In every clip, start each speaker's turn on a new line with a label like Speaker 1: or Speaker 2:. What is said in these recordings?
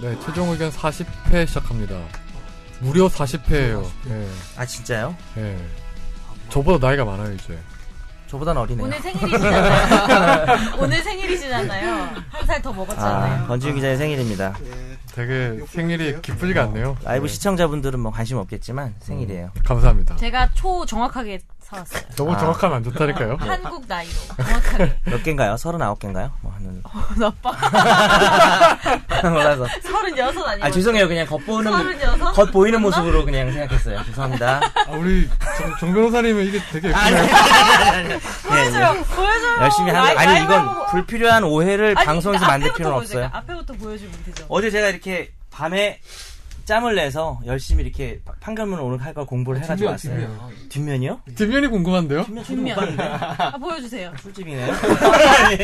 Speaker 1: 네, 의견 40회 시작합니다. 무려 40회예요. 예.
Speaker 2: 아 진짜요?
Speaker 1: 예. 저보다 나이가 많아요, 이제.
Speaker 2: 저보단 어리네요.
Speaker 3: 오늘 생일이시잖아요. 오늘 생일이시잖아요. 한 살 더
Speaker 2: 아
Speaker 3: 먹었잖아요.
Speaker 2: 권지우 기자의 생일입니다.
Speaker 4: 예.
Speaker 1: 되게 생일이 기쁘지가 않네요.
Speaker 2: 아, 라이브 네.
Speaker 1: 예.
Speaker 2: 시청자분들은 뭐 관심 없겠지만 생일이에요.
Speaker 1: 감사합니다.
Speaker 3: 제가 초 정확하게 사왔어요.
Speaker 1: 너무
Speaker 2: 아.
Speaker 1: 정확하면 안 좋다니까요.
Speaker 3: 한국 나이로 정확하게.
Speaker 2: 몇 개인가요? 서른아홉 개인가요? 뭐 하는
Speaker 3: 어, 나빠.
Speaker 2: 몰라서.
Speaker 3: 서른여섯 아니고.
Speaker 2: 아 죄송해요. 그냥 겉보는
Speaker 3: 서른여섯?
Speaker 2: 겉 보이는 모습으로 그냥 생각했어요. 죄송합니다.
Speaker 1: 아, 우리 정, 정 변호사님은 이게 되게
Speaker 2: 아니,
Speaker 1: 예쁘네요.
Speaker 3: 보여줘요. 보여줘요.
Speaker 2: 네, 열심히 하는 거.
Speaker 3: 나이-
Speaker 2: 아니
Speaker 3: 나이만
Speaker 2: 이건
Speaker 3: 보고-
Speaker 2: 불필요한 오해를
Speaker 3: 아니,
Speaker 2: 방송에서
Speaker 3: 그러니까
Speaker 2: 만들
Speaker 3: 앞에부터
Speaker 2: 필요는
Speaker 3: 보여줘요.
Speaker 2: 없어요.
Speaker 3: 앞에부터 보여주면 되죠.
Speaker 2: 어제 제가 이렇게 밤에 짬을 내서 열심히 이렇게 파- 판결문을 오늘 할 걸 공부를 해가지고
Speaker 4: 아, 뒷면,
Speaker 2: 왔어요.
Speaker 4: 뒷면.
Speaker 2: 뒷면이요?
Speaker 1: 뒷면이 궁금한데요?
Speaker 2: 뒷면 저도 못
Speaker 3: 분명.
Speaker 2: 봤는데
Speaker 3: 어, 아, 보여주세요.
Speaker 2: 술집이네요.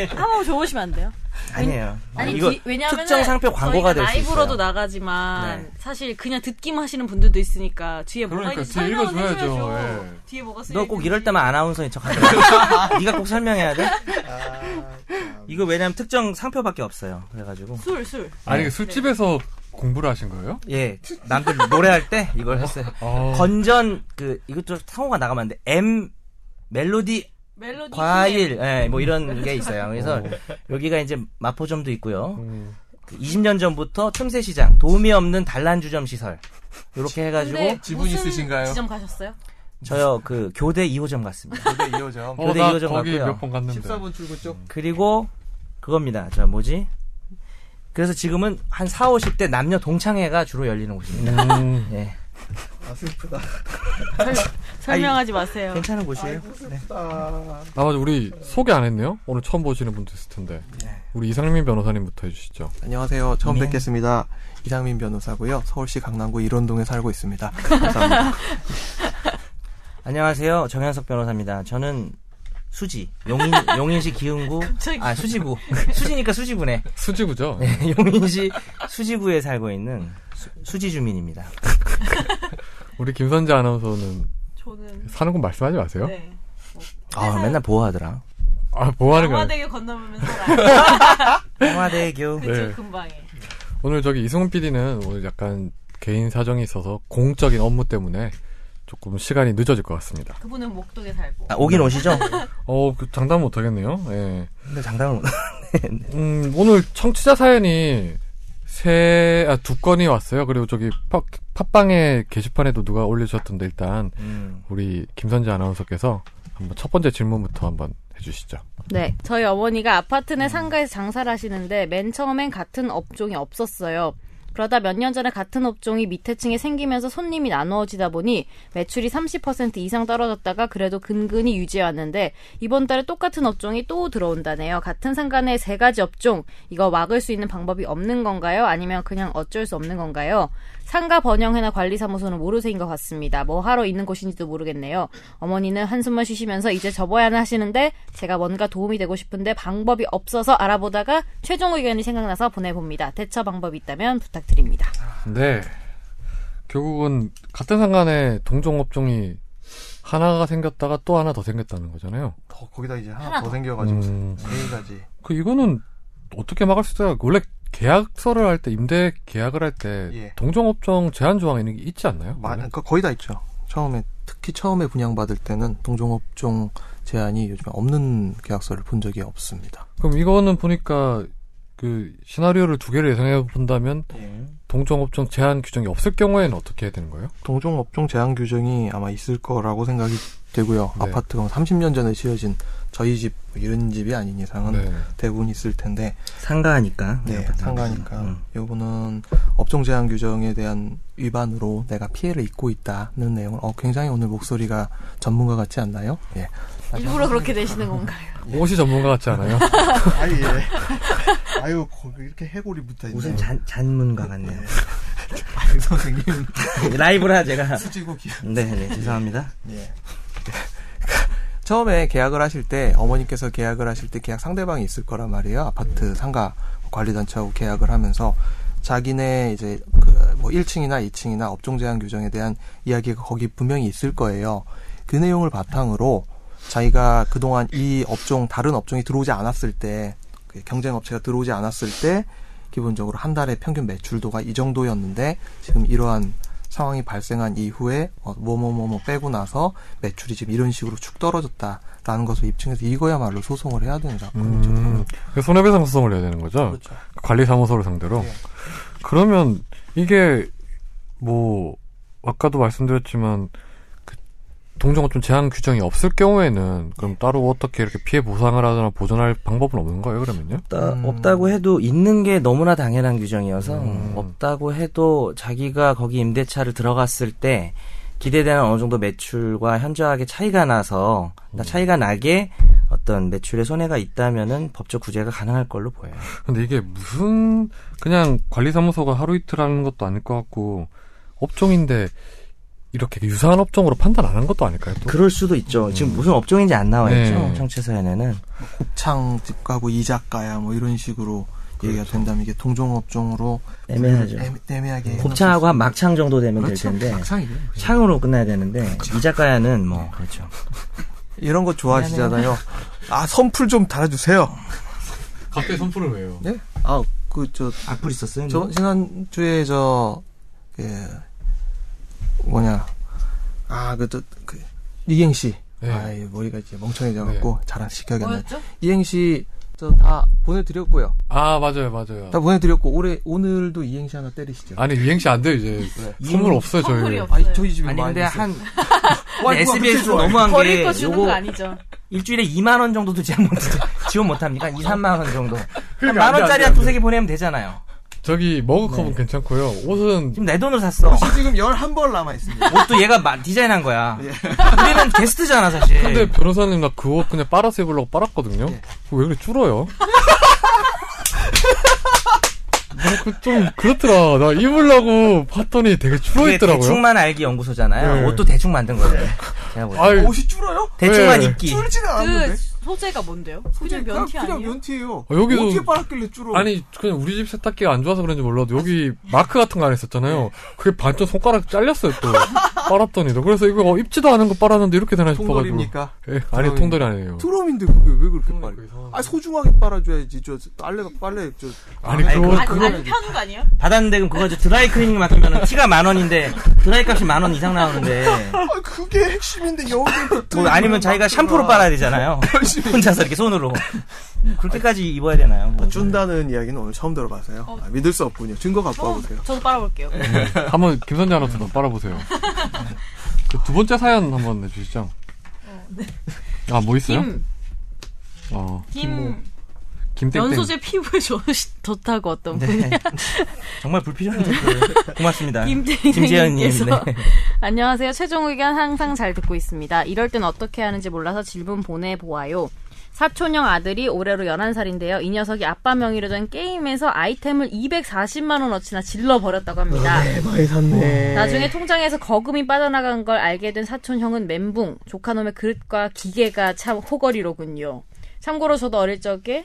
Speaker 3: 한번 줘보시면 안 돼요?
Speaker 2: 아니에요.
Speaker 3: 아니
Speaker 2: 이거
Speaker 3: 뒤- 왜냐하면은
Speaker 2: 특정 상표 광고가 될
Speaker 3: 저희가
Speaker 2: 수 있어요.
Speaker 3: 라이브로도 나가지만
Speaker 2: 네.
Speaker 3: 사실 그냥 듣기만 하시는 분들도 있으니까 뒤에 뭐가
Speaker 1: 그러니까
Speaker 3: 있는지
Speaker 1: 뒤에
Speaker 3: 설명을
Speaker 1: 읽어줘야죠.
Speaker 3: 해줘야죠.
Speaker 1: 예.
Speaker 3: 뒤에 뭐가 쓰여
Speaker 2: 너 꼭
Speaker 3: 있는지.
Speaker 2: 이럴 때만 아나운서인 척 한다. 네가 꼭 설명해야 돼?
Speaker 4: 아, 참.
Speaker 2: 이거 왜냐면 특정 상표밖에 없어요. 그래가지고.
Speaker 3: 술 술.
Speaker 1: 아니, 술집에서 공부를 하신 거예요?
Speaker 2: 예. 남들 노래할 때 이걸 했어요.
Speaker 1: 어.
Speaker 2: 아, 건전, 그, 이것도 상호가 나가면 안 돼. M, 멜로디,
Speaker 3: 멜로디
Speaker 2: 과일, 예, 뭐 이런 게 있어요. 그래서
Speaker 1: 어.
Speaker 2: 여기가 이제 마포점도 있고요.
Speaker 1: 음.
Speaker 2: 그 20년 전부터 틈새 시장, 도움이 없는 단란주점 시설. 요렇게 해가지고
Speaker 3: 근데
Speaker 4: 지분
Speaker 3: 무슨
Speaker 4: 있으신가요?
Speaker 3: 지점 가셨어요?
Speaker 2: 저요, 그, 교대 2호점 갔습니다.
Speaker 4: 교대 2호점.
Speaker 1: 어,
Speaker 2: 교대
Speaker 1: 나
Speaker 2: 이호점
Speaker 1: 거기
Speaker 2: 갔고요.
Speaker 1: 몇 번 갔는데.
Speaker 4: 14번 출구 쪽.
Speaker 2: 그리고 그겁니다. 저 뭐지? 그래서 지금은 한 4, 50대 남녀 동창회가 주로 열리는 곳입니다.
Speaker 1: 음.
Speaker 2: 예.
Speaker 4: 아, 슬프다.
Speaker 3: 설명하지 마세요.
Speaker 2: 괜찮은 곳이에요.
Speaker 4: 슬프다.
Speaker 1: 아, 맞아. 우리 소개 안 했네요? 오늘 처음 보시는 분도 있을 텐데. 우리 이상민 변호사님부터 해주시죠.
Speaker 4: 안녕하세요. 처음
Speaker 2: 네.
Speaker 4: 뵙겠습니다. 이상민 변호사고요. 서울시 강남구 일원동에 살고 있습니다. 감사합니다.
Speaker 2: 안녕하세요. 정현석 변호사입니다. 저는 수지. 용인, 용인시 기흥구.
Speaker 3: 갑자기.
Speaker 2: 아, 수지구. 수지니까 수지구네.
Speaker 1: 수지구죠?
Speaker 2: 네, 용인시 수지구에 살고 있는 수, 지 주민입니다.
Speaker 1: 우리 김선재 아나운서는
Speaker 3: 저는
Speaker 1: 사는 곳 말씀하지 마세요.
Speaker 3: 네.
Speaker 2: 아, 맨날 보호하더라.
Speaker 1: 아, 뭐 하는 거예요?
Speaker 3: 강화대교 건너면 살아요.
Speaker 2: 평화대교.
Speaker 3: 그쪽
Speaker 1: 네.
Speaker 3: 근방에.
Speaker 1: 오늘 저기 이승훈 PD는 오늘 약간 개인 사정이 있어서 공적인 업무 때문에 조금 시간이 늦어질 것 같습니다.
Speaker 3: 그분은 목동에 살고.
Speaker 2: 아, 오긴 오시죠?
Speaker 1: 어, 그 장담 못 하겠네요. 예.
Speaker 2: 근데 장담을 못.
Speaker 1: 음, 오늘 청취자 사연이 세, 아, 두 건이 왔어요. 그리고 저기 팟, 팟빵에 게시판에도 누가 올려주셨던데 일단
Speaker 2: 음.
Speaker 1: 우리 김선재 아나운서께서 한번 첫 번째 질문부터 한번 해주시죠.
Speaker 5: 네. 저희 어머니가 아파트 내 상가에서 장사를 하시는데 맨 처음엔 같은 업종이 없었어요. 그러다 몇 년 전에 같은 업종이 밑에 층에 생기면서 손님이 나누어지다 보니 매출이 30% 이상 떨어졌다가 그래도 근근히 유지해왔는데 이번 달에 똑같은 업종이 또 들어온다네요. 같은 상가 내 세 가지 업종, 이거 막을 수 있는 방법이 없는 건가요? 아니면 그냥 어쩔 수 없는 건가요? 상가 번영회나 관리사무소는 모르쇠인 것 같습니다. 뭐 하러 있는 곳인지도 모르겠네요. 어머니는 한숨만 쉬시면서 이제 접어야 하나 하시는데 제가 뭔가 도움이 되고 싶은데 방법이 없어서 알아보다가 최종 의견이 생각나서 보내봅니다. 대처 방법이 있다면 부탁드립니다.
Speaker 1: 네. 결국은 같은 상간에 동종 업종이 하나가 생겼다가 또 하나 더 생겼다는 거잖아요.
Speaker 4: 더, 거기다 이제 하나,
Speaker 3: 하나
Speaker 4: 더
Speaker 3: 더.
Speaker 4: 생겨가지고
Speaker 1: 음.
Speaker 4: 세 가지.
Speaker 1: 그 이거는 어떻게 막을 수 있어요? 원래 계약서를 할 때 임대 계약을 할 때
Speaker 4: 예.
Speaker 1: 동종업종 제한 조항 이런 게 있지 않나요?
Speaker 4: 마,
Speaker 1: 원래?
Speaker 4: 그러니까 거의 다 있죠. 처음에 특히 처음에 분양받을 때는 동종업종 제한이 요즘 없는 계약서를 본 적이 없습니다.
Speaker 1: 그럼 이거는 보니까 그 시나리오를 두 개를 예상해 본다면 동종업종 제한 규정이 없을 경우에는 어떻게 해야 되는 거예요?
Speaker 4: 동종업종 제한 규정이 아마 있을 거라고 생각이 되고요.
Speaker 1: 네.
Speaker 4: 아파트가 뭐 30년 전에 지어진 저희 집, 뭐 이런 집이 아닌 이상은
Speaker 1: 네.
Speaker 4: 대부분 있을 텐데,
Speaker 2: 상가니까.
Speaker 4: 네,
Speaker 2: 아파트.
Speaker 4: 상가니까.
Speaker 2: 음.
Speaker 4: 요거는 업종 제한 규정에 대한 위반으로 내가 피해를 입고 있다는 내용을, 어, 굉장히 오늘 목소리가 전문가 같지 않나요? 예.
Speaker 3: 일부러 그렇게 되시는 건가요?
Speaker 1: 옷이 전문가 같지 않아요?
Speaker 6: 아유, 예. 아유, 거기 이렇게 해골이 붙어 있네.
Speaker 2: 무슨 잔, 잔문가 같네요.
Speaker 6: 아유, 선생님.
Speaker 2: 네. 라이브라 제가.
Speaker 6: 수지고 기
Speaker 2: 네, 네, 죄송합니다.
Speaker 6: 예.
Speaker 4: 처음에 계약을 하실 때 어머니께서 계약을 하실 때 계약 상대방이 있을 거란 말이에요. 아파트 상가 관리단체하고 계약을 하면서 자기네 이제 그 뭐 1층이나 2층이나 업종 제한 규정에 대한 이야기가 거기 분명히 있을 거예요. 그 내용을 바탕으로 자기가 그 그동안 이 업종 다른 업종이 들어오지 않았을 때그 경쟁 업체가 들어오지 않았을 때 기본적으로 한 달에 평균 매출도가 이 정도였는데 지금 이러한 상황이 발생한 이후에 어, 뭐뭐뭐뭐 빼고 나서 매출이 지금 이런 식으로 축 떨어졌다라는 것을 입증해서 이거야말로 소송을 해야 되는 사건이죠.
Speaker 1: 음, 그 손해배상 소송을 해야 되는 거죠?
Speaker 4: 그렇죠.
Speaker 1: 관리사무소를 상대로.
Speaker 4: 예.
Speaker 1: 그러면 이게 뭐 아까도 말씀드렸지만 그 동종업 좀 제한 규정이 없을 경우에는 그럼 따로 어떻게 이렇게 피해 보상을 하거나 보전할 방법은 없는 거예요 그러면요?
Speaker 2: 어, 없다,
Speaker 4: 음.
Speaker 2: 없다고 해도 있는 게 너무나 당연한 규정이어서
Speaker 1: 음.
Speaker 2: 없다고 해도 자기가 거기 임대차를 들어갔을 때 기대되는 어느 정도 매출과 현저하게 차이가 나서 나 차이가 나게 어떤 매출에 손해가 있다면은 법적 구제가 가능할 걸로 보여요.
Speaker 1: 근데 이게 무슨 그냥 관리사무소가 하루 이틀 하는 것도 아닐 것 같고 업종인데 이렇게 유사한 업종으로 판단 안 한 것도 아닐까요? 또?
Speaker 2: 그럴 수도 있죠. 지금 무슨 업종인지 안 나와
Speaker 1: 네.
Speaker 2: 있죠. 청취서에는
Speaker 4: 창 집가고 이자가야 뭐 이런 식으로 얘기가 된다면 이게 동종업종으로
Speaker 2: 애매하죠.
Speaker 4: 애매- 애매하게
Speaker 2: 곱창하고 한 막창 정도 되면 될
Speaker 4: 예. 음. 그렇죠.
Speaker 2: 텐데
Speaker 4: 막상이에요. 그냥.
Speaker 2: 창으로 끝나야 되는데
Speaker 1: 그렇죠.
Speaker 2: 이 작가야는 뭐 그렇죠.
Speaker 4: 이런 거 좋아하시잖아요. 아 선풀 좀 달아주세요.
Speaker 1: 그 갑자기 선풀을 왜요?
Speaker 4: 네? 아그저
Speaker 2: 악플 있었어요?
Speaker 4: 저 지난주에 저, 그, 뭐냐. 아, 그, 저, 그, 이행시.
Speaker 1: 네.
Speaker 4: 아이, 머리가 이제 멍청해져갖고 잘 안 시켜야겠네.
Speaker 3: 뭐였죠?
Speaker 4: 이행시, 저, 다 보내드렸고요.
Speaker 1: 아 맞아요 맞아요.
Speaker 4: 다 보내드렸고, 올해, 오늘도 이행시 하나 때리시죠.
Speaker 1: 아니 이행시 안 돼요 이제 선물 없어요 저희.
Speaker 3: 선물이 없어요.
Speaker 4: 아니, 저희 집에
Speaker 2: 아니 뭐
Speaker 4: 많이
Speaker 2: 근데
Speaker 4: 있어요.
Speaker 2: 한 SBS 너무한
Speaker 3: 버릴
Speaker 2: 게
Speaker 3: 거 주는 거
Speaker 2: 요거
Speaker 3: 아니죠?
Speaker 2: 일주일에 2만 원 정도도 지원 못 지원 못 합니까? 2, 3만 원 정도.
Speaker 1: 그러니까 안 돼, 안
Speaker 2: 만
Speaker 1: 돼,
Speaker 2: 원짜리
Speaker 1: 안
Speaker 2: 한
Speaker 1: 돼.
Speaker 2: 두세 개 보내면 되잖아요.
Speaker 1: 저기 머그컵은 괜찮고요. 옷은
Speaker 2: 지금 내 돈으로 샀어.
Speaker 4: 지금 11벌 남아있습니다.
Speaker 2: 옷도 얘가 마- 디자인한 거야. 우리는 게스트잖아 사실.
Speaker 1: 예. 근데 변호사님 나 그 옷 그냥 빨아서 입으려고 빨았거든요. 그거 왜 그래 줄어요? 나 그 좀 그렇더라. 나 입으려고 봤더니 되게 줄어
Speaker 2: 그게
Speaker 1: 있더라고요.
Speaker 2: 대충만 알기 연구소잖아요.
Speaker 1: 네.
Speaker 2: 옷도 대충 만든 거예요. 제가 볼 때.
Speaker 1: 아이,
Speaker 4: 옷이 줄어요?
Speaker 2: 대충만
Speaker 1: 네.
Speaker 2: 입기.
Speaker 4: 줄지는
Speaker 3: 그
Speaker 4: 않았는데.
Speaker 3: 소재가 뭔데요? 그냥
Speaker 4: 그냥-
Speaker 3: 면티
Speaker 4: 그냥
Speaker 3: 아니에요?
Speaker 4: 면티예요
Speaker 1: 어, 여기도-
Speaker 4: 어떻게 빨았길래 줄어?
Speaker 1: 아니 그냥 우리 집 세탁기가 안 좋아서 그런지 몰라도 여기 마크 같은 거 안 했었잖아요. 그게 반쪽 손가락 잘렸어요 또 빨았더니도. 그래서 이거 입지도 않은 거 빨았는데 이렇게 되나 싶어가지고.
Speaker 4: 통돌입니까?
Speaker 1: 예, 아니 통돌이 아니에요.
Speaker 4: 드럼인데 그게 왜 그렇게 빨아?
Speaker 1: 이상하네.
Speaker 4: 아 소중하게 빨아줘야지 저 빨래 빨래 저
Speaker 1: 아니
Speaker 2: 아니,
Speaker 1: 그거
Speaker 2: 그거-
Speaker 3: 안, 안 파는 거 아니에요?
Speaker 2: 받았는데 그럼 그거 이제 드라이 클리닝 맡기면 티가 만 원인데 드라이 값이 만 원 이상 나오는데
Speaker 4: 아, 그게 핵심인데 여기 붙어
Speaker 2: 뭐 아니면 자기가 샴푸로 빨아야 되잖아요. 혼자서 이렇게 손으로 음, 그렇게까지 입어야 되나요? 뭐.
Speaker 6: 준다는 이야기는 오늘 처음 들어봐서요. 아, 믿을 수 없군요. 증거 갖고
Speaker 5: 어.
Speaker 3: 저,
Speaker 6: 와보세요.
Speaker 3: 어, 저도 빨아볼게요.
Speaker 1: 한번 김선재 아나운서 빨아보세요. 그 두 번째 사연 한번 내주시죠. 아, 뭐 있어요?
Speaker 3: 어, 네. 김,
Speaker 1: 어,
Speaker 3: 김,
Speaker 1: 김땡땡.
Speaker 3: 연소제 피부에 좋, 좋다고 어떤 분.
Speaker 2: 네. 정말 불필요한 댓글. 고맙습니다. 김재현님.
Speaker 5: 김재현님께서
Speaker 2: 네.
Speaker 5: 안녕하세요. 최종 의견 항상 잘 듣고 있습니다. 이럴 땐 어떻게 하는지 몰라서 질문 보내보아요. 사촌형 아들이 올해로 11살인데요. 이 녀석이 아빠 명의로 된 게임에서 아이템을 240만원어치나 질러버렸다고
Speaker 2: 아,
Speaker 5: 합니다.
Speaker 2: 네,
Speaker 6: 많이 샀네.
Speaker 5: 나중에 통장에서 거금이 빠져나간 걸 알게 된 사촌형은 멘붕, 조카놈의 그릇과 기계가 참 호거리로군요. 참고로 저도 어릴 적에,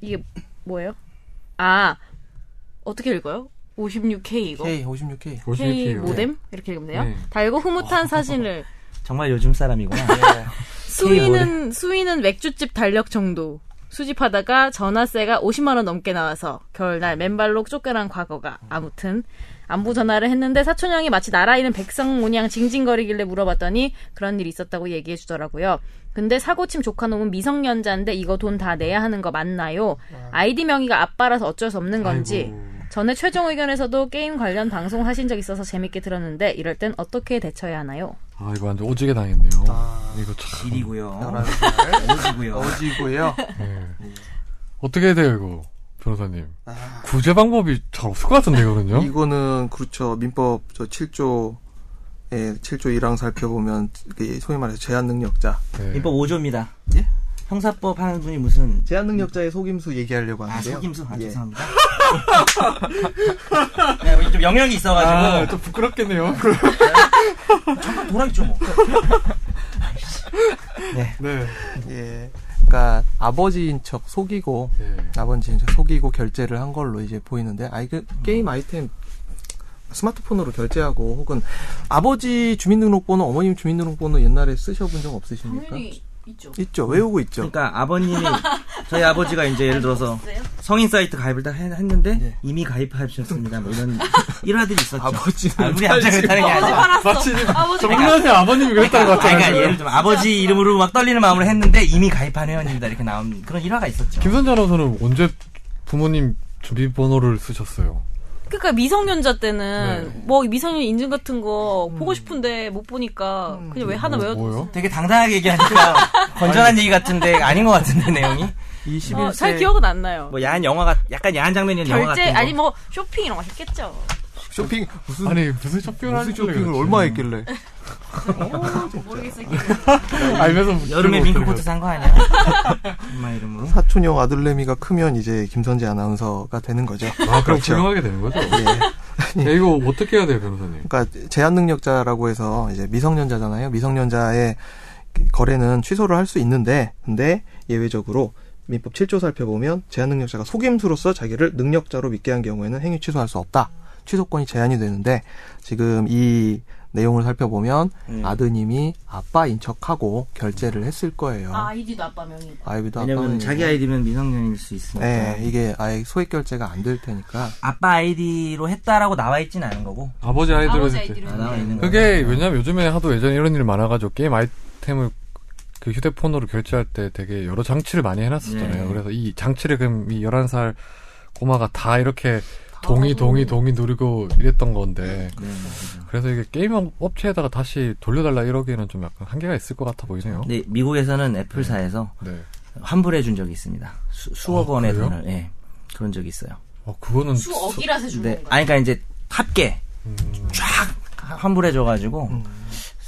Speaker 5: 이게 뭐예요? 아, 어떻게 읽어요? 56K 이거?
Speaker 4: K 56K
Speaker 5: K
Speaker 1: 56K.
Speaker 5: 모뎀? 이렇게 읽으면 돼요.
Speaker 1: 네.
Speaker 5: 달고 흐뭇한 사진을
Speaker 2: 정말 요즘 사람이구나.
Speaker 5: 수위는 수위는 맥주집 달력 정도 수집하다가 전화세가 50만 원 넘게 나와서 겨울날 맨발로 쫓겨난 과거가 아무튼 안부 전화를 했는데 사촌 형이 마치 날아있는 백성 모양 징징거리길래 물어봤더니 그런 일이 있었다고 얘기해 주더라고요. 근데 사고침 조카놈은 미성년자인데 이거 돈 다 내야 하는 거 맞나요? 아이디 명의가 아빠라서 어쩔 수 없는 건지 전에 최종 의견에서도 게임 관련 방송 하신 적 있어서 재밌게 들었는데 이럴 땐 어떻게 대처해야 하나요?
Speaker 1: 아, 이거 완전 오지게 당했네요. 이거 참.
Speaker 2: 일이고요.
Speaker 4: 나라를
Speaker 2: 오지고요.
Speaker 4: 어지고요.
Speaker 1: 예. 어떻게 해야 돼요, 이거? 변호사님.
Speaker 4: 아,
Speaker 1: 구제 방법이 잘 없을 것 같은데,
Speaker 4: 네?
Speaker 1: 이거는요?
Speaker 4: 이거는 그렇죠. 민법 저 7조 예, 7조 1항 살펴보면 그 소위 말해서 제한 능력자.
Speaker 1: 네.
Speaker 2: 민법 5조입니다.
Speaker 4: 예?
Speaker 2: 형사법 하는 분이 무슨
Speaker 4: 제한 능력자의 속임수 얘기하려고
Speaker 2: 아
Speaker 4: 하는데요.
Speaker 2: 속임수 아
Speaker 4: 예.
Speaker 2: 죄송합니다. 네, 좀 영향이
Speaker 1: 아,
Speaker 2: 있어가지고
Speaker 1: 또 부끄럽겠네요.
Speaker 2: 돌아있죠 뭐.
Speaker 1: 네.
Speaker 4: 예. 그러니까 아버지인 척 속이고
Speaker 1: 예.
Speaker 4: 아버지인 척 속이고 결제를 한 걸로 이제 보이는데 아이 그 게임 아이템 스마트폰으로 결제하고 혹은 아버지 주민등록번호, 어머님 주민등록번호 옛날에 쓰셔본 적 없으십니까?
Speaker 3: 당연히 있죠.
Speaker 4: 있죠. 외우고 있죠.
Speaker 2: 그러니까 아버님이 저희 아버지가 이제 예를 들어서
Speaker 3: 있어요?
Speaker 2: 성인 사이트 가입을 딱 해- 했는데
Speaker 4: 예.
Speaker 2: 이미 가입하셨습니다. 뭐 이런 일화들이 있었죠.
Speaker 4: 아버지는
Speaker 2: 아, 우리 아버지가 그랬다는 게
Speaker 3: 아버지
Speaker 2: 아니라.
Speaker 3: 팔았어. 아버지 팔았어.
Speaker 1: 아버님이 그랬다는 것
Speaker 2: 아니, 그러니까 예를 들면 아버지 이름으로 막 떨리는 마음으로 했는데 이미 가입한 회원입니다 이렇게 나온 그런 일화가 있었죠.
Speaker 1: 김선재 아나운서는 언제 부모님 비밀번호를 쓰셨어요?
Speaker 3: 그러니까 미성년자 때는
Speaker 1: 네. 음.
Speaker 3: 뭐 미성년 인증 같은 거 보고 싶은데 못 보니까 그냥 왜 하나
Speaker 1: 뭐-
Speaker 3: 외워뒀어.
Speaker 1: 뭐요?
Speaker 2: 되게 당당하게 얘기하니까 건전한 얘기 같은데 아닌 것 같은데 내용이.
Speaker 3: 어, 잘 기억은 안 나요.
Speaker 2: 뭐 야한 영화가 약간 야한 장면이나 영화
Speaker 3: 결제
Speaker 2: 같은 거.
Speaker 3: 아니 뭐 쇼핑 이런 거 했겠죠.
Speaker 4: 쇼핑 무슨
Speaker 1: 아니 무슨 쇼핑을
Speaker 4: 무슨
Speaker 1: 하는
Speaker 4: 쇼핑을 얼마 했길래?
Speaker 3: 음. 모르겠어요.
Speaker 1: 아.
Speaker 3: 뭐.
Speaker 1: 알면서
Speaker 2: 여름에
Speaker 1: 민
Speaker 2: 민크 코트 산 거 아니야? 엄마 이름으로.
Speaker 4: 사촌형 아들내미가 크면 이제 김선재 아나운서가 되는 거죠.
Speaker 1: 아 그럼 조용하게 되는 거죠? 예. 야, 이거 어떻게 해야 돼요 변호사님?
Speaker 4: 그러니까 제한 능력자라고 해서 이제 미성년자잖아요. 미성년자의 거래는 취소를 할 수 있는데 근데 예외적으로 민법 7조 살펴보면 제한 능력자가 속임수로서 자기를 능력자로 믿게 한 경우에는 행위 취소할 수 없다. 취소권이 제한이 되는데 지금 이 내용을 살펴보면
Speaker 2: 음.
Speaker 4: 아드님이 아빠인 척하고 결제를 했을 거예요.
Speaker 3: 아 아이디도 아빠 명의.
Speaker 4: 아이비도
Speaker 2: 왜냐면
Speaker 4: 아빠는
Speaker 2: 자기 아이디면 미성년일 수 있으니까.
Speaker 4: 네, 이게 아예 소액 결제가 안 될 테니까
Speaker 2: 아빠 아이디로 했다라고 나와 있진 않은 거고.
Speaker 1: 아버지 네, 아이들
Speaker 3: 아버지
Speaker 1: 했을 때.
Speaker 3: 아이디로
Speaker 2: 아, 나와 있는 거.
Speaker 1: 그게 왜냐면 요즘에 하도 예전에 이런 일이 많아가지고 게임 아이템을 그 휴대폰으로 결제할 때 되게 여러 장치를 많이 해놨었잖아요.
Speaker 2: 네.
Speaker 1: 그래서 이 장치를 그럼 이 11살 꼬마가 다 이렇게
Speaker 3: 아.
Speaker 1: 동의, 동의, 동의 누르고 이랬던 건데. 그래서 이게 게임 업체에다가 다시 돌려달라 이러기에는 좀 약간 한계가 있을 것 같아 보이네요.
Speaker 2: 근데 미국에서는 애플사에서
Speaker 1: 네.
Speaker 2: 환불해 준 적이 있습니다. 수, 억
Speaker 1: 아,
Speaker 2: 원의
Speaker 1: 그래요?
Speaker 2: 돈을. 예. 그런 적이 있어요.
Speaker 1: 어, 그거는.
Speaker 3: 수억이라서
Speaker 2: 근데
Speaker 3: 주는 거예요.
Speaker 2: 아니 그러니까 이제 합계
Speaker 1: 음,
Speaker 2: 환불해 줘 가지고
Speaker 4: 음.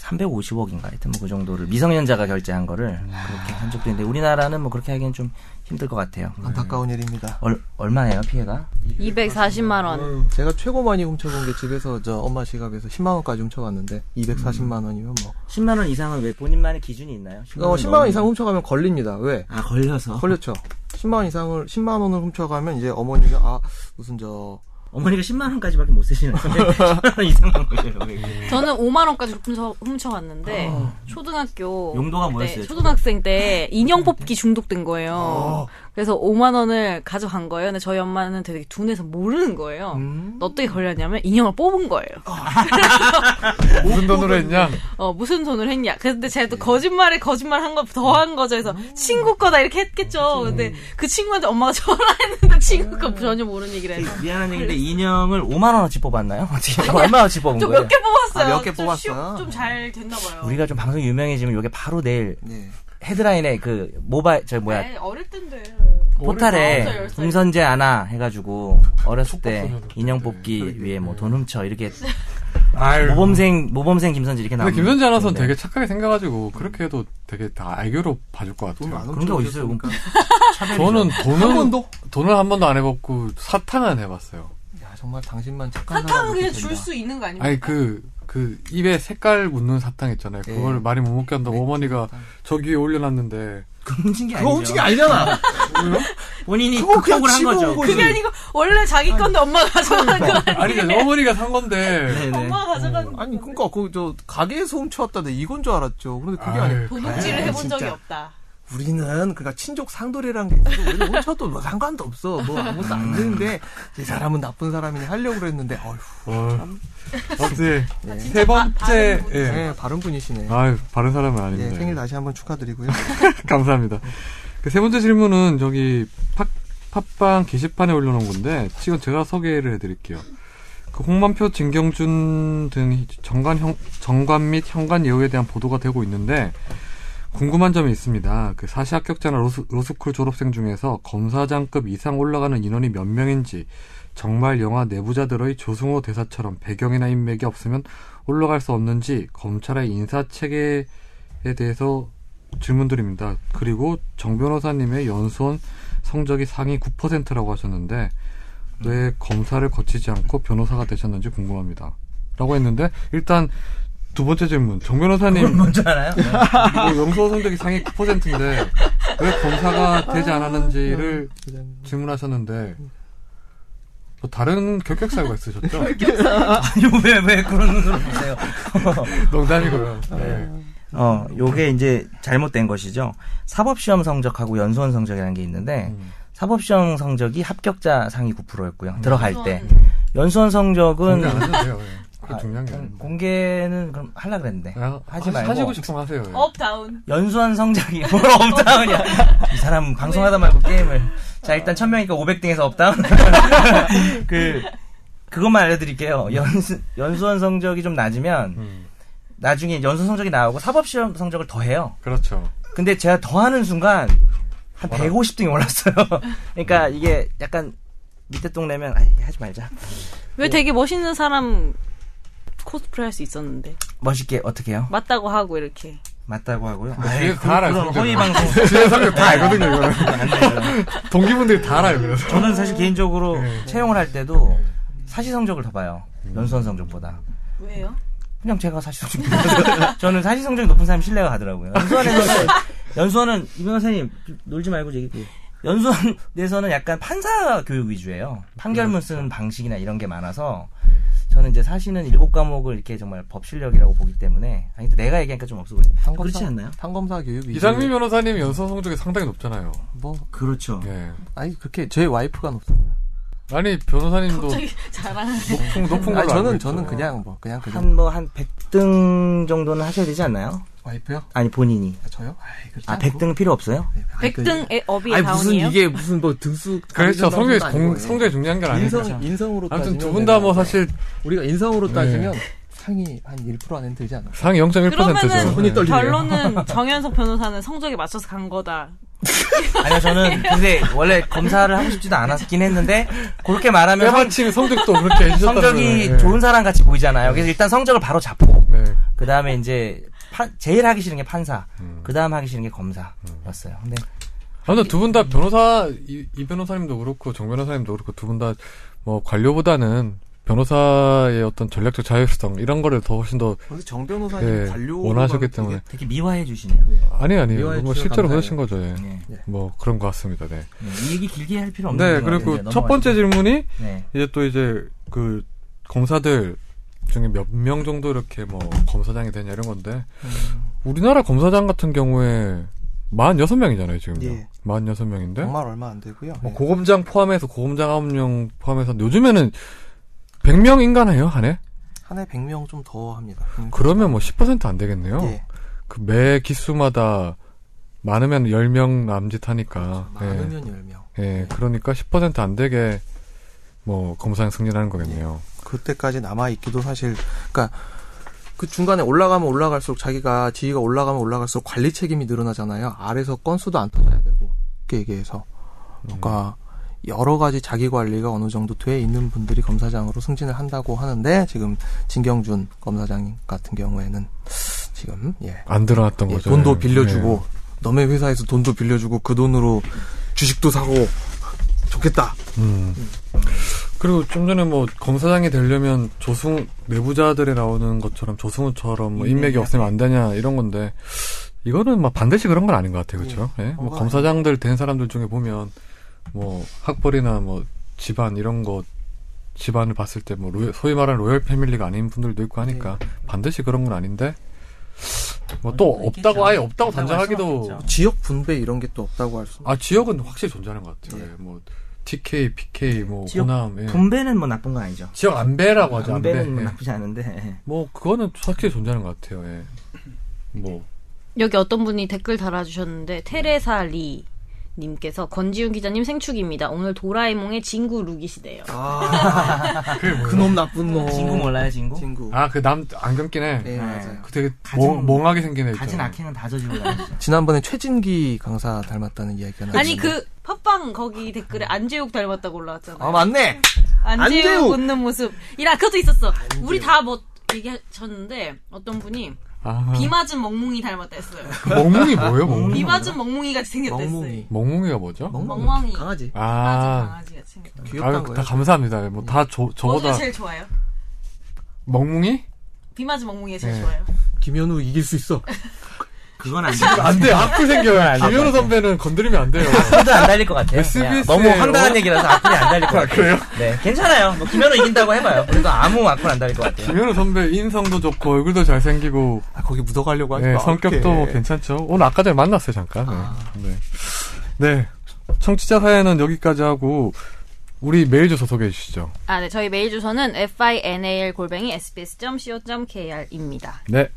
Speaker 2: 350억인가 하여튼 뭐 그 정도를 미성년자가 결제한 거를 그렇게 한 적도 있는데 우리나라는 뭐 그렇게 하기엔 좀 힘들 것 같아요.
Speaker 4: 안타까운 일입니다.
Speaker 2: 얼, 얼마예요, 피해가?
Speaker 5: 240만 원.
Speaker 4: 음, 제가 최고 많이 훔쳐본 게 집에서 저 엄마 지갑에서 10만 원까지 훔쳐갔는데 240만 원이면 뭐
Speaker 2: 10만 원 이상은 왜 본인만의 기준이 있나요? 10만
Speaker 4: 어,
Speaker 2: 원
Speaker 4: 10만 원 이상
Speaker 2: 넘으면-
Speaker 4: 훔쳐가면 걸립니다. 왜?
Speaker 2: 아, 걸려서.
Speaker 4: 걸렸죠. 10만 원 이상을 10만 원을 훔쳐가면 이제 어머니가 아 무슨 저
Speaker 2: 어머니가 10만 원까지밖에 못 쓰시는 데 10만 원 이상만 걸려요. 왜.
Speaker 3: 저는 5만 원까지 훔쳐 훔쳐갔는데 초등학교
Speaker 2: 어. 용도가
Speaker 3: 때,
Speaker 2: 뭐였어요?
Speaker 3: 초등학생 때 인형 뽑기 중독된 거예요.
Speaker 2: 어.
Speaker 3: 그래서 5만 원을 가져간 거예요. 근데 저희 엄마는 되게 둔해서 모르는 거예요.
Speaker 2: 음.
Speaker 3: 너 어떻게 걸렸냐면 인형을 뽑은 거예요.
Speaker 2: 어.
Speaker 1: 무슨 돈으로 했냐?
Speaker 3: 어, 무슨 돈을 했냐. 근데 제가
Speaker 2: 네.
Speaker 3: 또 거짓말에 거짓말 한 거 더 한 거죠. 그래서
Speaker 2: 음.
Speaker 3: 친구 거다 이렇게 했겠죠. 근데 그 친구한테 엄마가 전화했는데 친구
Speaker 2: 음.
Speaker 3: 거 전혀 모르는 얘기를 해서.
Speaker 2: 미안한 얘기인데 인형을 5만 원어치 뽑았나요? 어떻게 얼마어치 뽑은
Speaker 3: 좀
Speaker 2: 거예요?
Speaker 3: 몇 개 뽑았어요.
Speaker 4: 아, 몇개 뽑았어요?
Speaker 3: 좀잘 됐나 봐요.
Speaker 2: 우리가 좀 방송 유명해지면 이게 바로 내일
Speaker 4: 네.
Speaker 2: 헤드라인에 그 모바일 저 뭐야
Speaker 3: 네, 어릴 텐데. 아홉 살,
Speaker 2: 포탈에
Speaker 3: 열 살.
Speaker 2: 김선재 아나 해가지고 어렸을 때 인형 뽑기 위해 뭐 돈 훔쳐 이렇게 모범생 모범생 김선재 이렇게 나오는
Speaker 1: 근데 김선재 아나운서는
Speaker 3: 네.
Speaker 2: 건데.
Speaker 1: 되게 착하게 생각가지고 그렇게 해도 되게 다 알교로 봐줄 것 같아요.
Speaker 2: 그런 게 어딨어요 그럼 차별이죠.
Speaker 1: 저는 돈은, 돈을 한 번도 안 해봤고 사탕은 해봤어요.
Speaker 4: 야 정말 당신만 착한
Speaker 3: 사탕은
Speaker 4: 사람
Speaker 3: 그냥 줄 수 있는 거 아닙니까?
Speaker 1: 아니 그, 그 입에 색깔 묻는 사탕 있잖아요.
Speaker 3: 네.
Speaker 1: 그걸 많이 못 먹게 한다고 어머니가
Speaker 3: 그
Speaker 1: 저기 위에 올려놨는데
Speaker 2: 그거 훔친 게
Speaker 4: 그거
Speaker 2: 아니죠
Speaker 4: 훔친 게 아니잖아.
Speaker 2: 본인이
Speaker 4: 그거 그냥
Speaker 2: 극복을 한 거죠
Speaker 4: 집어온 거지.
Speaker 3: 그게 아니고 원래 자기 건데 엄마가 가져간 거 아니에요?
Speaker 1: 아니 그러니까 어머니가 산 건데
Speaker 2: 네네
Speaker 3: 엄마가 가져간
Speaker 4: 아니 그러니까 그 저 가게에서 훔쳐왔다네 이건 줄 알았죠. 그런데 그게
Speaker 1: 아유,
Speaker 4: 아니고
Speaker 3: 도둑질을
Speaker 4: 에이,
Speaker 3: 해본 적이
Speaker 4: 진짜.
Speaker 3: 없다.
Speaker 4: 우리는 그러니까 친족 상돌이란 게 있어서 우리는 훔쳐도 뭐 상관도 없어. 뭐 아무것도 안 되는데 이 사람은 나쁜 사람이니 하려고 그랬는데 어휴
Speaker 1: 어, 역시 세
Speaker 3: 아, 진짜 바-
Speaker 1: 번째
Speaker 3: 바른 네, 분이네.
Speaker 1: 예.
Speaker 4: 네, 바른 분이시네.
Speaker 1: 아유 네. 바른 사람은
Speaker 4: 예,
Speaker 1: 아닙니다.
Speaker 4: 생일 다시 한번 축하드리고요.
Speaker 1: 감사합니다. 그 세 번째 질문은 저기 팟, 팟빵 게시판에 올려놓은 건데 지금 제가 소개를 해드릴게요. 그 홍만표, 진경준 등 정관 형, 정관 및 현관 예우에 대한 보도가 되고 있는데 궁금한 점이 있습니다. 그 사시 합격자나 로스, 로스쿨 졸업생 중에서 검사장급 이상 올라가는 인원이 몇 명인지 정말 영화 내부자들의 조승호 대사처럼 배경이나 인맥이 없으면 올라갈 수 없는지 검찰의 인사 체계에 대해서 질문드립니다. 그리고 정 변호사님의 연수원 성적이 상위 9%라고 하셨는데 왜 검사를 거치지 않고 변호사가 되셨는지 궁금합니다. 라고 했는데 일단 두 번째 질문 정 변호사님
Speaker 2: 뭔줄 알아요?
Speaker 1: 뭐 연수원 성적이 상위 9%인데 왜 검사가 되지 않았는지를 질문하셨는데 뭐 다른 결격사유가 있으셨죠?
Speaker 2: 아니 왜왜 그런 눈으로 보세요
Speaker 1: 농담이고요. 네.
Speaker 2: 어, 요게 이제 잘못된 것이죠. 사법시험 성적하고 연수원 성적이라는 게 있는데,
Speaker 1: 음.
Speaker 2: 사법시험 성적이 합격자 상위 9%였고요. 들어갈 때.
Speaker 3: 우선
Speaker 2: 연수원 성적은,
Speaker 1: 공개 안 해도 돼요. 예. 그게
Speaker 2: 아,
Speaker 1: 중요한 게
Speaker 2: 음,
Speaker 1: 아니고.
Speaker 2: 공개는 그럼 하려 그랬는데.
Speaker 1: 아,
Speaker 2: 하지
Speaker 1: 하-
Speaker 2: 말고.
Speaker 1: 하시고 싶으면 하세요. 예.
Speaker 3: 업 다운.
Speaker 2: 연수원 성적이 뭘 업다운이야. 이 사람 방송하다 말고 게임을. 자, 일단 1000명이니까 500등에서 업다운. 그, 그것만 알려드릴게요. 연수, 연수원 성적이 좀 낮으면,
Speaker 1: 음,
Speaker 2: 나중에 연수 성적이 나오고 사법시험 성적을 더 해요.
Speaker 1: 그렇죠.
Speaker 2: 근데 제가 더 하는 순간 한
Speaker 1: 뭐라?
Speaker 2: 150등이 올랐어요. 그러니까 이게 약간 밑에 동네면 아이, 하지 말자.
Speaker 3: 왜 되게 멋있는 사람 코스프레 할 수 있었는데.
Speaker 2: 멋있게 어떻게 해요?
Speaker 3: 맞다고 하고 이렇게.
Speaker 2: 맞다고 하고요.
Speaker 1: 뒤에서 다 알아요.
Speaker 2: 그런
Speaker 1: 성적은.
Speaker 2: 허위 방송.
Speaker 1: 뒤에 사람들 다 알거든요. 이거는.
Speaker 2: 안 돼요.
Speaker 1: 동기분들이 다 알아요. 그래서.
Speaker 2: 저는 사실 개인적으로 채용을 할 때도 사시 성적을 더 봐요. 연수원 성적보다.
Speaker 3: 왜요?
Speaker 2: 그냥 제가 사시 성적이 높아서 저는 사시 성적이 높은 사람 신뢰가 가더라고요. 연수원에서 연수원은 이 변호사님 놀지 말고 얘기. 연수원에서는 약간 판사 교육 위주예요. 판결문 쓰는 방식이나 이런 게 많아서 저는 이제 사실은 일곱 과목을 이렇게 정말 법 실력이라고 보기 때문에 아니 근데 내가 얘기하니까 좀 없어 보이네. 그렇지 않나요?
Speaker 4: 판검사 교육 위주.
Speaker 1: 이상민 변호사님 연수 성적이 상당히 높잖아요.
Speaker 4: 뭐
Speaker 2: 그렇죠.
Speaker 1: 예.
Speaker 4: 아니 그렇게 제 와이프가 높습니다.
Speaker 1: 아니 변호사님도
Speaker 3: 갑자기 자랑.
Speaker 1: 높은 높은 걸로
Speaker 4: 아니
Speaker 1: 알고
Speaker 4: 저는
Speaker 1: 있죠.
Speaker 4: 저는 그냥 뭐 그냥 그냥
Speaker 2: 한 뭐 한 100등 정도는 하셔야 되지 않나요?
Speaker 4: 와이프요?
Speaker 2: 아니 본인이.
Speaker 4: 아, 저요? 아이, 그렇지
Speaker 2: 아
Speaker 4: 않고.
Speaker 2: 100등 필요 없어요?
Speaker 4: 네, 아이, 그
Speaker 3: 100등의 업이
Speaker 7: 아니 무슨
Speaker 3: 다운이에요?
Speaker 7: 이게 무슨 뭐 등수
Speaker 1: 그렇죠.
Speaker 7: 가리는
Speaker 1: 성적이
Speaker 7: 방법은
Speaker 1: 공,
Speaker 7: 아니고요.
Speaker 1: 성적이 중요한 건 아니죠.
Speaker 4: 인성 인성으로
Speaker 1: 아무튼 두
Speaker 4: 따지면
Speaker 1: 분 다 뭐
Speaker 4: 내가
Speaker 1: 사실 네.
Speaker 7: 우리가 인성으로 따지면
Speaker 4: 따지면 상위 한 1% 안에 들지 않아.
Speaker 1: 상 0.1%죠.
Speaker 7: 손이 떨리네요.
Speaker 3: 결론은 정현석 변호사는 성적에 맞춰서 간 거다.
Speaker 2: 아니요 저는 근데 원래 검사를 하고 싶지도 않았긴 했는데 그렇게 말하면 성-
Speaker 1: 빼받침 성적도 그렇게 해주셨다는
Speaker 2: 성적이
Speaker 1: 거예요. 예.
Speaker 2: 좋은 사람 같이 보이잖아요. 그래서 일단 성적을 바로 잡고
Speaker 1: 네.
Speaker 2: 그 다음에 이제 판- 제일 하기 싫은 게 판사,
Speaker 1: 음.
Speaker 2: 그 다음 하기 싫은 게 검사였어요. 근데
Speaker 1: 아무튼 두 분 다 변호사 이, 이 변호사님도 그렇고 정 변호사님도 그렇고 두 분 다 뭐 관료보다는 변호사의 어떤 전략적 자율성 이런 거를 더 훨씬 더
Speaker 7: 그래서 정 변호사님
Speaker 1: 예,
Speaker 7: 관료
Speaker 1: 원하셨기 때문에
Speaker 2: 되게 미화해 주시네요.
Speaker 1: 아니 아니
Speaker 7: 미워해
Speaker 1: 뭐
Speaker 7: 주셔서 감사해요.
Speaker 1: 실제로 그러신 거죠. 예.
Speaker 2: 네.
Speaker 1: 뭐 그런 것 같습니다. 네.
Speaker 2: 네, 이 얘기 길게 할 필요 없는
Speaker 1: 네
Speaker 2: 것
Speaker 1: 그리고
Speaker 2: 같은데
Speaker 1: 첫 번째 질문이
Speaker 2: 넘어가죠. 네.
Speaker 1: 이제 또 이제 그 검사들 중에 몇 명 정도 이렇게 뭐 검사장이 되냐 이런 건데
Speaker 4: 음.
Speaker 1: 우리나라 검사장 같은 경우에 46명이잖아요 지금요.
Speaker 4: 예.
Speaker 1: 46명인데
Speaker 4: 정말 얼마 네. 안 되고요.
Speaker 1: 네? 뭐 고검장 포함해서 고검장 9명 포함해서 요즘에는 100명 인간해요 한 해?
Speaker 4: 한 해 100명 좀 더 합니다.
Speaker 1: 그러면 뭐 10%안 되겠네요.
Speaker 4: 예.
Speaker 1: 그 매 기수마다 많으면 10명 남짓하니까. 예.
Speaker 4: 많으면 10명.
Speaker 1: 예, 그러니까 10%안 되게 뭐 검사장 승진하는 거겠네요.
Speaker 4: 그때까지 남아 있기도 사실 그러니까 그 중간에 올라가면 올라갈수록 자기가 지위가 올라가면 올라갈수록 관리 책임이 늘어나잖아요. 아래서 건수도 안 터져야 되고 쉽게 얘기해서 그러니까 여러 가지 자기 관리가 어느 정도 돼 있는 분들이 검사장으로 승진을 한다고 하는데 지금 진경준 검사장 같은 경우에는 지금 예,
Speaker 1: 안 들어왔던
Speaker 4: 예,
Speaker 1: 거죠.
Speaker 4: 돈도
Speaker 1: 예.
Speaker 4: 빌려주고 너네 회사에서 돈도 빌려주고 그 돈으로 주식도 사고 좋겠다.
Speaker 1: 음. 그리고 좀 전에 뭐 검사장이 되려면 조승 내부자들이 나오는 것처럼 조승우처럼 뭐 인맥이 없으면 안 되냐 이런 건데 이거는 막 반드시 그런 건 아닌 것 같아요, 그렇죠? 예? 뭐
Speaker 4: 그건
Speaker 1: 검사장들 된 사람들 중에 보면 뭐 학벌이나 뭐 집안 이런 거 집안을 봤을 때 뭐 소위 말하는 로열 패밀리가 아닌 분들도 있고 하니까 반드시 그런 건 아닌데 뭐 또
Speaker 2: 어느 정도
Speaker 1: 없다고
Speaker 2: 있겠죠.
Speaker 1: 아예 없다고
Speaker 2: 있다고 할 수는
Speaker 1: 단정하기도
Speaker 2: 없겠죠.
Speaker 4: 지역 분배 이런 게 또 없다고 할 수.
Speaker 1: 아 지역은 확실히 존재하는 것 같아요. 예, 뭐 TK, PK, 뭐
Speaker 2: 지역
Speaker 1: 호남, 예.
Speaker 2: 분배는 뭐 나쁜 건 아니죠.
Speaker 1: 지역 안배라고 하죠. 안배.
Speaker 2: 분배는 뭐
Speaker 1: 예.
Speaker 2: 나쁘지 않은데
Speaker 1: 뭐 그거는 확실히 존재하는 것 같아요. 예. 뭐
Speaker 3: 여기 어떤 분이 댓글 달아주셨는데 테레사 리 님께서 건지윤 기자님 생축입니다. 오늘 도라에몽의 진구 룩이시대요.
Speaker 7: 그놈 나쁜 놈.
Speaker 2: 친구 몰라요 친구?
Speaker 4: 친구.
Speaker 1: 아 그 남 안경 끼네.
Speaker 4: 네, 맞아요.
Speaker 1: 그 되게
Speaker 2: 가진-
Speaker 1: 멍, 멍하게 생긴 애
Speaker 2: 가진
Speaker 1: 있잖아요.
Speaker 2: 악행은 다 저지르고 다니죠.
Speaker 4: 지난번에 최진기 강사 닮았다는 이야기가 나왔는데
Speaker 3: 아니 그 팟빵 거기 댓글에 안재욱 닮았다고 올라왔잖아요.
Speaker 7: 아 맞네.
Speaker 3: 안재욱,
Speaker 7: 안재욱!
Speaker 3: 웃는 모습. 이라 그것도 있었어. 우리 다 뭐 얘기하셨는데 어떤 분이
Speaker 1: 아,
Speaker 3: 비 맞은 멍뭉이 닮았다 했어요.
Speaker 1: 그 멍뭉이 뭐예요? 멍뭉이.
Speaker 3: 비 맞은 멍뭉이 같이 생겼다 했어요.
Speaker 4: 멍뭉이
Speaker 1: 멍뭉이가 뭐죠?
Speaker 3: 멍멍이.
Speaker 7: 강아지.
Speaker 3: 맞은
Speaker 1: 아,
Speaker 3: 강아지 같이 생겼다.
Speaker 1: 아유,
Speaker 4: 귀엽다는
Speaker 1: 다
Speaker 4: 거예요.
Speaker 1: 감사합니다. 뭐 다 저보다
Speaker 3: 뭐가 제일 좋아요?
Speaker 1: 멍뭉이?
Speaker 3: 비 맞은 멍뭉이가 제일
Speaker 1: 네.
Speaker 3: 좋아요.
Speaker 7: 김현우 이길 수 있어.
Speaker 8: 그건 안 돼.
Speaker 1: 안 돼. 악플 생겨요.
Speaker 2: 안 돼.
Speaker 1: 김현우 선배는 건드리면 안 돼요.
Speaker 2: 저도 안 달릴 것 같아요. 그냥
Speaker 1: SBS
Speaker 2: 너무
Speaker 1: 예요.
Speaker 2: 황당한 얘기라서 악플이 안 달릴 것
Speaker 1: 네, 아,
Speaker 2: 같아요.
Speaker 1: 그래요?
Speaker 2: 네, 괜찮아요. 뭐 김현우 이긴다고 해봐요. 그래도 아무 악플 안 달릴 것 같아요.
Speaker 1: 김현우 선배 인성도 좋고 얼굴도 잘생기고
Speaker 4: 아, 거기 묻어가려고 하지
Speaker 1: 네,
Speaker 4: 마.
Speaker 1: 성격도
Speaker 4: 어떡해.
Speaker 1: 괜찮죠. 오늘 아까 전에 만났어요 잠깐. 네. 네. 네. 청취자 사연은 여기까지 하고 우리 메일 주소 소개해 주시죠.
Speaker 5: 아, 네. 저희 메일 주소는 final@sbs.co.kr입니다.
Speaker 1: 네.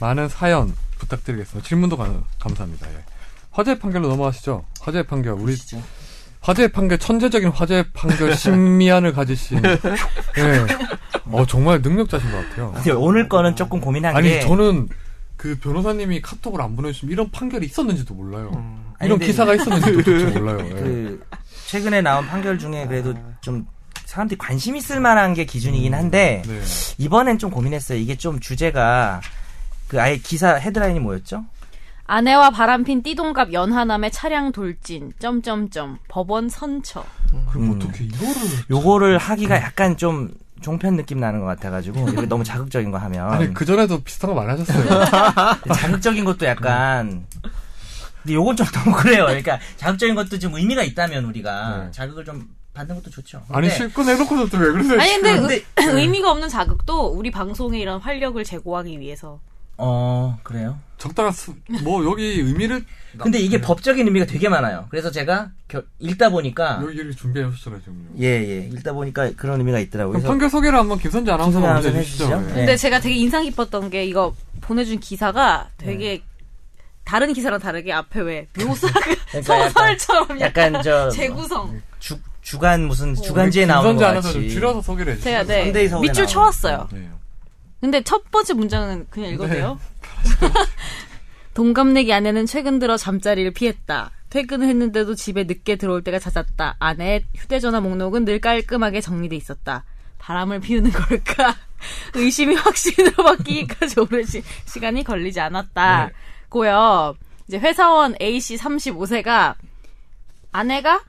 Speaker 1: 많은 사연 부탁드리겠습니다. 질문도 감, 감사합니다. 예. 화재 판결로 넘어가시죠. 화재 판결 우리 화재 판결 천재적인 화재 판결 심미안을 가지신 예. 어 정말 능력자신 것 같아요.
Speaker 2: 근데 오늘 거는 조금 고민한
Speaker 1: 아니
Speaker 2: 게
Speaker 1: 저는 그 변호사님이 카톡을 안 보내주시면 이런 판결이 있었는지도 몰라요.
Speaker 4: 음.
Speaker 2: 아니,
Speaker 1: 이런
Speaker 2: 근데
Speaker 1: 기사가 있었는지도 도대체 몰라요. 예.
Speaker 2: 그 최근에 나온 판결 중에 그래도 좀 사람들이 관심 있을 만한 게 기준이긴 한데
Speaker 1: 네.
Speaker 2: 이번엔 좀 고민했어요. 이게 좀 주제가 그 아예 기사 헤드라인이 뭐였죠?
Speaker 5: 아내와 바람핀 띠동갑 연하남의 차량 돌진. 점점점 법원 선처.
Speaker 1: 그럼
Speaker 2: 음.
Speaker 1: 어떻게 이거를
Speaker 2: 요거를 하기가 약간 좀 종편 느낌 나는 것 같아가지고 이렇게 너무 자극적인 거 하면
Speaker 1: 아니 네. 그 전에도 비슷한 거 많이 하셨어요.
Speaker 2: 자극적인 것도 약간 근데 요건 좀 너무 그래요. 그러니까 자극적인 것도 좀 의미가 있다면 우리가
Speaker 1: 네.
Speaker 2: 자극을 좀 받는 것도 좋죠.
Speaker 1: 아니
Speaker 2: 근데
Speaker 1: 실컷 해놓고도 또 왜 그러세요?
Speaker 5: 아니 근데,
Speaker 1: 지금?
Speaker 5: 의, 의미가 없는 자극도 우리 방송에 이런 활력을 제고하기 위해서.
Speaker 2: 어 그래요.
Speaker 1: 적당한 수, 뭐 여기 의미를
Speaker 2: 근데 이게 법적인 의미가 되게 많아요. 그래서 제가 겨- 읽다 보니까
Speaker 1: 여기를 준비해 오셨잖아요 지금요.
Speaker 2: 예예 읽다 보니까 그런 의미가 있더라고요.
Speaker 1: 그럼
Speaker 2: 그래서
Speaker 1: 판결 소개를 한번 김선재
Speaker 2: 김선재
Speaker 1: 아나운서가 먼저
Speaker 2: 아나운서
Speaker 1: 해주시죠.
Speaker 2: 해주시죠.
Speaker 1: 예.
Speaker 2: 네.
Speaker 5: 근데 제가 되게 인상 깊었던 게 이거 보내준 기사가 되게
Speaker 2: 네.
Speaker 5: 다른 기사랑 다르게 앞에 왜 묘사가
Speaker 2: 그러니까 약간,
Speaker 5: 소설처럼
Speaker 2: 약간
Speaker 5: 약간
Speaker 2: 음. 저
Speaker 5: 재구성.
Speaker 2: 주, 주간 무슨
Speaker 1: 어, 우리
Speaker 2: 주간지에 나오는
Speaker 1: 김선재
Speaker 2: 거
Speaker 1: 아나운서 좀
Speaker 2: 같이
Speaker 1: 줄여서 소개를 해주세요.
Speaker 5: 제가 네
Speaker 2: 선데이 서울에
Speaker 5: 밑줄
Speaker 2: 나오는.
Speaker 5: 쳐왔어요.
Speaker 1: 네.
Speaker 5: 근데 첫 번째 문장은 그냥 읽어도 돼요? 동갑내기 아내는 최근 들어 잠자리를 피했다. 퇴근을 했는데도 집에 늦게 들어올 때가 잦았다. 아내의 휴대전화 목록은 늘 깔끔하게 정리돼 있었다. 바람을 피우는 걸까? 의심이 확신으로 바뀌기까지 오랜 시, 시간이 걸리지 않았다. 고요. 이제 회사원 A씨 35세가 아내가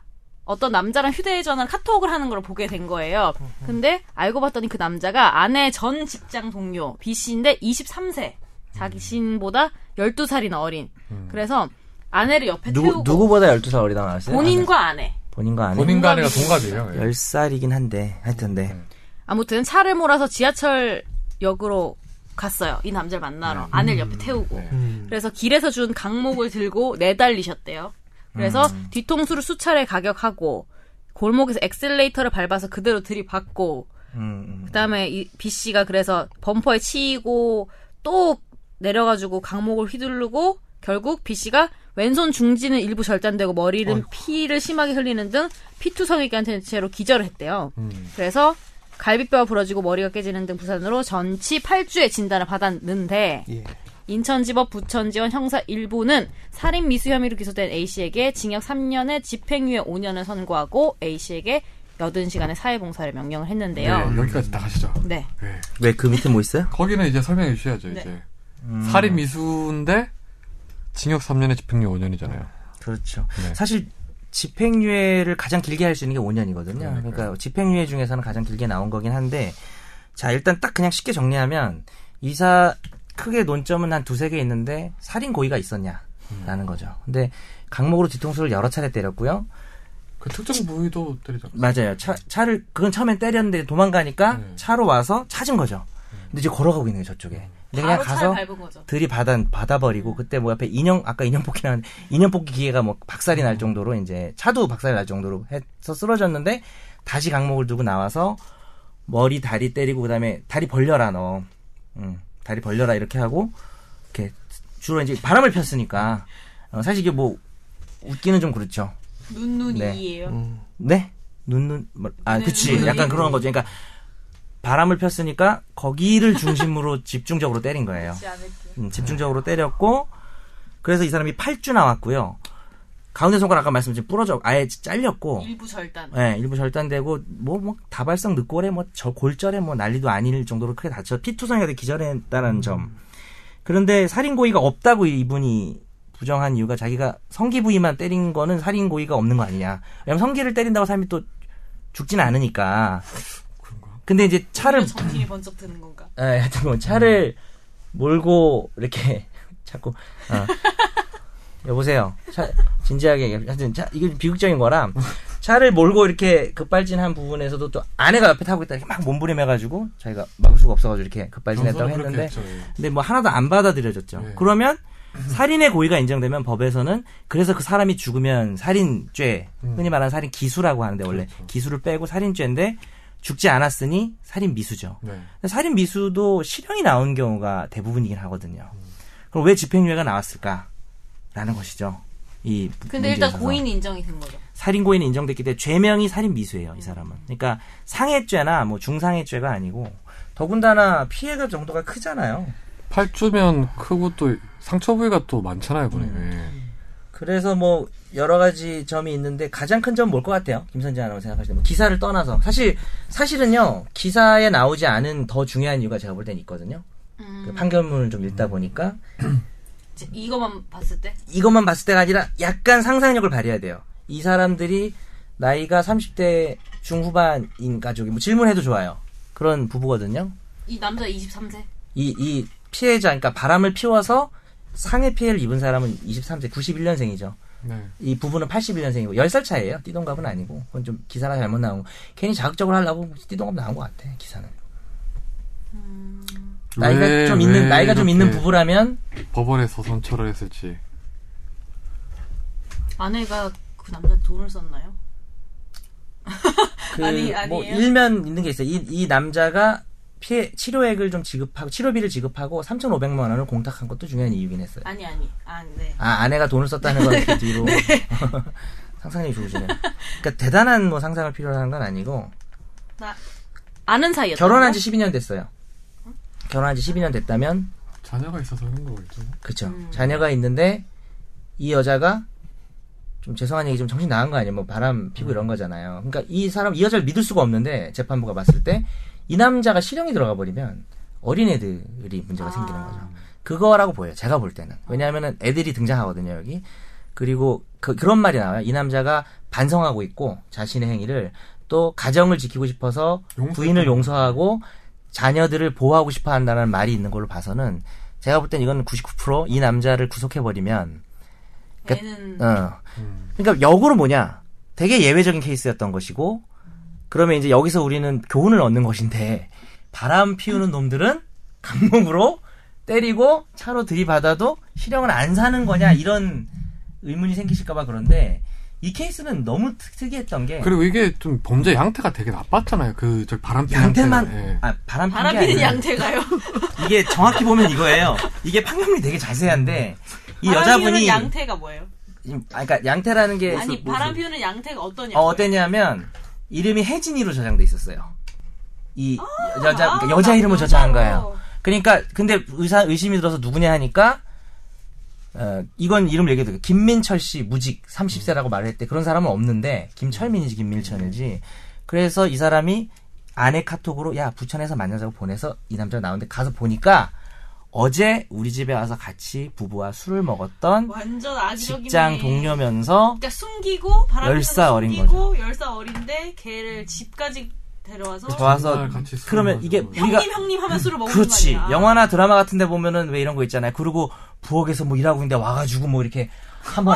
Speaker 5: 어떤 남자랑 휴대전화 카톡을 하는 걸 보게 된 거예요. 근데 알고 봤더니 그 남자가 아내 전 직장 동료 B씨인데 23세.
Speaker 2: 음.
Speaker 5: 자신보다 12살이나 어린. 그래서 아내를 옆에
Speaker 2: 누구
Speaker 5: 태우고
Speaker 2: 누구보다 네, 12살 어리다 나왔어요.
Speaker 5: 본인과 아내.
Speaker 2: 본인과 아내
Speaker 1: 본인과 아내가 동갑이에요. 예.
Speaker 2: 10살이긴 한데 하여튼 네.
Speaker 5: 아무튼 차를 몰아서 지하철 역으로 갔어요. 이 남자를
Speaker 2: 음.
Speaker 5: 만나러. 아내를 옆에 태우고.
Speaker 2: 네.
Speaker 5: 그래서 길에서 준 강목을 들고 내달리셨대요. 그래서
Speaker 2: 음.
Speaker 5: 뒤통수를 수차례 가격하고 골목에서 엑셀레이터를 밟아서 그대로 들이받고
Speaker 2: 음,
Speaker 5: 그다음에 이 B 씨가 그래서 범퍼에 치이고 또 내려가지고 강목을 휘두르고 결국 B 씨가 왼손 중지는 일부 절단되고 머리는 피를 심하게 흘리는 등 피투성이 깬 채로 기절을 했대요.
Speaker 1: 음.
Speaker 5: 그래서 갈비뼈가 부러지고 머리가 깨지는 등 부산으로 전치 8주의 진단을 받았는데
Speaker 4: 예.
Speaker 5: 인천지법 부천지원 형사 1부는 살인 미수 혐의로 기소된 A씨에게 징역 3년에 집행유예 5년을 선고하고 A씨에게 80시간의 사회봉사를 명령을 했는데요.
Speaker 1: 네, 여기까지 다 가시죠.
Speaker 5: 네.
Speaker 1: 예.
Speaker 2: 왜 그 밑에 뭐 있어요? 음.
Speaker 1: 거기는 이제 설명해 주셔야죠.
Speaker 5: 네.
Speaker 1: 이제 살인 미수인데 징역 3년에 집행유예 5년이잖아요.
Speaker 2: 그렇죠.
Speaker 1: 네.
Speaker 2: 사실 집행유예를 가장 길게 할 수 있는 게 5년이거든요. 그러니까 집행유예 중에서는 가장 길게 나온 거긴 한데 자 일단 딱 그냥 쉽게 정리하면 이사 크게 논점은 한 두세 개 있는데 살인 고의가 있었냐라는 거죠. 근데 강목으로 뒤통수를 여러 차례 때렸고요.
Speaker 1: 그 특정 부위도 때리잖아요.
Speaker 2: 맞아요. 차, 차를 그건 처음엔 때렸는데 도망가니까
Speaker 1: 네.
Speaker 2: 차로 와서 찾은 거죠. 근데 이제 걸어가고 있는 거예요 저쪽에. 근데 네, 그냥
Speaker 5: 바로 차를
Speaker 2: 가서
Speaker 5: 밟은 거죠.
Speaker 2: 들이 받아 받아버리고 그때 뭐 옆에 인형 아까 인형 뽑기 나왔는데 인형 뽑기 기계가 뭐 박살이 날 정도로 이제 차도 박살이 날 정도로 해서 쓰러졌는데 다시 강목을 두고 나와서 머리 다리 때리고 그다음에 다리 벌려라 너 응, 다리 벌려라 이렇게 하고 이렇게 주로 이제 바람을 폈으니까 어, 사실 이게 뭐 웃기는 좀 그렇죠 네.
Speaker 5: 눈눈이에요.
Speaker 2: 네? 눈눈 아
Speaker 5: 네,
Speaker 2: 그치
Speaker 5: 눈,
Speaker 2: 약간
Speaker 5: 눈.
Speaker 2: 그런 거죠 그러니까 바람을 폈으니까 거기를 중심으로 집중적으로 때린 거예요
Speaker 5: 그
Speaker 2: 음, 집중적으로 때렸고 그래서 이 사람이 8주 나왔고요. 가운데 손가락 아까 말씀드린 부러져 아예 잘렸고
Speaker 5: 일부 절단.
Speaker 2: 예, 일부 절단되고 뭐 뭐 다발성 늑골에 뭐 저 골절에 뭐 난리도 아닐 정도로 크게 다쳐 피투성이가 돼 기절했다는 점. 그런데 살인 고의가 없다고 이분이 부정한 이유가 자기가 성기 부위만 때린 거는 살인 고의가 없는 거 아니냐. 왜냐면 성기를 때린다고 사람이 또 죽진 않으니까. 근데 이제 차를 아,
Speaker 5: 정신이 번쩍 드는 건가?
Speaker 2: 예, 하여튼 뭐 차를 몰고 이렇게 자꾸 어. 여보세요. 차- 진지하게 얘기해. 하여튼 차, 이게 비극적인 거라 차를 몰고 이렇게 급발진한 부분에서도 또 아내가 옆에 타고 있다 이렇게 막 몸부림해가지고 자기가 막을 수가 없어가지고 이렇게 급발진했다고
Speaker 1: 그렇게
Speaker 2: 했는데
Speaker 1: 했죠, 예.
Speaker 2: 근데 뭐 하나도 안 받아들여졌죠.
Speaker 1: 네.
Speaker 2: 그러면 살인의 고의가 인정되면 법에서는 그래서 그 사람이 죽으면 살인죄, 흔히 말하는 살인 기수라고 하는데 원래 기수를 빼고 살인죄인데 죽지 않았으니 살인 미수죠.
Speaker 1: 네.
Speaker 2: 근데 살인 미수도 실형이 나온 경우가 대부분이긴 하거든요. 그럼 왜 집행유예가 나왔을까라는 것이죠. 이
Speaker 5: 근데
Speaker 2: 문제에
Speaker 5: 일단
Speaker 2: 있어서.
Speaker 5: 고인 인정이 된 거죠.
Speaker 2: 살인 고인이 인정됐기 때문에 죄명이 살인 미수예요, 이 사람은. 그러니까 상해죄나 뭐 중상해죄가 아니고 더군다나 피해가 정도가 크잖아요.
Speaker 1: 팔주면 크고 또 상처 부위가 또 많잖아요, 이번에.
Speaker 2: 음. 그래서 뭐 여러 가지 점이 있는데 가장 큰 점 뭘 것 같아요? 김선재 아나운서 생각하실 때 뭐 기사를 떠나서 사실 사실은요 기사에 나오지 않은 더 중요한 이유가 제가 볼 땐 있거든요.
Speaker 5: 음.
Speaker 2: 그 판결문을 좀 읽다 보니까
Speaker 5: 이제 이거만 봤을 때
Speaker 2: 이것만 봤을 때가 아니라 약간 상상력을 발휘해야 돼요. 이 사람들이 나이가 30대 중후반인 가족이 뭐 질문해도 좋아요. 그런 부부거든요.
Speaker 5: 이 남자 23세.
Speaker 2: 이, 이 피해자, 그러니까 바람을 피워서 상해 피해를 입은 사람은 23세, 91년생이죠.
Speaker 1: 네.
Speaker 2: 이 부부는 81년생이고 10살 차이예요. 띠동갑은 아니고. 그건 좀 기사가 잘못 나온 거. 괜히 자극적으로 하려고 띠동갑 나온 것 같아. 기사는.
Speaker 5: 음.
Speaker 2: 나이가
Speaker 1: 왜-
Speaker 2: 좀
Speaker 1: 왜
Speaker 2: 있는 나이가 좀 있는
Speaker 1: 이렇게
Speaker 2: 부부라면
Speaker 1: 법원에서 선처를 했을지.
Speaker 5: 아내가 그 남자 돈을 썼나요?
Speaker 2: 그
Speaker 5: 아니,
Speaker 2: 뭐
Speaker 5: 아니에요.
Speaker 2: 일면 있는 게 있어요. 이, 이 남자가 피해 치료액을 좀 지급하고 치료비를 지급하고 3,500만 원을 공탁한 것도 중요한 이유긴 했어요.
Speaker 5: 아니 네. 아니. 아 네.
Speaker 2: 아, 아내가 돈을 썼다는 건 이렇게 뒤로. 상상력이 좋으시네요. 그러니까 대단한 뭐 상상을 필요로 하는 건 아니고
Speaker 5: 아는 사이였다.
Speaker 2: 결혼한 지 12년 됐어요. 결혼한 지 12년 됐다면
Speaker 1: 자녀가 있어서 그런 거겠죠.
Speaker 2: 그쵸 자녀가 있는데 이 여자가 좀 죄송한 얘기 좀 정신 나간 거 아니에요? 뭐 바람 피고 이런 거잖아요. 그러니까 이 사람 이 여자를 믿을 수가 없는데 재판부가 봤을 때 이 남자가 실형이 들어가 버리면 어린애들이
Speaker 5: 아.
Speaker 2: 문제가 생기는 거죠. 그거라고 보여요. 제가 볼 때는. 왜냐하면은 애들이 등장하거든요, 여기. 그리고 그, 그런 말이 나와요. 이 남자가 반성하고 있고 자신의 행위를 또 가정을 지키고 싶어서
Speaker 1: 용서.
Speaker 2: 부인을 용서하고 자녀들을 보호하고 싶어 한다는 말이 있는 걸로 봐서는 제가 볼 땐 이건 99%이 남자를 구속해 버리면
Speaker 5: 애는
Speaker 2: 어.
Speaker 1: 음.
Speaker 2: 그러니까 역으로 뭐냐? 되게 예외적인 케이스였던 것이고, 그러면 이제 여기서 우리는 교훈을 얻는 것인데, 바람 피우는 놈들은 감옥으로 때리고 차로 들이받아도 실형을 안 사는 거냐, 이런 의문이 생기실까봐 그런데, 이 케이스는 너무 특- 특이했던 게,
Speaker 1: 그리고 이게 좀 범죄 양태가 되게 나빴잖아요. 그, 저 바람 피는
Speaker 2: 양태만,
Speaker 1: 양태가. 예.
Speaker 2: 아, 바람 피는 게
Speaker 5: 바람피는
Speaker 2: 아니라
Speaker 5: 양태가요.
Speaker 2: 이게 정확히 보면 이거예요. 이게 판결문이 되게 자세한데, 이
Speaker 5: 바람피우는
Speaker 2: 여자분이,
Speaker 5: 양태가 뭐예요?
Speaker 2: 아, 그러니까 양태라는 게,
Speaker 5: 아니 바람피우는 양태가 어떠냐고.
Speaker 2: 어, 어땠냐면 이름이 혜진이로 저장돼 있었어요. 이 여자 그러니까
Speaker 5: 아,
Speaker 2: 여자 이름을 저장한
Speaker 5: 여자로.
Speaker 2: 거예요. 그러니까 근데 의사 의심이 들어서 누구냐 하니까 어, 이건 이름을 얘기해도 돼요. 김민철 씨 무직 30세라고 말을 했대. 그런 사람은 없는데 김철민이지 김민철이지. 그래서 이 사람이 아내 카톡으로 야 부천에서 만나자고 보내서 이 남자가 나오는데 가서 보니까 어제 우리 집에 와서 같이 부부와 술을 먹었던
Speaker 5: 완전 악적이네.
Speaker 2: 직장 동료면서
Speaker 5: 그러니까 숨기고 바람피우는
Speaker 2: 열사 어린
Speaker 5: 숨기고 열사 어린데 걔를 집까지 데려와서
Speaker 2: 와서
Speaker 1: 정말 같이 술
Speaker 2: 그러면
Speaker 1: 마시고.
Speaker 2: 이게
Speaker 5: 형님
Speaker 2: 우리가
Speaker 5: 형님 하면 술을 먹는
Speaker 2: 그렇지.
Speaker 5: 거 아니야.
Speaker 2: 영화나 드라마 같은데 보면은 왜 이런 거 있잖아요. 그리고 부엌에서 뭐 일하고 있는데 와가지고 뭐 이렇게 한번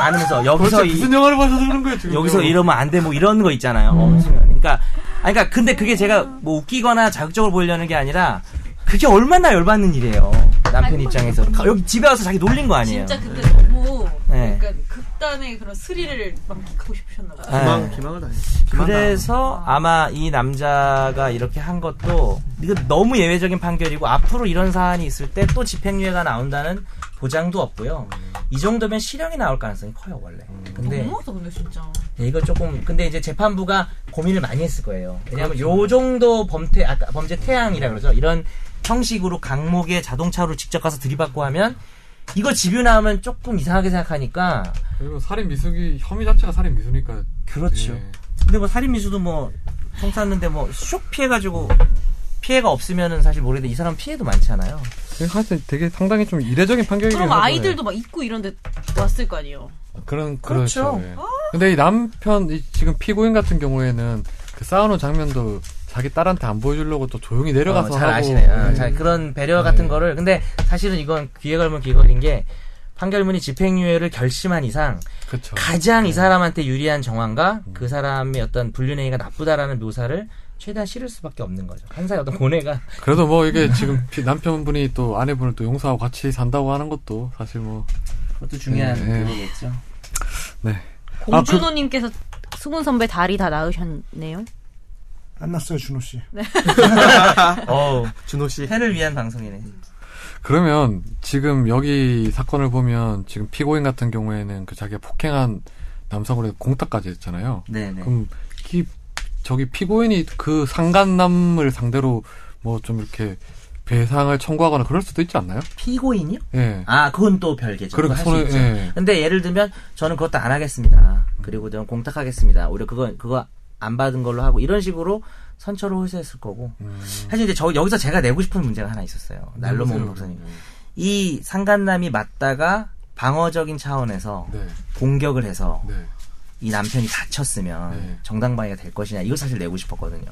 Speaker 2: 안으면서 여기서
Speaker 1: 도대체
Speaker 2: 이,
Speaker 1: 무슨 영화를 봐서 그런 거예요, 지금.
Speaker 2: 여기서 이러면 안 돼 뭐 이런 거 있잖아요. 어, 지금. 그러니까 아니, 그러니까 근데 그게 제가 뭐 웃기거나 자극적으로 보이려는 게 아니라 그게 얼마나 열받는 일이에요. 남편 입장에서 가- 여기 집에 와서 자기 놀린 거 아니에요.
Speaker 5: 뭐 진짜 근데 너무
Speaker 2: 네.
Speaker 5: 그러니까 극단의 그런 스릴을 막 하고 싶으셨나 봐요.
Speaker 2: 예.
Speaker 4: 네.
Speaker 7: 기망 기망을 다니.
Speaker 2: 그래서 아마 이 남자가 이렇게 한 것도 이거 너무 예외적인 판결이고 앞으로 이런 사안이 있을 때 또 집행유예가 나온다는 보장도 없고요. 이 정도면 실형이 나올 가능성이 커요 원래. 근데 네,
Speaker 5: 너무 근데 진짜.
Speaker 2: 이거 조금 근데 이제 재판부가 고민을 많이 했을 거예요. 왜냐하면 요 정도 범태 아까 그러니까 범죄 태양이라 그러죠. 이런 형식으로 강목에 자동차로 직접 가서 들이받고 하면 이거 집유나오면 조금 이상하게 생각하니까
Speaker 1: 그리고 살인 미수기, 혐의 자체가 살인 미수니까.
Speaker 2: 그렇죠.
Speaker 5: 네.
Speaker 1: 예.
Speaker 2: 근데 뭐 살인 미수도 뭐총 쐈는데 뭐 쇽 피해가지고 피해가 없으면은 사실 모르겠는데 이 사람 피해도 많잖아요.
Speaker 1: 그러니까 하여튼 되게 상당히 좀 이례적인 판결이긴
Speaker 5: 그럼
Speaker 1: 하잖아요.
Speaker 2: 네.
Speaker 5: 아이들도 막 입고 이런데 왔을 거 아니에요.
Speaker 1: 그런
Speaker 2: 그렇죠.
Speaker 1: 그렇죠. 예. 근데 이 남편 이 지금 피고인 같은 경우에는 그 싸우는 장면도 자기 딸한테 안 보여주려고 또 조용히 내려가서
Speaker 2: 어, 잘
Speaker 1: 하고
Speaker 2: 아시네요.
Speaker 1: 예.
Speaker 2: 잘 그런 배려 같은
Speaker 1: 네.
Speaker 2: 거를 근데 사실은 이건 귀에 걸면 귀에 걸린 게 판결문이 집행유예를 결심한 이상
Speaker 1: 그렇죠.
Speaker 2: 가장 이 사람한테 유리한 정황과 그 사람의 어떤 불륜행위가 나쁘다라는 묘사를 최대한 실을 수밖에 없는 거죠. 판사의 어떤 고뇌가
Speaker 1: 그래도 뭐
Speaker 2: 음.
Speaker 1: 이게 지금 피- 남편분이 또 아내분을 또 용서하고 같이 산다고 하는 것도 사실 뭐
Speaker 2: 그것도 중요한
Speaker 1: 네.
Speaker 2: 부분이겠죠. 아, 그
Speaker 5: 공준호님께서 수근 선배 다리 다 나으셨네요.
Speaker 8: 안 났어요, 준호 씨.
Speaker 2: 어우,
Speaker 4: 준호 씨.
Speaker 2: 팬을 위한 방송이네.
Speaker 1: 그러면 지금 여기 사건을 보면 지금 피고인 같은 경우에는 그 자기가 폭행한 남성으로 공탁까지 했잖아요.
Speaker 2: 네네.
Speaker 1: 그럼 이 저기 피고인이 그 상간남을 상대로 뭐 좀 이렇게 배상을 청구하거나 그럴 수도 있지 않나요?
Speaker 2: 피고인이요?
Speaker 1: 예.
Speaker 2: 아, 그건 또 별개죠. 그건
Speaker 1: 그렇게
Speaker 2: 할수
Speaker 1: 손을
Speaker 2: 있죠.
Speaker 1: 예.
Speaker 2: 근데 예를 들면 저는 그것도 안 하겠습니다. 그리고 저는 공탁하겠습니다. 오히려 그거 그거 안 받은 걸로 하고 이런 식으로 선처로 호소했을 거고.
Speaker 1: 음.
Speaker 2: 사실 이제 저 여기서 제가 내고 싶은 문제가 하나 있었어요. 아,
Speaker 1: 네,
Speaker 2: 날로 먹는 목사님. 이 상간남이 맞다가 방어적인 차원에서
Speaker 1: 네.
Speaker 2: 공격을 해서
Speaker 1: 네.
Speaker 2: 이 남편이 다쳤으면
Speaker 1: 네.
Speaker 2: 정당방위가 될 것이냐 이걸 사실 내고 싶었거든요.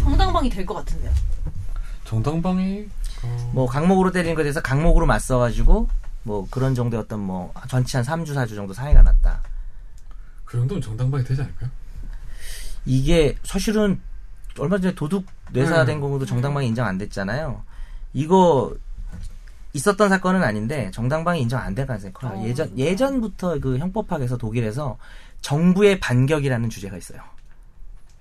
Speaker 3: 정당방이 될 것 같은데요.
Speaker 1: 정당방위 어,
Speaker 2: 뭐 강목으로 때리는 것에 대해서 강목으로 맞서가지고 뭐 그런 정도의 어떤 뭐 전치 한 3주 4주 정도 상해가 났다.
Speaker 1: 그 정도면 정당방위 되지 않을까요?
Speaker 2: 이게 사실은 얼마 전에 도둑 뇌사된
Speaker 1: 음.
Speaker 2: 경우도 정당방위 인정 안 됐잖아요. 이거 있었던 사건은 아닌데 정당방위 인정 안 된 가능성이 커요.
Speaker 3: 어,
Speaker 2: 예전
Speaker 3: 진짜.
Speaker 2: 예전부터 그 형법학에서 독일에서 정부의 반격이라는 주제가 있어요.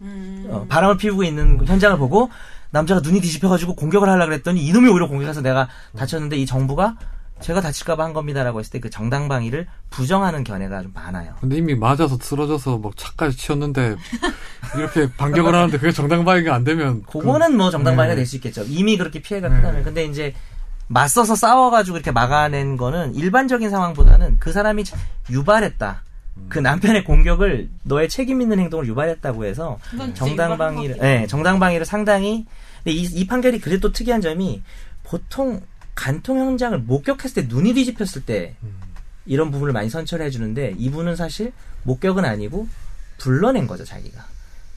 Speaker 3: 음.
Speaker 2: 어, 바람을 피우고 있는 현장을 보고 남자가 눈이 뒤집혀가지고 공격을 하려 그랬더니 이놈이 오히려 공격해서 내가 다쳤는데 이 정부가 제가 다칠까봐 한 겁니다라고 했을 때 그 정당방위를 부정하는 견해가 좀 많아요.
Speaker 1: 근데 이미 맞아서 쓰러져서 막 차까지 치였는데 이렇게 반격을 하는데 그게 정당방위가 안 되면
Speaker 2: 그거는 뭐 정당방위가 될 수 있겠죠. 이미 그렇게 피해가 크다면. 근데 이제 맞서서 싸워가지고 이렇게 막아낸 거는 일반적인 상황보다는 그 사람이 유발했다. 그 남편의 공격을 너의 책임 있는 행동을 유발했다고 해서
Speaker 3: 그건 진짜
Speaker 2: 정당방위를,
Speaker 3: 유발한 것
Speaker 2: 네, 정당방위를 상당히. 근데 이, 이 판결이 그래또 특이한 점이 보통 간통 현장을 목격했을 때 눈이 뒤집혔을 때 이런 부분을 많이 선처를 해주는데 이분은 사실 목격은 아니고 불러낸 거죠 자기가.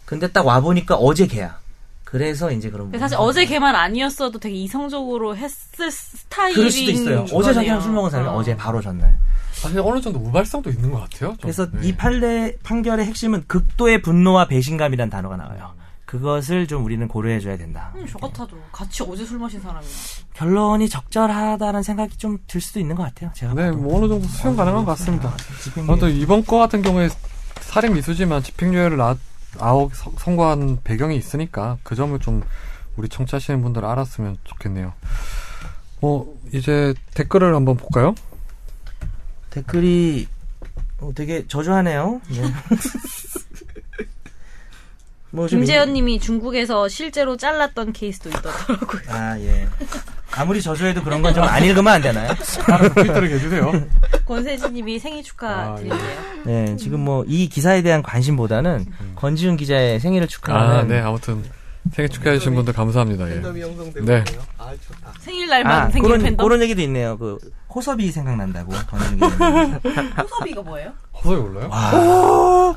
Speaker 2: 근데 딱 와보니까 어제 걔야. 그래서 이제 그런
Speaker 3: 근데
Speaker 2: 부분.
Speaker 3: 사실 어제 걔만 아니었어도 되게 이성적으로 했을 스타일인
Speaker 2: 그럴 수도 있어요. 어제 저녁 술 먹은 사람이
Speaker 3: 어.
Speaker 2: 어제 바로 전날.
Speaker 1: 그 사실 어느 정도 우발성도 있는 것 같아요. 좀.
Speaker 2: 그래서
Speaker 1: 네.
Speaker 2: 이 판례 판결의 핵심은 극도의 분노와 배신감이라는 단어가 나와요. 그것을 좀 우리는 고려해줘야 된다.
Speaker 3: 음, 저 같아도 같이 어제 술 마신 사람이야.
Speaker 2: 결론이 적절하다는 생각이 좀 들 수도 있는 것 같아요. 제가
Speaker 1: 네,
Speaker 2: 봐도.
Speaker 1: 뭐 어느 정도 수용 가능한 것 같습니다.
Speaker 2: 집행유예.
Speaker 1: 아무튼 이번 거 같은 경우에 살인 미수지만 집행유예를 아, 아홉 서- 선고한 배경이 있으니까 그 점을 좀 우리 청취하시는 분들 알았으면 좋겠네요. 뭐 이제 댓글을 한번 볼까요?
Speaker 2: 댓글이 어, 되게 저조하네요. 네. 뭐 좀-
Speaker 5: 김재현님이 중국에서 실제로 잘랐던 케이스도 있더라고요.
Speaker 2: 아 예. 아무리 저조해도 그런 건 좀 안 읽으면 안 되나요?
Speaker 1: 트위터를 해주세요.
Speaker 3: 권세진님이 생일
Speaker 2: 아, 예.
Speaker 3: 축하드릴게요.
Speaker 2: 네, 지금 뭐 이 기사에 대한 관심보다는 건지훈 기자의 생일을 축하하는
Speaker 1: 아, 네, 아무튼 생일 축하해 주신 분들 감사합니다. 예.
Speaker 4: 팬덤이 형성되고
Speaker 1: 네.
Speaker 4: 있네요. 아 좋다.
Speaker 3: 생일날만
Speaker 2: 아,
Speaker 3: 생긴
Speaker 2: 그런
Speaker 3: 팬덤.
Speaker 2: 그런 얘기도 있네요. 그 호섭이 생각난다고 건지훈 기자.
Speaker 3: 호섭이가 뭐예요?
Speaker 1: 허소에 올라요?
Speaker 4: 아.
Speaker 1: 아,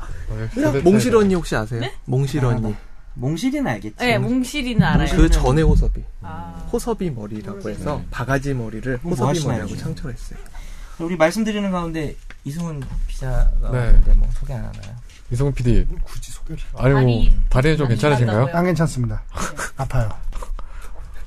Speaker 1: 예. 네,
Speaker 4: 몽실 언니 혹시 아세요? 몽실 언니.
Speaker 2: 몽실이는 알겠지.
Speaker 3: 네, 몽실이는 알아요.
Speaker 2: 그렇죠.
Speaker 4: 그 전에 호섭이.
Speaker 3: 아.
Speaker 4: 호섭이 머리라고 해서 바가지 머리를
Speaker 2: 뭐
Speaker 4: 호섭이
Speaker 2: 하시나요,
Speaker 4: 머리라고
Speaker 2: 지금?
Speaker 4: 창출했어요.
Speaker 2: 우리 말씀드리는 가운데 이승훈 기자가
Speaker 1: 네.
Speaker 2: 왔는데 뭐 소개 안 하나요?
Speaker 1: 이성훈 PD.
Speaker 8: 굳이 소개를.
Speaker 1: 아니,
Speaker 3: 다리-
Speaker 1: 뭐, 다리는 좀
Speaker 3: 다리
Speaker 1: 괜찮으신가요?
Speaker 3: 간다고요?
Speaker 8: 안 괜찮습니다. 아파요.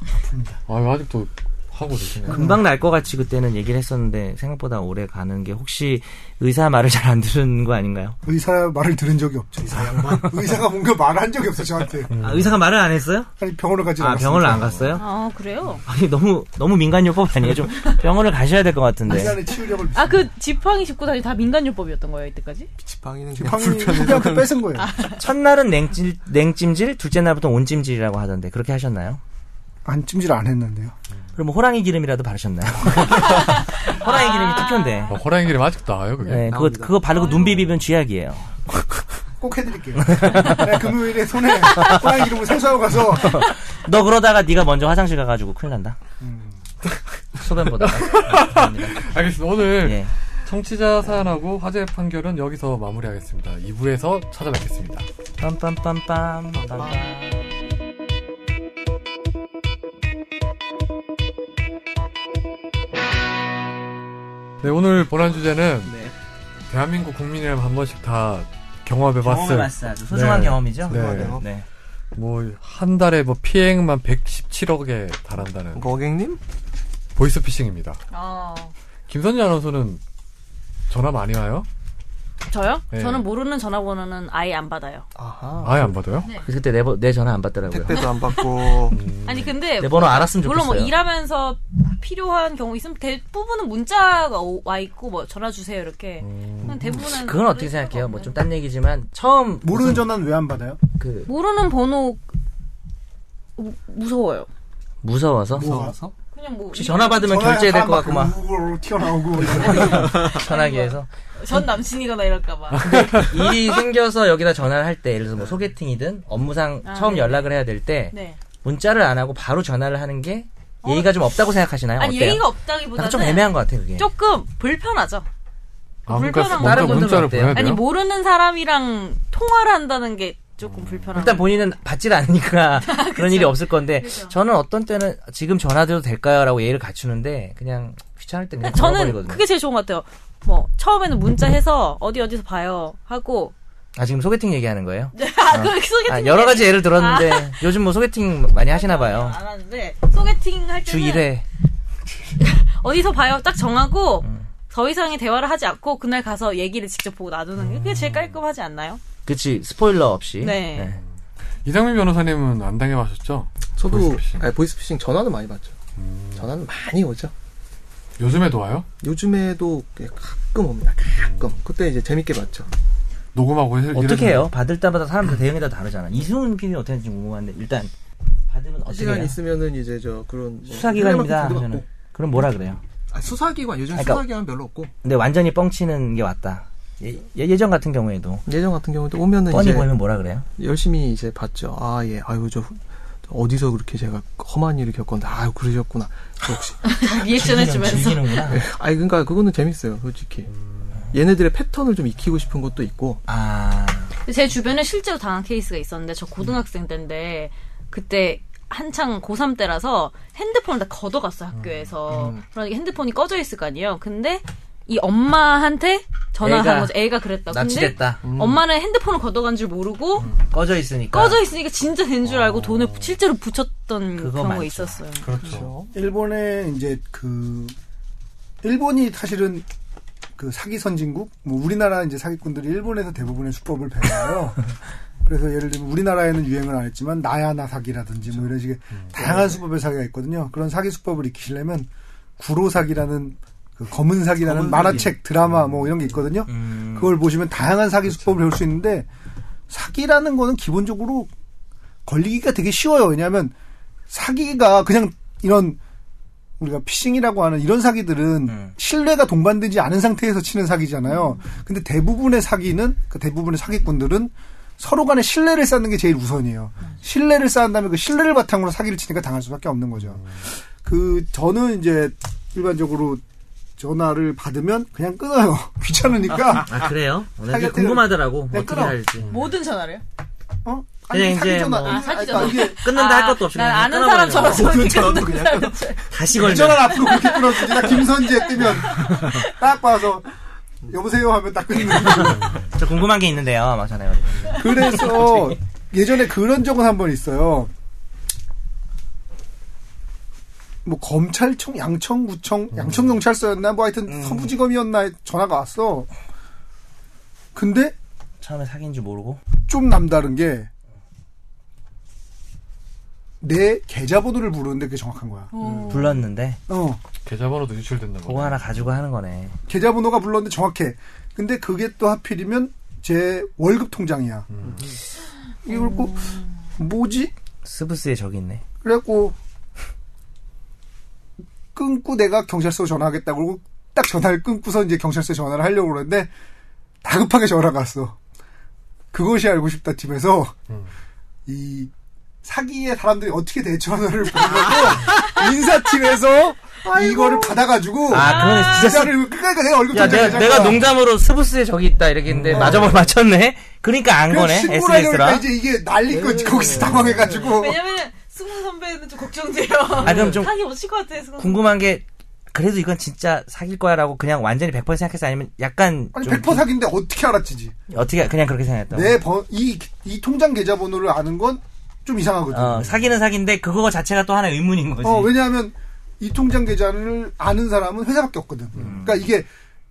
Speaker 8: 아픕니다.
Speaker 1: 아유, 아직도 하고 계시네요.
Speaker 2: 금방 날 것 같이 그때는 얘기를 했었는데 생각보다 오래 가는 게 혹시 의사 말을 잘 안 들은 거 아닌가요?
Speaker 8: 의사 말을 들은 적이 없죠, 의사 양반. 의사가 뭔가 말한 적이 없어, 저한테.
Speaker 2: 아, 의사가 말을 안 했어요?
Speaker 8: 아니, 병원을 가지
Speaker 2: 아
Speaker 8: 않았어요.
Speaker 2: 병원을 안 갔어요?
Speaker 5: 아 그래요?
Speaker 2: 아니 너무 너무 민간요법 아니에요? 좀 병원을 가셔야 될 것 같은데.
Speaker 8: 인간의 치유력을.
Speaker 3: 아 그 지팡이 짚고 다니 다 민간요법이었던 거예요 이때까지?
Speaker 4: 지팡이는 그냥
Speaker 8: 지팡이 후대한테 뺏은 거예요.
Speaker 2: 첫날은 냉찜 냉찜질, 둘째 날부터 온찜질이라고 하던데 그렇게 하셨나요?
Speaker 8: 안 찜질 안 했는데요.
Speaker 2: 그럼 뭐 호랑이 기름이라도 바르셨나요? 호랑이 기름이 특효인데.
Speaker 1: 아, 호랑이 기름 아직도 나와요, 그게.
Speaker 2: 네, 그거 그거 바르고 눈 비비면 쥐약이에요.
Speaker 8: 꼭 해드릴게요. 내가 금요일에 손에 호랑이 이름을 세수하고 가서
Speaker 2: 너 그러다가 네가 먼저 화장실 가가지고 큰일 난다.
Speaker 8: 음.
Speaker 2: 소변 보다가.
Speaker 1: 알겠습니다. 오늘
Speaker 2: 예.
Speaker 1: 청취자 사연하고 화재 판결은 여기서 마무리하겠습니다. 2부에서 찾아뵙겠습니다.
Speaker 2: 빰빰빰빰. 빰빰.
Speaker 1: 네, 오늘 보란 주제는
Speaker 2: 네.
Speaker 1: 대한민국 국민이라면 한 번씩 다 경험해봤을
Speaker 2: 경험해봤어요. 아주 소중한
Speaker 1: 네.
Speaker 2: 경험이죠.
Speaker 1: 네.
Speaker 2: 네.
Speaker 1: 뭐 한 달에 뭐 피해액만 117억에 달한다는
Speaker 4: 거객님?
Speaker 1: 보이스피싱입니다.
Speaker 5: 어.
Speaker 1: 김선재 아나운서는 전화 많이 와요?
Speaker 5: 저요?
Speaker 1: 네.
Speaker 5: 저는 모르는 전화번호는 아예 안 받아요.
Speaker 4: 아하.
Speaker 1: 아예 안 받아요?
Speaker 2: 그래서 그때 내, 번- 내 전화 안 받더라고요.
Speaker 4: 택배도 안 받고
Speaker 5: 아니 근데
Speaker 2: 내 번호 알았으면
Speaker 5: 물론
Speaker 2: 음. 네, 좋겠어요.
Speaker 5: 뭐 일하면서 필요한 경우 있으면 대부분은 문자가 오- 와 있고 뭐 전화 주세요 이렇게. 그냥 대부분은
Speaker 2: 음. 그건 어떻게 생각해요? 뭐 좀 딴 얘기지만 처음
Speaker 8: 모르는 전화는 왜 안 받아요?
Speaker 2: 그
Speaker 5: 모르는 번호 무- 무서워요.
Speaker 2: 무서워서
Speaker 8: 무서워서?
Speaker 5: 그냥 뭐
Speaker 2: 혹시 전화 받으면 결제될 것 같고 막
Speaker 8: 우로 튀어나오고
Speaker 2: 전화기에서 아,
Speaker 5: 전 남친이거나 이럴까봐.
Speaker 2: 일이 생겨서 여기다 전화를 할 때 예를 들어서 뭐 소개팅이든 업무상
Speaker 5: 아,
Speaker 2: 처음
Speaker 5: 네.
Speaker 2: 연락을 해야 될 때
Speaker 5: 네.
Speaker 2: 문자를 안 하고 바로 전화를 하는 게
Speaker 5: 어.
Speaker 2: 예의가 좀 없다고 생각하시나요?
Speaker 5: 아니
Speaker 2: 어때요?
Speaker 5: 예의가
Speaker 2: 약간
Speaker 5: 없다기보다는
Speaker 2: 좀 애매한 것 같아요 그게.
Speaker 5: 조금 불편하죠.
Speaker 1: 아,
Speaker 5: 불편한
Speaker 1: 그러니까
Speaker 5: 거. 다른
Speaker 1: 먼저
Speaker 2: 분들은
Speaker 1: 문자를
Speaker 2: 어때요?
Speaker 1: 보내야 돼요?
Speaker 5: 아니 뭐- 모르는 사람이랑 통화를 한다는 게 조금 불편한.
Speaker 2: 음. 일단 본인은 받질 않으니까 그런 일이 없을 건데
Speaker 5: 아, 그죠.
Speaker 2: 저는 어떤 때는 지금 전화드려도 될까요라고 예의를 갖추는데 그냥 귀찮을 때 그냥
Speaker 5: 그러니까 저는
Speaker 2: 뭐 걸어버리거든요.
Speaker 5: 그게 제일 좋은 것 같아요. 뭐 처음에는 문자 해서 어디 어디서 봐요 하고
Speaker 2: 아 지금 소개팅 얘기하는 거예요?
Speaker 5: 아, 그 소개팅 아.
Speaker 2: 아, 여러 가지 예를 들었는데 요즘 뭐 소개팅 많이 하시나 봐요.
Speaker 5: 안 하는데 소개팅 할
Speaker 2: 주
Speaker 5: 때는
Speaker 2: 1회
Speaker 5: 어디서 봐요 딱 정하고
Speaker 2: 음.
Speaker 5: 더 이상의 대화를 하지 않고 그날 가서 얘기를 직접 보고 나누는 게 그게 제일 깔끔하지 않나요?
Speaker 2: 그치 스포일러 없이
Speaker 5: 네.
Speaker 1: 이상민 변호사님은 안 당해봤었죠?
Speaker 4: 저도
Speaker 1: 보이스피싱.
Speaker 4: 아니, 보이스피싱 전화는 많이 받죠. 전화는 많이 오죠.
Speaker 1: 요즘에도 와요?
Speaker 4: 요즘에도 가끔 옵니다. 가끔. 그때 이제 재밌게 봤죠.
Speaker 1: 녹음하고 해-
Speaker 2: 어떻게
Speaker 1: 이래서-
Speaker 2: 해요? 받을 때마다 사람들 대응이 다 다르잖아. 이승훈 PD는 어떻게 하는지 궁금한데 일단 받으면 어떻게
Speaker 4: 시간
Speaker 2: 해요?
Speaker 4: 있으면은 이제 저 그런 뭐
Speaker 2: 수사기관입니다
Speaker 4: 헬멧 같은 데도
Speaker 2: 하면은
Speaker 4: 없고.
Speaker 2: 그럼 뭐라 그래요?
Speaker 4: 아, 수사기관 요즘
Speaker 2: 그러니까-
Speaker 4: 수사기관 별로 없고
Speaker 2: 근데 완전히 뻥치는 게 왔다. 예, 예, 전 같은 경우에도
Speaker 4: 예전 같은 경우도 오면은
Speaker 2: 뻔히
Speaker 4: 이제
Speaker 2: 보이면 뭐라 그래요?
Speaker 4: 열심히 이제 봤죠. 아 예, 아유 저 후- 저 어디서 그렇게 제가 험한 일을 겪었는데 아유 그러셨구나. 혹시
Speaker 2: 아,
Speaker 5: 리액션 해주면서
Speaker 2: 즐기는구나.
Speaker 4: 아니 그러니까 그거는 재밌어요, 솔직히. 얘네들의 패턴을 좀 익히고 싶은 것도 있고
Speaker 2: 아
Speaker 5: 제 주변에 실제로 당한 케이스가 있었는데 저 고등학생 때인데 그때 한창 고3 때라서 핸드폰을 다 걷어갔어
Speaker 2: 음.
Speaker 5: 학교에서 그러니까 핸드폰이 꺼져 있을 거 아니에요 근데 이 엄마한테 전화를
Speaker 2: 애가
Speaker 5: 한 거죠 애가 그랬다 근데
Speaker 2: 납치됐다.
Speaker 4: 음.
Speaker 2: 음.
Speaker 5: 엄마는 핸드폰을 걷어간 줄 모르고
Speaker 2: 꺼져 있으니까. 어.
Speaker 5: 꺼져 있으니까 진짜 된 줄 알고 돈을 실제로 붙였던
Speaker 2: 그러니까 그거
Speaker 5: 경우가
Speaker 2: 많죠.
Speaker 5: 있었어요
Speaker 1: 그렇죠.
Speaker 8: 일본에 이제 그 일본이 사실은 그 사기 선진국 뭐 우리나라 이제 사기꾼들이 일본에서 대부분의 수법을 배워요. 그래서 예를 들면 우리나라에는 유행을 안 했지만 나야나 사기라든지 뭐 이런 식의 다양한 수법의 사기가 있거든요. 그런 사기 수법을 익히려면 구로 사기라는 그 검은 사기라는 만화책 드라마 뭐 이런 게 있거든요.
Speaker 2: 음.
Speaker 8: 그걸 보시면 다양한 사기 수법을 배울 수 있는데 사기라는 거는 기본적으로 걸리기가 되게 쉬워요. 왜냐하면 사기가 그냥 이런 우리가 피싱이라고 하는 이런 사기들은
Speaker 2: 음.
Speaker 8: 신뢰가 동반되지 않은 상태에서 치는 사기잖아요. 근데 대부분의 사기는 그 대부분의 사기꾼들은 서로 간에 신뢰를 쌓는 게 제일 우선이에요. 신뢰를 쌓은 다음에 그 신뢰를 바탕으로 사기를 치니까 당할 수밖에 없는 거죠. 그 저는 이제 일반적으로 전화를 받으면 그냥 끊어요. 귀찮으니까.
Speaker 2: 아 그래요? 오늘
Speaker 8: 사기
Speaker 2: 되게 궁금하더라고 뭐
Speaker 8: 네,
Speaker 2: 어떻게
Speaker 8: 끊어.
Speaker 2: 할지.
Speaker 5: 모든 전화를요?
Speaker 8: 어?
Speaker 2: 그냥 이제 뭐-
Speaker 8: 이게-
Speaker 5: 아, 사기
Speaker 8: 아니, 그러니까
Speaker 5: 전화.
Speaker 8: 이게
Speaker 2: 끊는다 할 것도 없이
Speaker 5: 난
Speaker 2: 그냥
Speaker 5: 아는
Speaker 2: 끊어버리는
Speaker 5: 사람
Speaker 2: 거.
Speaker 5: 전화 전화 전화
Speaker 2: 다시
Speaker 8: 이
Speaker 2: 걸면
Speaker 8: 전화를 앞으로 그렇게 끊어주지. 나 김선지에 뜨면 딱 봐서 여보세요 하면 딱 끊는 거예요.
Speaker 2: 저 궁금한 게 있는데요. 막 전화해가지고.
Speaker 8: 그래서 예전에 그런 적은 한 번 있어요. 뭐 검찰청, 양천구청,
Speaker 2: 음.
Speaker 8: 양천경찰서였나 뭐 하여튼 서부지검이었나 전화가 왔어. 근데
Speaker 2: 처음에 사귄 줄 모르고.
Speaker 8: 좀 남다른 게 내 계좌번호를 부르는데 그게 정확한 거야.
Speaker 2: 어.
Speaker 5: 음.
Speaker 2: 불렀는데
Speaker 8: 어.
Speaker 1: 계좌번호도 유출된다.
Speaker 2: 그거 하나 가지고 하는 거네.
Speaker 8: 계좌번호가 불렀는데 정확해. 근데 그게 또 하필이면 제 월급 통장이야. 이걸 꼭 뭐지?
Speaker 2: 스브스에 저기 있네.
Speaker 8: 그래갖고 끊고 내가 경찰서 전화하겠다고 그러고 딱 전화를 끊고서 이제 경찰서에 전화를 하려고 그러는데 다급하게 전화가 왔어. 그것이 알고 싶다 팀에서 이 사기에 사람들이 어떻게 대처하는지를 보려고 인사팀에서 이거를 받아가지고
Speaker 2: 아 그러면 진짜 스-
Speaker 8: 기자를 끝까지 내가 월급
Speaker 2: 야,
Speaker 8: 통장에
Speaker 2: 내가, 내가
Speaker 8: 잠깐-
Speaker 2: 농담으로 스브스에 저기 있다 이렇게 했는데 마저만 맞췄네. 그러니까 안 거네.
Speaker 8: 그래서 신고를 하려니까 그러니까
Speaker 2: SNS라.
Speaker 8: 이제 이게 난리
Speaker 5: 네.
Speaker 8: 거지 거기서 당황해가지고
Speaker 5: 왜냐면 승우 선배는 좀 걱정돼요
Speaker 2: 아, 그럼 좀
Speaker 5: 사기 없을 것 같아 승우
Speaker 2: 궁금한 게 그래도 이건 진짜 사귈 거야라고 그냥 완전히 100% 생각해서 아니면 약간
Speaker 8: 아니
Speaker 2: 좀
Speaker 8: 네. 100% 사기인데 어떻게 알았지지?
Speaker 2: 어떻게 그냥 그렇게 생각했다고.
Speaker 8: 내번이이 통장 계좌번호를 아는 건 좀 이상하거든.
Speaker 2: 어, 사기는 사기인데 그거 자체가 또 하나의 의문인 거지.
Speaker 8: 어, 왜냐하면 이 통장 계좌를 아는 사람은 회사밖에 없거든. 그러니까 이게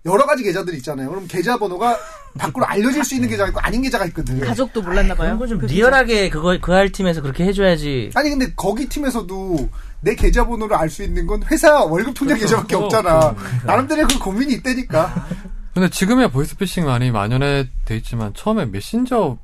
Speaker 8: 여러 가지 계좌들이 있잖아요. 그럼 계좌번호가 밖으로 알려질 수 있는 계좌가 있고 아닌 계좌가 있거든.
Speaker 5: 가족도 몰랐나 봐요.
Speaker 2: 그런 거좀 리얼하게 그거 그 할 팀에서 그렇게 해줘야지.
Speaker 8: 아니 근데 거기 팀에서도 내 계좌번호를 알 수 있는 건 회사 월급 통장 계좌밖에 없잖아. 나름대로 그 고민이 있다니까.
Speaker 1: 근데 지금이야 보이스피싱 많이 만연해 돼 있지만 처음에 메신저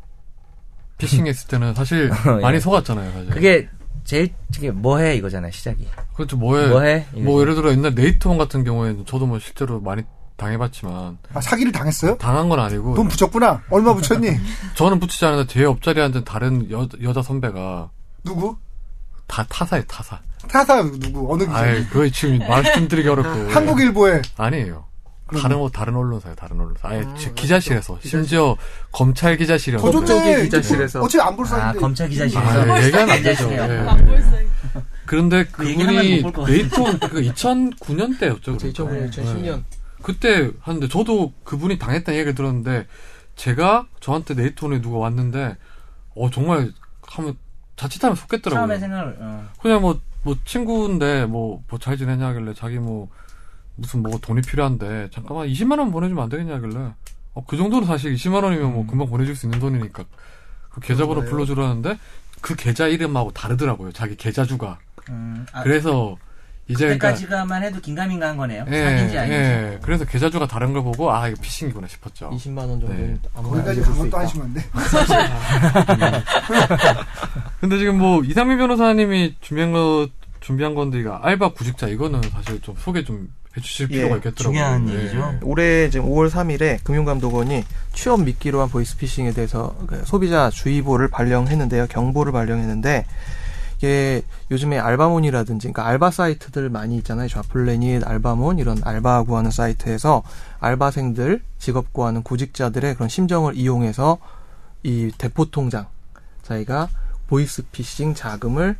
Speaker 1: 피싱 했을 때는 사실
Speaker 2: 어, 예.
Speaker 1: 많이 속았잖아요, 사실.
Speaker 2: 그게 제일 그게 뭐해 이거잖아요 시작이.
Speaker 1: 그렇죠. 뭐해?
Speaker 2: 뭐해?
Speaker 1: 뭐 예를 들어 옛날 네이트원 같은 경우에는 저도 뭐 실제로 많이 당해봤지만
Speaker 8: 아, 사기를 당했어요?
Speaker 1: 당한 건 아니고
Speaker 8: 돈 붙였구나. 얼마 붙였니?
Speaker 1: 저는 붙이지 않았는데 제 옆자리에 앉은 다른 여, 여자 선배가
Speaker 8: 누구?
Speaker 1: 다 타사예요, 타사.
Speaker 8: 타사 누구? 어느 기자?
Speaker 1: 아예 그거 지금 말씀드리기 어렵고
Speaker 8: 한국일보에
Speaker 1: 아니에요. 다른 옷 다른 언론사예요, 다른 언론사. 아예 지- 기자실에서 심지어 검찰
Speaker 8: 더
Speaker 1: 기자실이었는데
Speaker 8: 좋네.
Speaker 7: 기자실에서.
Speaker 8: 어차피 안 볼
Speaker 2: 아
Speaker 8: 사람인데.
Speaker 2: 검찰 기자실에서.
Speaker 1: 아, 예, 얘기하면 안 되죠.
Speaker 2: 기자실이요.
Speaker 1: 예. 그런데
Speaker 2: 아, 얘기하면
Speaker 1: 그분이
Speaker 2: 못볼것 그렇죠. 같아요.
Speaker 1: 네이트원 그 2009년 때였죠. 그때.
Speaker 7: 2005년, 2010년.
Speaker 1: 그때 하는데 저도 그분이 당했다는 얘기를 들었는데 제가 저한테 네이트원에 누가 왔는데 어 정말 하면 자칫하면 속겠더라고요.
Speaker 2: 처음에 생각을. 어.
Speaker 1: 그냥 뭐, 뭐, 친구인데, 뭐, 뭐, 잘 지내냐 하길래, 자기 뭐, 무슨 뭐, 돈이 필요한데, 잠깐만, 20만원 보내주면 안 되겠냐 하길래, 어, 그 정도는 사실 20만원이면
Speaker 2: 음.
Speaker 1: 뭐, 금방 보내줄 수 있는 돈이니까, 그 계좌번호 불러주라는데, 그 계좌 이름하고 다르더라고요, 자기 계좌주가.
Speaker 2: 음, 아,
Speaker 1: 그래서, 이제, 그러니까,
Speaker 2: 그때까지가만 해도 긴가민가한 거네요.
Speaker 1: 예,
Speaker 2: 사기인지 아닌지.
Speaker 1: 예, 그래서 계좌주가 다른 걸 보고, 아, 이거 피싱이구나 싶었죠.
Speaker 7: 20만 원
Speaker 1: 네.
Speaker 7: 정도는 아무나
Speaker 8: 거기까지
Speaker 7: 알려줄
Speaker 8: 간
Speaker 7: 수
Speaker 8: 것도
Speaker 7: 있다.
Speaker 8: 한심한데.
Speaker 1: 근데 지금 뭐, 이상민 변호사님이 준비한 거, 준비한 건데, 이거, 알바 구직자, 이거는 사실 좀 소개 좀 해주실
Speaker 4: 예,
Speaker 1: 필요가 있겠더라고요.
Speaker 2: 중요한
Speaker 1: 예.
Speaker 2: 얘기죠.
Speaker 4: 네. 올해 지금 5월 3일에 금융감독원이 취업 미끼로 한 보이스피싱에 대해서 그 소비자 주의보를 발령했는데요. 경보를 발령했는데 이게 요즘에 알바몬이라든지 그러니까 알바 사이트들 많이 있잖아요. 좌플래닛, 알바몬 이런 알바 구하는 사이트에서 알바생들, 직업 구하는 구직자들의 그런 심정을 이용해서 이 대포 통장 자기가 보이스피싱 자금을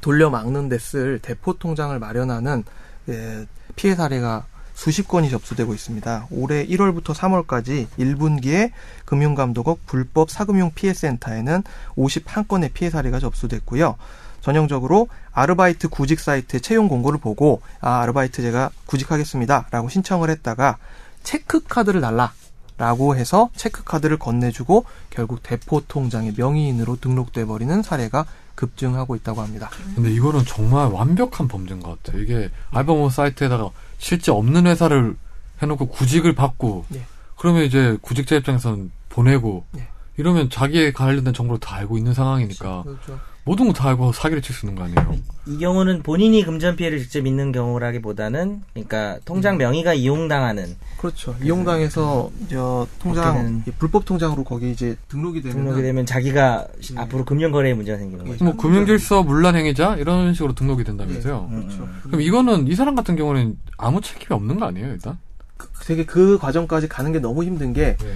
Speaker 4: 돌려막는 데 쓸 대포 통장을 마련하는 예, 피해 사례가 수십 건이 접수되고 있습니다. 올해 1월부터 3월까지 1분기에 금융감독업 불법 사금융 피해센터에는 51건의 피해 사례가 접수됐고요. 전형적으로 아르바이트 구직 사이트의 채용 공고를 보고 아 아르바이트 제가 구직하겠습니다라고 신청을 했다가 체크카드를 달라라고 해서 체크카드를 건네주고 결국 대포 통장의 명의인으로 등록돼 버리는 사례가 급증하고 있다고 합니다.
Speaker 1: 근데 이거는 정말 완벽한 범죄인 것 같아요. 이게 알바몬 사이트에다가 실제 없는 회사를 해놓고 구직을 받고
Speaker 4: 예.
Speaker 1: 그러면 이제 구직자 입장에서는 보내고
Speaker 4: 예.
Speaker 1: 이러면 자기에 관련된 정보를 다 알고 있는 상황이니까
Speaker 4: 그렇죠.
Speaker 1: 모든 거 다 알고 사기를 칠 수 있는 거 아니에요?
Speaker 2: 이 경우는 본인이 금전 피해를 직접 입는 경우라기보다는 그러니까 통장 명의가 이용당하는
Speaker 4: 그렇죠. 이용당해서 저
Speaker 2: 어떻게
Speaker 4: 통장
Speaker 2: 되는-
Speaker 4: 이 불법 통장으로 거기 이제 등록이 되면
Speaker 2: 등록이 되면 네. 자기가 시- 앞으로 금융 거래에 문제가 생기는 거죠.
Speaker 1: 뭐 금융질서 물란행위자 이런 식으로 등록이 된다면서요?
Speaker 4: 그렇죠.
Speaker 1: 그럼 이거는 이 사람 같은 경우는 아무 책임이 없는 거 아니에요 일단?
Speaker 4: 그- 되게 그 과정까지 가는 게 너무 힘든 게
Speaker 1: 네.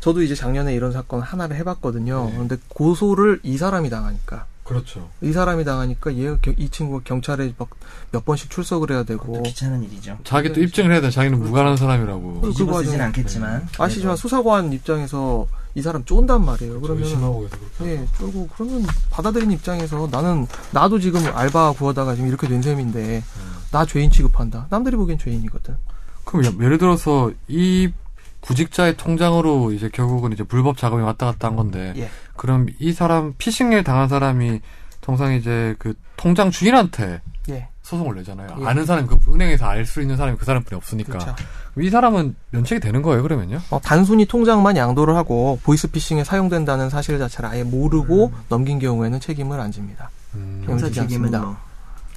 Speaker 4: 저도 이제 작년에 이런 사건 하나를 해봤거든요. 그런데 고소를 이 사람이 당하니까
Speaker 1: 그렇죠.
Speaker 4: 이 사람이 당하니까 얘 이 친구가 경찰에 막 몇 번씩 출석을 해야 되고
Speaker 2: 귀찮은 일이죠.
Speaker 1: 자기 또 입증을 해야 돼. 자기는 무관한 사람이라고.
Speaker 4: 그렇죠. 그
Speaker 2: 뒤집어
Speaker 4: 과정에-
Speaker 2: 쓰진 않겠지만
Speaker 4: 아시지만 수사관 입장에서 이 사람 쫀단 말이에요. 그러면
Speaker 1: 의심하고 계속 그렇게.
Speaker 4: 예, 쫄고 그러면 받아들인 입장에서 나는 나도 지금 알바 구하다가 지금 이렇게 된 셈인데 나 죄인 취급한다. 남들이 보기엔 죄인이거든.
Speaker 1: 그럼 예- 예를 들어서 이 구직자의 통장으로 이제 결국은 이제 불법 자금이 왔다 갔다 한 건데
Speaker 4: 예.
Speaker 1: 그럼 이 사람 피싱에 당한 사람이 통상 이제 그 통장 주인한테
Speaker 4: 예,
Speaker 1: 소송을 내잖아요.
Speaker 4: 예.
Speaker 1: 아는 사람 그 은행에서 알 수 있는 사람이 그 사람뿐이 없으니까
Speaker 4: 그렇죠.
Speaker 1: 이 사람은 면책이 되는 거예요 그러면요?
Speaker 4: 어, 단순히 통장만 양도를 하고 보이스피싱에 사용된다는 사실 자체를 아예 모르고 넘긴 경우에는 책임을 안 집니다.
Speaker 1: 음.
Speaker 2: 네.
Speaker 4: 경찰 책임은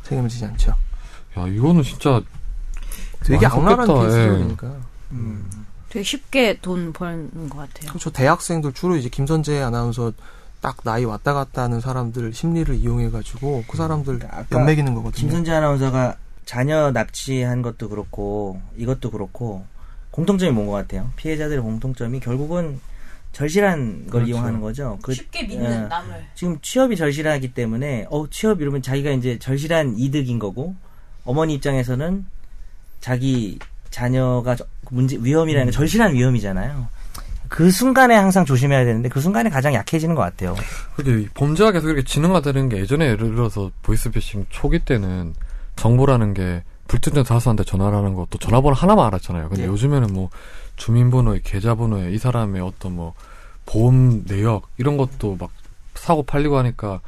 Speaker 4: 책임을 지지 않죠.
Speaker 1: 야 이거는 진짜
Speaker 4: 되게
Speaker 1: 많이
Speaker 4: 악랄한
Speaker 1: 섞였다,
Speaker 4: 케이스죠,
Speaker 1: 예.
Speaker 4: 그러니까.
Speaker 2: 음.
Speaker 5: 되게 쉽게 돈 버는 것 같아요.
Speaker 4: 그렇죠. 대학생들 주로 이제 김선재 아나운서 딱 나이 왔다 갔다 하는 사람들 심리를 이용해가지고 그 사람들
Speaker 2: 그러니까 아까
Speaker 4: 연맥이는 거거든요.
Speaker 2: 김선재 아나운서가 자녀 납치한 것도 그렇고 이것도 그렇고 공통점이 뭔 것 같아요. 피해자들의 공통점이 결국은 절실한 걸
Speaker 1: 그렇죠.
Speaker 2: 이용하는 거죠. 그-
Speaker 3: 쉽게 믿는
Speaker 2: 예.
Speaker 3: 남을.
Speaker 2: 지금 취업이 절실하기 때문에 어 취업 이러면 자기가 이제 절실한 이득인 거고 어머니 입장에서는 자기 자녀가 저- 그 문제 위험이라는 게 절실한 위험이잖아요. 그 순간에 항상 조심해야 되는데 그 순간에 가장 약해지는 것 같아요.
Speaker 1: 근데 이 범죄가 계속 이렇게 진흥화되는 게 예전에 예를 들어서 보이스피싱 초기 때는 정보라는 게 불특정 다수한테 전화를 하는 것도 전화번호 하나만 알았잖아요. 근데
Speaker 4: 예.
Speaker 1: 요즘에는 뭐 주민번호에 계좌번호에 이 사람의 어떤 뭐 보험 내역 이런 것도 막 사고 팔리고 하니까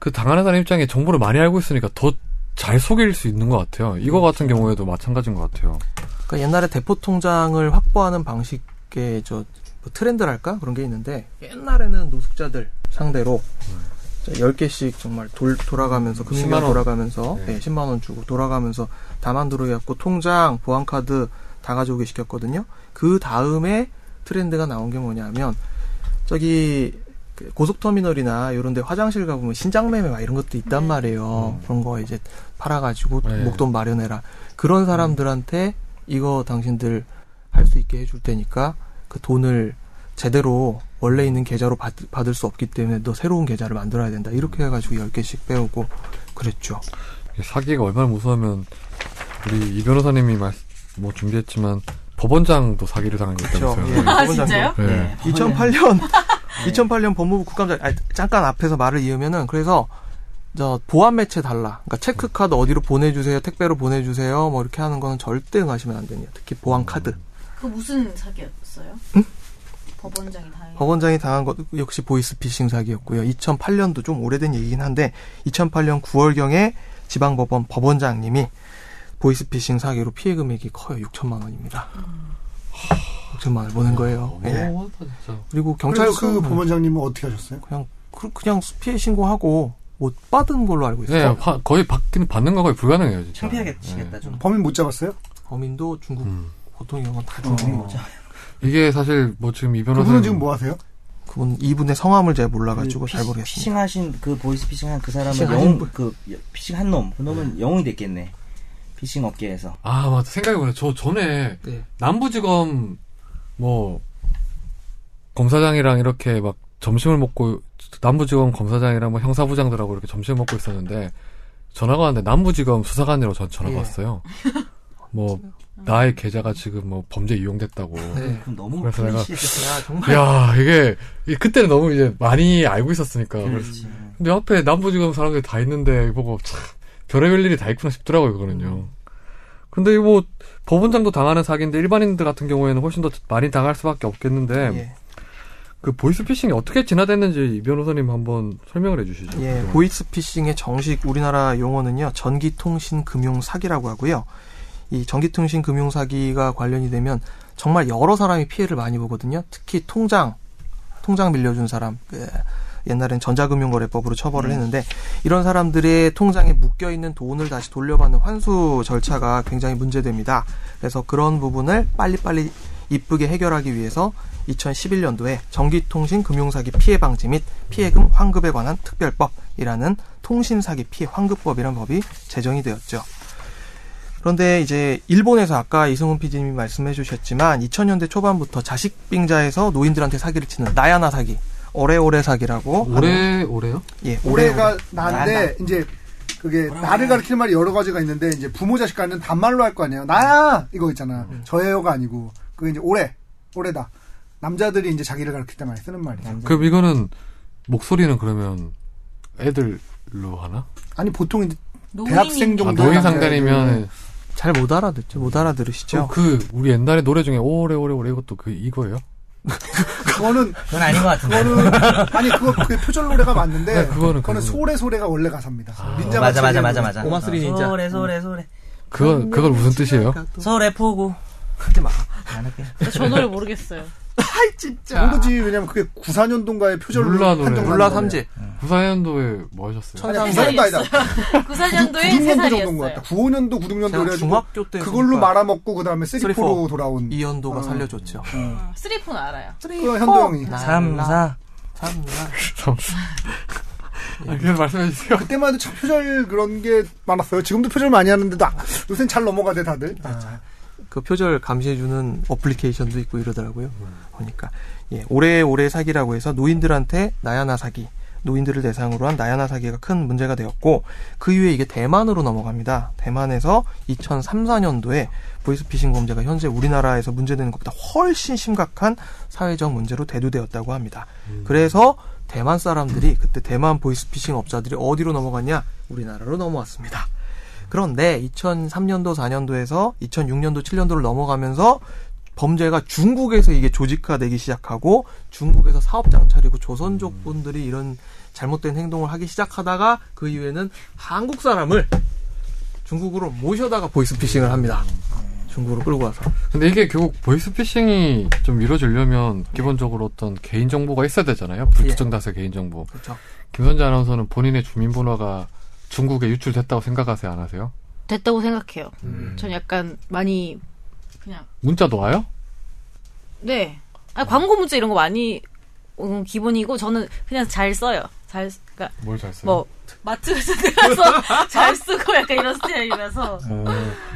Speaker 1: 그 당하는 사람 입장에 정보를 많이 알고 있으니까 더 잘 속일 수 있는 것 같아요. 이거 같은 경우에도 마찬가지인 것 같아요.
Speaker 4: 그러니까 옛날에 대포 통장을 확보하는 방식의 저뭐 트렌드랄까 그런 게 있는데 옛날에는 노숙자들 상대로 자, 10개씩 정말 돌, 돌아가면서 금융
Speaker 1: 10만 원.
Speaker 4: 돌아가면서
Speaker 1: 네.
Speaker 4: 예, 10만 원 주고 돌아가면서 다만두로 해갖고 통장 보안 카드 다 가져오게 시켰거든요. 그 다음에 트렌드가 나온 게 뭐냐면 저기 그 고속터미널이나 이런 데 화장실 가보면 신장매매 막 이런 것도 있단 말이에요.
Speaker 1: 음.
Speaker 4: 그런 거 이제 팔아가지고
Speaker 1: 네.
Speaker 4: 목돈 마련해라. 그런 사람들한테 이거 당신들 할 수 있게 해줄 테니까 그 돈을 제대로 원래 있는 계좌로 받, 받을 수 없기 때문에 너 새로운 계좌를 만들어야 된다. 이렇게 해가지고 10개씩 빼오고 그랬죠.
Speaker 1: 사기가 얼마나 무서우면 우리 이 변호사님이 말, 뭐 준비했지만 법원장도 사기를 당한 거 있다면서요.
Speaker 4: 그렇죠. 예.
Speaker 3: 아,
Speaker 4: 법원장도.
Speaker 3: 진짜요? 네.
Speaker 1: 네.
Speaker 4: 2008년 2008년 법무부 국감장 아니, 잠깐 앞에서 말을 이으면은 그래서 저 보안 매체 달라. 그러니까 체크 카드 어디로 보내주세요. 택배로 보내주세요. 뭐 이렇게 하는 거는 절대 응하시면 안 됩니다. 특히 보안 카드.
Speaker 3: 그 무슨 사기였어요? 법원장이 당해.
Speaker 8: 어.
Speaker 4: 법원장이 당한 것 역시 보이스 피싱 사기였고요. 2008년도 좀 오래된 얘기긴 한데 2008년 9월경에 지방법원 법원장님이 보이스 피싱 사기로 피해 금액이 커요. 6천만 원입니다. 6천만 원을 보낸 거예요. 예. 그리고 경찰
Speaker 8: 그래서 그 법원장님은 어떻게 하셨어요?
Speaker 4: 그냥 그- 그냥 피해 신고하고 못 받은 걸로 알고
Speaker 1: 네,
Speaker 4: 있어요.
Speaker 1: 화- 거의 받기는 받는 거 거의 불가능해요,
Speaker 2: 네.
Speaker 1: 진짜.
Speaker 2: 창피하겠다 좀.
Speaker 8: 범인 못 잡았어요?
Speaker 4: 범인도 중국
Speaker 1: 음.
Speaker 4: 보통 이런 건 다
Speaker 2: 어.
Speaker 4: 중국인 거죠.
Speaker 1: 이게 사실 뭐 지금 이 변호사
Speaker 8: 그분은 지금 뭐 하세요?
Speaker 4: 그분 이분의 성함을 잘
Speaker 8: 그
Speaker 4: 몰라가지고 잘 모르겠습니다.
Speaker 2: 그 피싱하신 그 보이스 피싱한 그 사람은
Speaker 4: 피싱하신
Speaker 2: 영웅
Speaker 4: 분.
Speaker 2: 그 여- 피싱한 놈 그 놈은 영웅이 됐겠네. 피싱 업계에서.
Speaker 1: 아, 맞다. 생각해보네. 저 전에
Speaker 4: 네.
Speaker 1: 남부지검 뭐 검사장이랑 이렇게 막 점심을 먹고 남부지검 검사장이랑 뭐 형사부장들하고 이렇게 점심을 먹고 있었는데 전화가 왔는데 남부지검 수사관으로 전 전화가
Speaker 4: 예. 그렇죠.
Speaker 1: 왔어요. 뭐 나의 계좌가 지금 뭐 범죄 이용됐다고.
Speaker 4: 네.
Speaker 2: 그럼 너무
Speaker 1: 그래서 내가-
Speaker 2: 플래시했겠다.
Speaker 8: 아,
Speaker 4: 야 정말
Speaker 1: 야 이게 이- 그때는 너무 이제 많이 알고 있었으니까.
Speaker 4: 네.
Speaker 1: 그래서
Speaker 2: 그렇지.
Speaker 1: 근데 앞에 남부지검 사람들이 다 있는데 보고 참 별의별 일이 다 있구나 싶더라고요 그거는요. 근데 이뭐 법원장도 당하는 사기인데 일반인들 같은 경우에는 훨씬 더 많이 당할 수밖에 없겠는데
Speaker 4: 예.
Speaker 1: 그 보이스피싱이 어떻게 진화됐는지 이 변호사님 한번 설명을 해주시죠.
Speaker 4: 예,
Speaker 1: 그동안.
Speaker 4: 보이스 피싱의 정식 우리나라 용어는요, 전기통신 금융 사기라고 하고요. 이 전기통신 금융 사기가 관련이 되면 정말 여러 사람이 피해를 많이 보거든요. 특히 통장, 통장 밀려준 사람, 예, 옛날엔 전자금융거래법으로 처벌을 했는데 이런 사람들의 통장에 묶여 있는 돈을 다시 돌려받는 환수 절차가 굉장히 문제됩니다. 그래서 그런 부분을 빨리빨리 이쁘게 해결하기 위해서 2011년도에 전기통신 금융사기 피해 방지 및 피해금 환급에 관한 특별법이라는 통신사기 피해 환급법이라는 법이 제정이 되었죠. 그런데 이제 일본에서 아까 이승훈 PD님이 말씀해 주셨지만 2000년대 초반부터 자식빙자에서 노인들한테 사기를 치는 나야나 사기, 오래오래 사기라고 하는-
Speaker 1: 올해 올해요?
Speaker 4: 예,
Speaker 8: 올해가 난데
Speaker 2: 난다.
Speaker 8: 이제 그게 나를 가리키는 말이 여러 가지가 있는데 이제 부모 자식 간은 단말로 할 거 아니에요. 나야 이거 있잖아. 저예요가 아니고 그게 이제 올해 올해다. 남자들이 이제 자기를 가리킬 때 많이 쓰는 말이죠.
Speaker 1: 그럼 이거는 목소리는 그러면 애들로 하나?
Speaker 8: 아니 보통 이제
Speaker 3: 노인이-
Speaker 8: 대학생
Speaker 1: 아,
Speaker 8: 그 정도
Speaker 1: 노인 상대이면
Speaker 4: 잘 못 알아듣죠. 못
Speaker 8: 어,
Speaker 4: 알아들으시죠?
Speaker 1: 그 우리 옛날에 노래 중에 오래 오래 오래 이것도 그 이거예요?
Speaker 8: 그거는
Speaker 2: 그건 아닌 것 같은데.
Speaker 8: 그거는 아니 그거 그게 표절 노래가 맞는데
Speaker 1: 네, 그거는
Speaker 8: 그거는
Speaker 1: 그거는.
Speaker 8: 소래 소래가 원래 가사입니다. 민자
Speaker 2: 맞아 맞아
Speaker 8: 같이
Speaker 2: 맞아 맞아.
Speaker 7: 오마쓰리 닌자.
Speaker 2: 서울에 서울에 서울에
Speaker 1: 그건 그걸 무슨 뜻이에요?
Speaker 2: 서울에 포구.
Speaker 4: 하지 마.
Speaker 2: 안 할게.
Speaker 5: 저 노래 모르겠어요.
Speaker 8: 모르지 왜냐면 그게 94년도인가에 표절
Speaker 1: 물라 노래.
Speaker 4: 물라 삼집.
Speaker 1: 부산현도에 뭐 하셨어요?
Speaker 8: 천상도 아니다.
Speaker 5: 그
Speaker 3: 94년도에
Speaker 8: 96년도 정도인
Speaker 3: 3살이었어요.
Speaker 8: 것 같다. 95년도 96년도
Speaker 4: 제가
Speaker 8: 그래가지고
Speaker 4: 중학교 때
Speaker 8: 그걸로
Speaker 4: 보니까
Speaker 8: 말아먹고 그 다음에 쓰리포로
Speaker 4: 3-4.
Speaker 8: 돌아온
Speaker 4: 이현도가
Speaker 8: 어.
Speaker 4: 살려줬죠.
Speaker 3: 쓰리폰 알아요.
Speaker 8: 그 현도 형이
Speaker 2: 삼 사.
Speaker 4: 삼라.
Speaker 1: 아, 그래서 말씀해 주세요.
Speaker 8: 그때만 해도 참 표절 그런 게 많았어요. 지금도 표절 많이 하는데도 아, 요새는 잘 넘어가대 다들. 아,
Speaker 4: 그 표절 감시해주는 어플리케이션도 있고 이러더라고요. 보니까 예, 오래오래 사기라고 해서 노인들한테 나야나 사기, 노인들을 대상으로 한 나야나 사기가 큰 문제가 되었고 그 이후에 이게 대만으로 넘어갑니다. 대만에서 2003, 4년도에 보이스피싱 범죄가 현재 우리나라에서 문제되는 것보다 훨씬 심각한 사회적 문제로 대두되었다고 합니다. 그래서 대만 사람들이 그때 대만 보이스피싱 업자들이 어디로 넘어갔냐? 우리나라로 넘어왔습니다. 그런데 2003년도, 4년도에서 2006년도, 7년도를 넘어가면서 범죄가 중국에서 이게 조직화되기 시작하고 중국에서 사업장 차리고
Speaker 8: 음.
Speaker 4: 조선족 분들이 이런 잘못된 행동을 하기 시작하다가 그 이후에는 한국 사람을 중국으로 모셔다가 보이스피싱을 합니다. 중국으로 끌고 와서.
Speaker 1: 근데 이게 결국 보이스피싱이 좀 이루어지려면 기본적으로 어떤 개인정보가 있어야 되잖아요. 불특정 다수의 개인정보.
Speaker 4: 그렇죠.
Speaker 1: 김선재 아나운서는 본인의 주민번호가 중국에 유출됐다고 생각하세요? 안 하세요?
Speaker 3: 됐다고 생각해요.
Speaker 8: 음.
Speaker 3: 전 약간 많이 그냥
Speaker 1: 문자도 와요?
Speaker 3: 네. 아, 광고 문자 이런 거 많이 음, 기본이고 저는 그냥 잘 써요. 잘 쓰- 그러니까
Speaker 1: 뭘 잘 써요?
Speaker 3: 뭐
Speaker 2: 음.
Speaker 3: 마트 같은 데 가서 잘 쓰고 약간 이런 스타일이라서
Speaker 1: 어.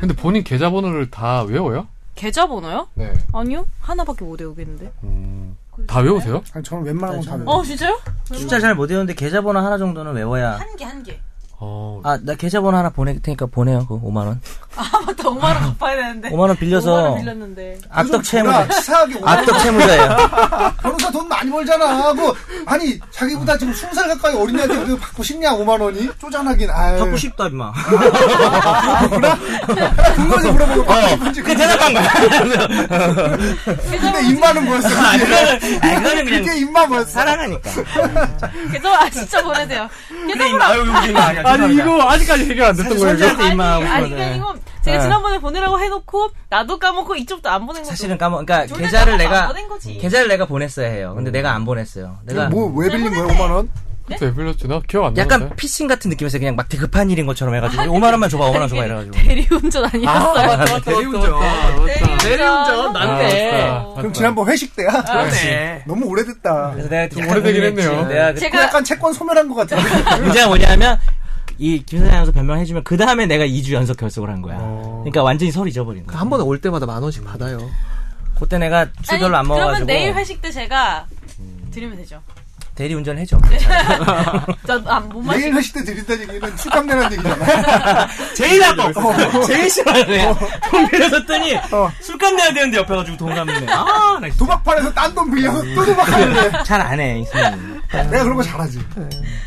Speaker 1: 근데 본인 계좌번호를 다 외워요?
Speaker 3: 계좌번호요?
Speaker 1: 네.
Speaker 3: 아니요. 하나밖에 못 외우겠는데.
Speaker 2: 네.
Speaker 1: 음. 다 외우세요?
Speaker 8: 아니, 저는 웬만한 건 다 외워요.
Speaker 3: 어, 진짜요?
Speaker 2: 숫자 잘 못 외우는데 계좌번호 하나 정도는 외워야.
Speaker 3: 한 개, 한 개.
Speaker 1: 어.
Speaker 2: 아, 나 계좌번호 하나 보낼 테니까 보내요. 그 5만 원.
Speaker 3: 아, 맞다. 5만 원 갚아야 되는데.
Speaker 2: 5만 원
Speaker 3: 5만
Speaker 2: 빌려서 아,
Speaker 3: 원 빌렸는데.
Speaker 2: 악덕
Speaker 8: 야,
Speaker 2: 채무자.
Speaker 8: 치사하게 오늘
Speaker 2: 악덕 채무자예요.
Speaker 8: 변호사 돈 많이 벌잖아 하고 아니 자기보다 지금 20살 가까이 어린 애한테 그래도 받고 싶냐 5만 원이 쪼잔하긴 아유
Speaker 2: 받고 싶다, 임마.
Speaker 8: 그거지 물어보고 받고 싶은지
Speaker 2: 그 대답한 거야.
Speaker 8: 근데 입만은 뭐였어
Speaker 2: 아, 그거는, 아, 그거는
Speaker 8: 그게
Speaker 2: 그냥
Speaker 8: 입만 뭐였어
Speaker 2: 사랑하니까.
Speaker 3: 계좌 아 진짜 보내세요.
Speaker 2: 그래, 임마. 아유, 이거 임마. 아니야,
Speaker 1: 아니
Speaker 2: 죄송합니다.
Speaker 1: 이거 아직까지 해결 안 됐던 거예요. 이거?
Speaker 2: 손자한테
Speaker 3: 아니,
Speaker 2: 임마.
Speaker 3: 아니 그러니까 이건 제가
Speaker 2: 네.
Speaker 3: 지난번에 보내라고 해놓고 나도 까먹고 이쪽도 안 보낸 거죠.
Speaker 2: 사실은 까먹, 그러니까
Speaker 3: 졸려서
Speaker 2: 계좌를
Speaker 3: 안
Speaker 2: 내가,
Speaker 3: 보낸 거지.
Speaker 2: 계좌를 내가 보냈어야 해요. 근데 내가 안 보냈어요. 내가
Speaker 8: 뭐왜 빌린 거야 5만 원?
Speaker 1: 그때 왜 네, 빌렸지? 나 기억 안 나는데.
Speaker 2: 약간 피싱 같은 느낌에서 그냥 막 되게 급한 일인 것처럼 해가지고 5만 원만 줘봐, 5만 원 줘봐 이래가지고.
Speaker 3: 대리운전 아니었어요?
Speaker 1: 대리운전.
Speaker 7: 대리운전
Speaker 1: 맞다,
Speaker 2: 맞네.
Speaker 1: 맞다.
Speaker 8: 그럼 지난번 회식 때야
Speaker 2: 맞네.
Speaker 8: 너무 오래됐다 뭐
Speaker 2: 그래서 내가 좀
Speaker 1: 오래되긴 했네요.
Speaker 2: 내가 그
Speaker 3: 제가
Speaker 8: 약간 채권 소멸한 것 같아
Speaker 2: 문제가 뭐냐면 이 김선장에서 변명해주면 그 다음에 내가 2주 연속 결석을 한 거야.
Speaker 1: 어.
Speaker 2: 그러니까 완전히 서로 잊어버린 거야.
Speaker 4: 한 번에 올 때마다 만 원씩 받아요.
Speaker 2: 그때 내가 술 별로 안
Speaker 3: 그러면
Speaker 2: 먹어가지고
Speaker 3: 내일 회식 때 제가 드리면 되죠.
Speaker 2: 대리 운전을 해줘.
Speaker 3: 저안못 마시.
Speaker 8: 내일 회식 때 드린다는 얘기는 술값 내라는 얘기잖아
Speaker 2: 제일 나빠. 제일 싫어하네. 돈 빌려줬더니
Speaker 1: 어.
Speaker 2: 술값 내야 되는데 옆에 가지고 돈 갚네. 아,
Speaker 8: 도박판에서 딴 돈 빌려서
Speaker 2: 음.
Speaker 8: 또 도박하는데
Speaker 2: 잘안 해. 이 사람.
Speaker 8: 내가 그런 거 잘하지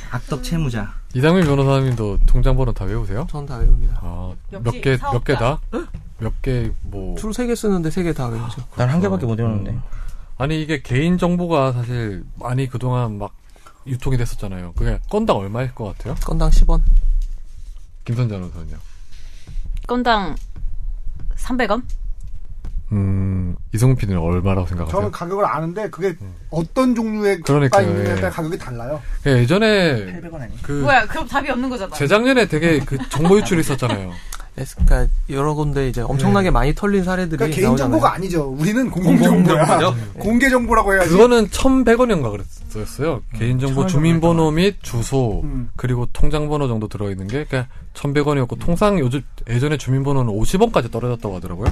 Speaker 2: 악덕 채무자.
Speaker 1: 이상민 변호사님도 통장번호 다 외우세요?
Speaker 4: 전 다 외웁니다.
Speaker 1: 아,
Speaker 3: 역시
Speaker 1: 몇 개, 몇
Speaker 3: 사업가.
Speaker 1: 개다? 몇 개, 뭐.
Speaker 4: 주로 세 개 쓰는데 세 개 다 외우죠.
Speaker 2: 난 한 개밖에 못 외우는데.
Speaker 1: 아니, 이게 개인정보가 사실 많이 그동안 막 유통이 됐었잖아요. 그게 건당 얼마일 것 같아요?
Speaker 4: 건당 10원.
Speaker 1: 김선재 아나운서는요?
Speaker 3: 건당 300원?
Speaker 1: 음, 이승훈 PD는 얼마라고 생각하세요?
Speaker 8: 저는 가격을 아는데 그게 어떤 종류의
Speaker 1: 그러니까요,
Speaker 8: 빵이냐에
Speaker 1: 예.
Speaker 8: 따라 가격이 달라요
Speaker 1: 예, 예전에
Speaker 2: 800원 아니야?
Speaker 1: 그
Speaker 3: 뭐야? 그럼 답이 없는 거잖아.
Speaker 1: 재작년에 되게 그 정보 유출이 있었잖아요.
Speaker 4: 에스- 그러니까 여러 군데 이제 엄청나게 많이 털린 사례들이
Speaker 8: 네. 그러니까
Speaker 4: 네, 나오잖아요.
Speaker 8: 개인정보가 아니죠 우리는 공공정보야 공개정보라고 해야지
Speaker 1: 그거는 1,100원인가 그랬었어요. 개인정보
Speaker 2: 1,100원
Speaker 1: 주민번호 및 주소
Speaker 8: 음.
Speaker 1: 그리고 통장번호 정도 들어있는 게 그러니까 1,100원이었고 통상 요즘 예전에 주민번호는 50원까지 떨어졌다고 하더라고요.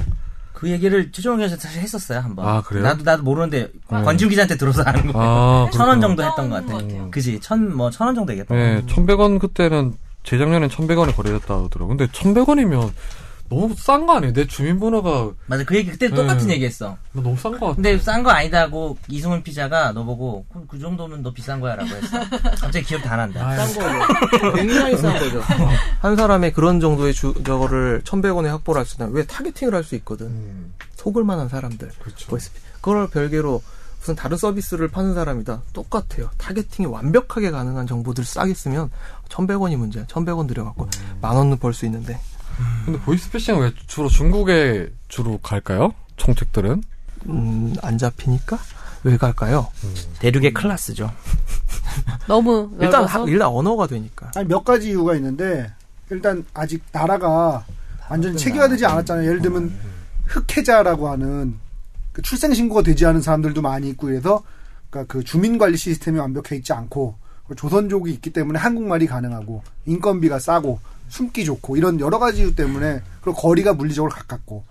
Speaker 2: 그 얘기를 최종 의견에서 사실 했었어요 한 번.
Speaker 1: 아, 그래요? 네.
Speaker 2: 나도 나도 모르는데 권지훈 기자한테 들어서 아는 거예요.
Speaker 1: 아,
Speaker 2: 천
Speaker 1: 그렇구나.
Speaker 2: 원 정도 했던 것
Speaker 3: 나오는 것
Speaker 2: 같아.
Speaker 3: 같아요.
Speaker 2: 그지? 천 뭐 천 원 정도 얘기했던 것
Speaker 1: 예, 1,100원 그때는 재작년엔 1,100원에 거래됐다 하더라고. 근데 1,100원이면 너무 싼 거 아니에요? 내 주민번호가
Speaker 2: 맞아 그 얘기 그때 똑같은
Speaker 1: 네.
Speaker 2: 얘기했어.
Speaker 1: 너무 싼 거 같아.
Speaker 2: 근데 싼 거 아니다고 이승훈 피자가 너 보고 그, 그 정도면 너 비싼 거야라고 했어. 갑자기 기억 다 난다.
Speaker 1: 아유,
Speaker 7: 거죠. 굉장히 싼 거죠.
Speaker 4: 한 사람의 그런 정도의 주, 저거를 1,100원에 확보를 할 수 있다면 왜 타겟팅을 할 수 있거든.
Speaker 1: 음,
Speaker 4: 속을 만한 사람들.
Speaker 1: 그렇죠.
Speaker 4: 보이스피. 그걸 별개로 무슨 다른 서비스를 파는 사람이다. 똑같아요. 타겟팅이 완벽하게 가능한 정보들 싸게 쓰면 1,100원이 문제야. 1,100원 들여갖고 만 원은 벌 수 있는데.
Speaker 1: 근데 보이스피싱은 왜 주로 중국에 주로 갈까요? 총책들은?
Speaker 4: 음, 안 잡히니까? 왜 갈까요?
Speaker 2: 대륙의 클라스죠.
Speaker 3: 너무
Speaker 4: 일단,
Speaker 3: 넓어서?
Speaker 4: 하- 일단 언어가 되니까.
Speaker 8: 아니 몇 가지 이유가 있는데 일단 아직 나라가 완전히 체계화되지 않았잖아요. 예를 들면 흑해자라고 하는 그 출생신고가 되지 않은 사람들도 많이 있고 그래서 그러니까 그 주민관리 시스템이 완벽해 있지 않고 그리고 조선족이 있기 때문에 한국말이 가능하고 인건비가 싸고 숨기 좋고 이런 여러 가지 이유 때문에 그리고 거리가 물리적으로 가깝고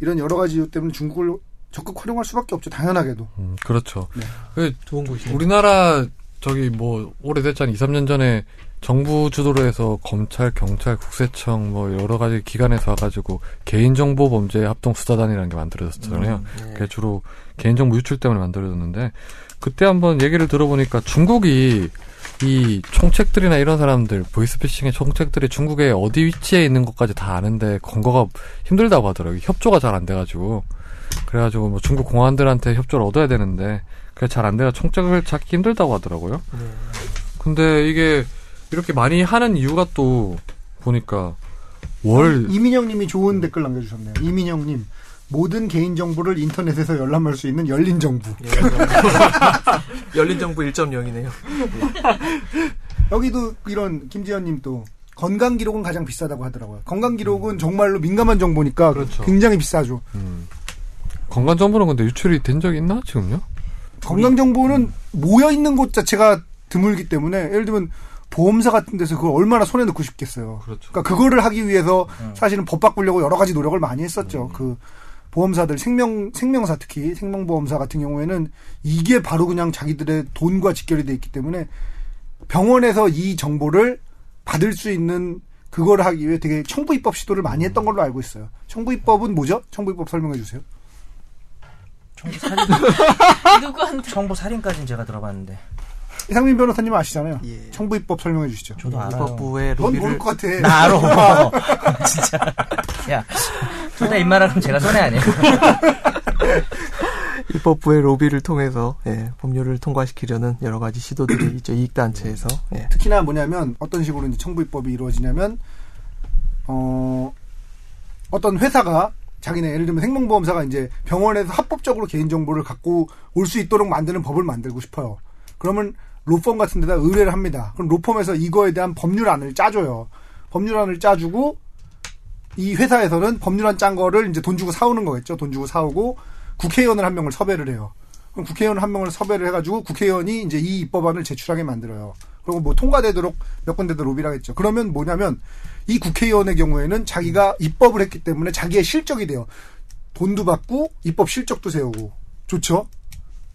Speaker 8: 이런 여러 가지 이유 때문에 중국을 적극 활용할 수밖에 없죠. 당연하게도.
Speaker 1: 음, 그렇죠. 그
Speaker 4: 좋은 곳이.
Speaker 1: 우리나라 저기 뭐 오래됐잖아. 2, 3년 전에 정부 주도로 해서 검찰, 경찰, 국세청 뭐 여러 가지 기관에서 와가지고 개인정보 범죄 합동 수사단이라는 게 만들어졌잖아요.
Speaker 2: 네.
Speaker 1: 그게 주로 개인정보 유출 때문에 만들어졌는데 그때 한번 얘기를 들어보니까 중국이 이 총책들이나 이런 사람들 보이스피싱의 총책들이 중국의 어디 위치에 있는 것까지 다 아는데 건거가 힘들다고 하더라고요. 협조가 잘 안 돼가지고 그래가지고 뭐 중국 공안들한테 협조를 얻어야 되는데 그게 잘 안 돼서 총책을 찾기 힘들다고 하더라고요. 근데 이게 이렇게 많이 하는 이유가 또 보니까 월
Speaker 8: 이민영님이 좋은 댓글 남겨주셨네요. 이민영님 모든 개인 정보를 인터넷에서 열람할 수 있는 열린 정부.
Speaker 4: 열린 정부 1.0이네요.
Speaker 8: 여기도 이런 김지현님 또 건강 기록은 가장 비싸다고 하더라고요. 건강 기록은 정말로 민감한 정보니까 굉장히 비싸죠.
Speaker 1: 건강 정보는 근데 유출이 된 적이 있나 지금요?
Speaker 8: 건강 정보는 모여 있는 곳 자체가 드물기 때문에 예를 들면 보험사 같은 데서 그걸 얼마나 손에 넣고 싶겠어요.
Speaker 1: 그렇죠.
Speaker 8: 그러니까 그거를 하기 위해서 사실은 법 바꾸려고 여러 가지 노력을 많이 했었죠. 그 보험사들 생명 생명사 특히 생명보험사 같은 경우에는 이게 바로 그냥 자기들의 돈과 직결이 돼 있기 때문에 병원에서 이 정보를 받을 수 있는 그걸 하기 위해 되게 청부 입법 시도를 많이 했던 걸로 알고 있어요. 청부 입법은 뭐죠? 청부 입법 설명해 주세요.
Speaker 2: 청부 살인
Speaker 3: 누구한테
Speaker 2: 청부 살인까지는 제가 들어봤는데
Speaker 8: 이상민 변호사님 아시잖아요.
Speaker 4: 예.
Speaker 8: 청부 입법 설명해 주시죠.
Speaker 2: 저도 알아요.
Speaker 4: 입법부의
Speaker 8: 넌 모를
Speaker 4: 로비를
Speaker 8: 것 같아.
Speaker 2: 나 알아. 진짜. 야, 둘 다 입만하면 제가 손해 아니에요.
Speaker 4: 입법부의 로비를 통해서 예, 법률을 통과시키려는 여러 가지 시도들이 있죠 이익 단체에서 예.
Speaker 8: 특히나 뭐냐면 어떤 식으로 이제 청부 입법이 이루어지냐면 어 어떤 회사가 자기네 예를 들면 생명보험사가 이제 병원에서 합법적으로 개인 정보를 갖고 올 수 있도록 만드는 법을 만들고 싶어요. 그러면 로펌 같은 데다 의뢰를 합니다. 그럼 로펌에서 이거에 대한 법률안을 짜줘요. 법률안을 짜주고 이 회사에서는 법률안 짠 거를 이제 돈 주고 사오는 거겠죠. 돈 주고 사오고 국회의원을 한 명을 섭외를 해요. 그럼 국회의원 한 명을 섭외를 해가지고 국회의원이 이제 이 입법안을 제출하게 만들어요. 그리고 뭐 통과되도록 몇 군데도 로비를 하겠죠. 그러면 뭐냐면 이 국회의원의 경우에는 자기가 입법을 했기 때문에 자기의 실적이 돼요. 돈도 받고 입법 실적도 세우고 좋죠.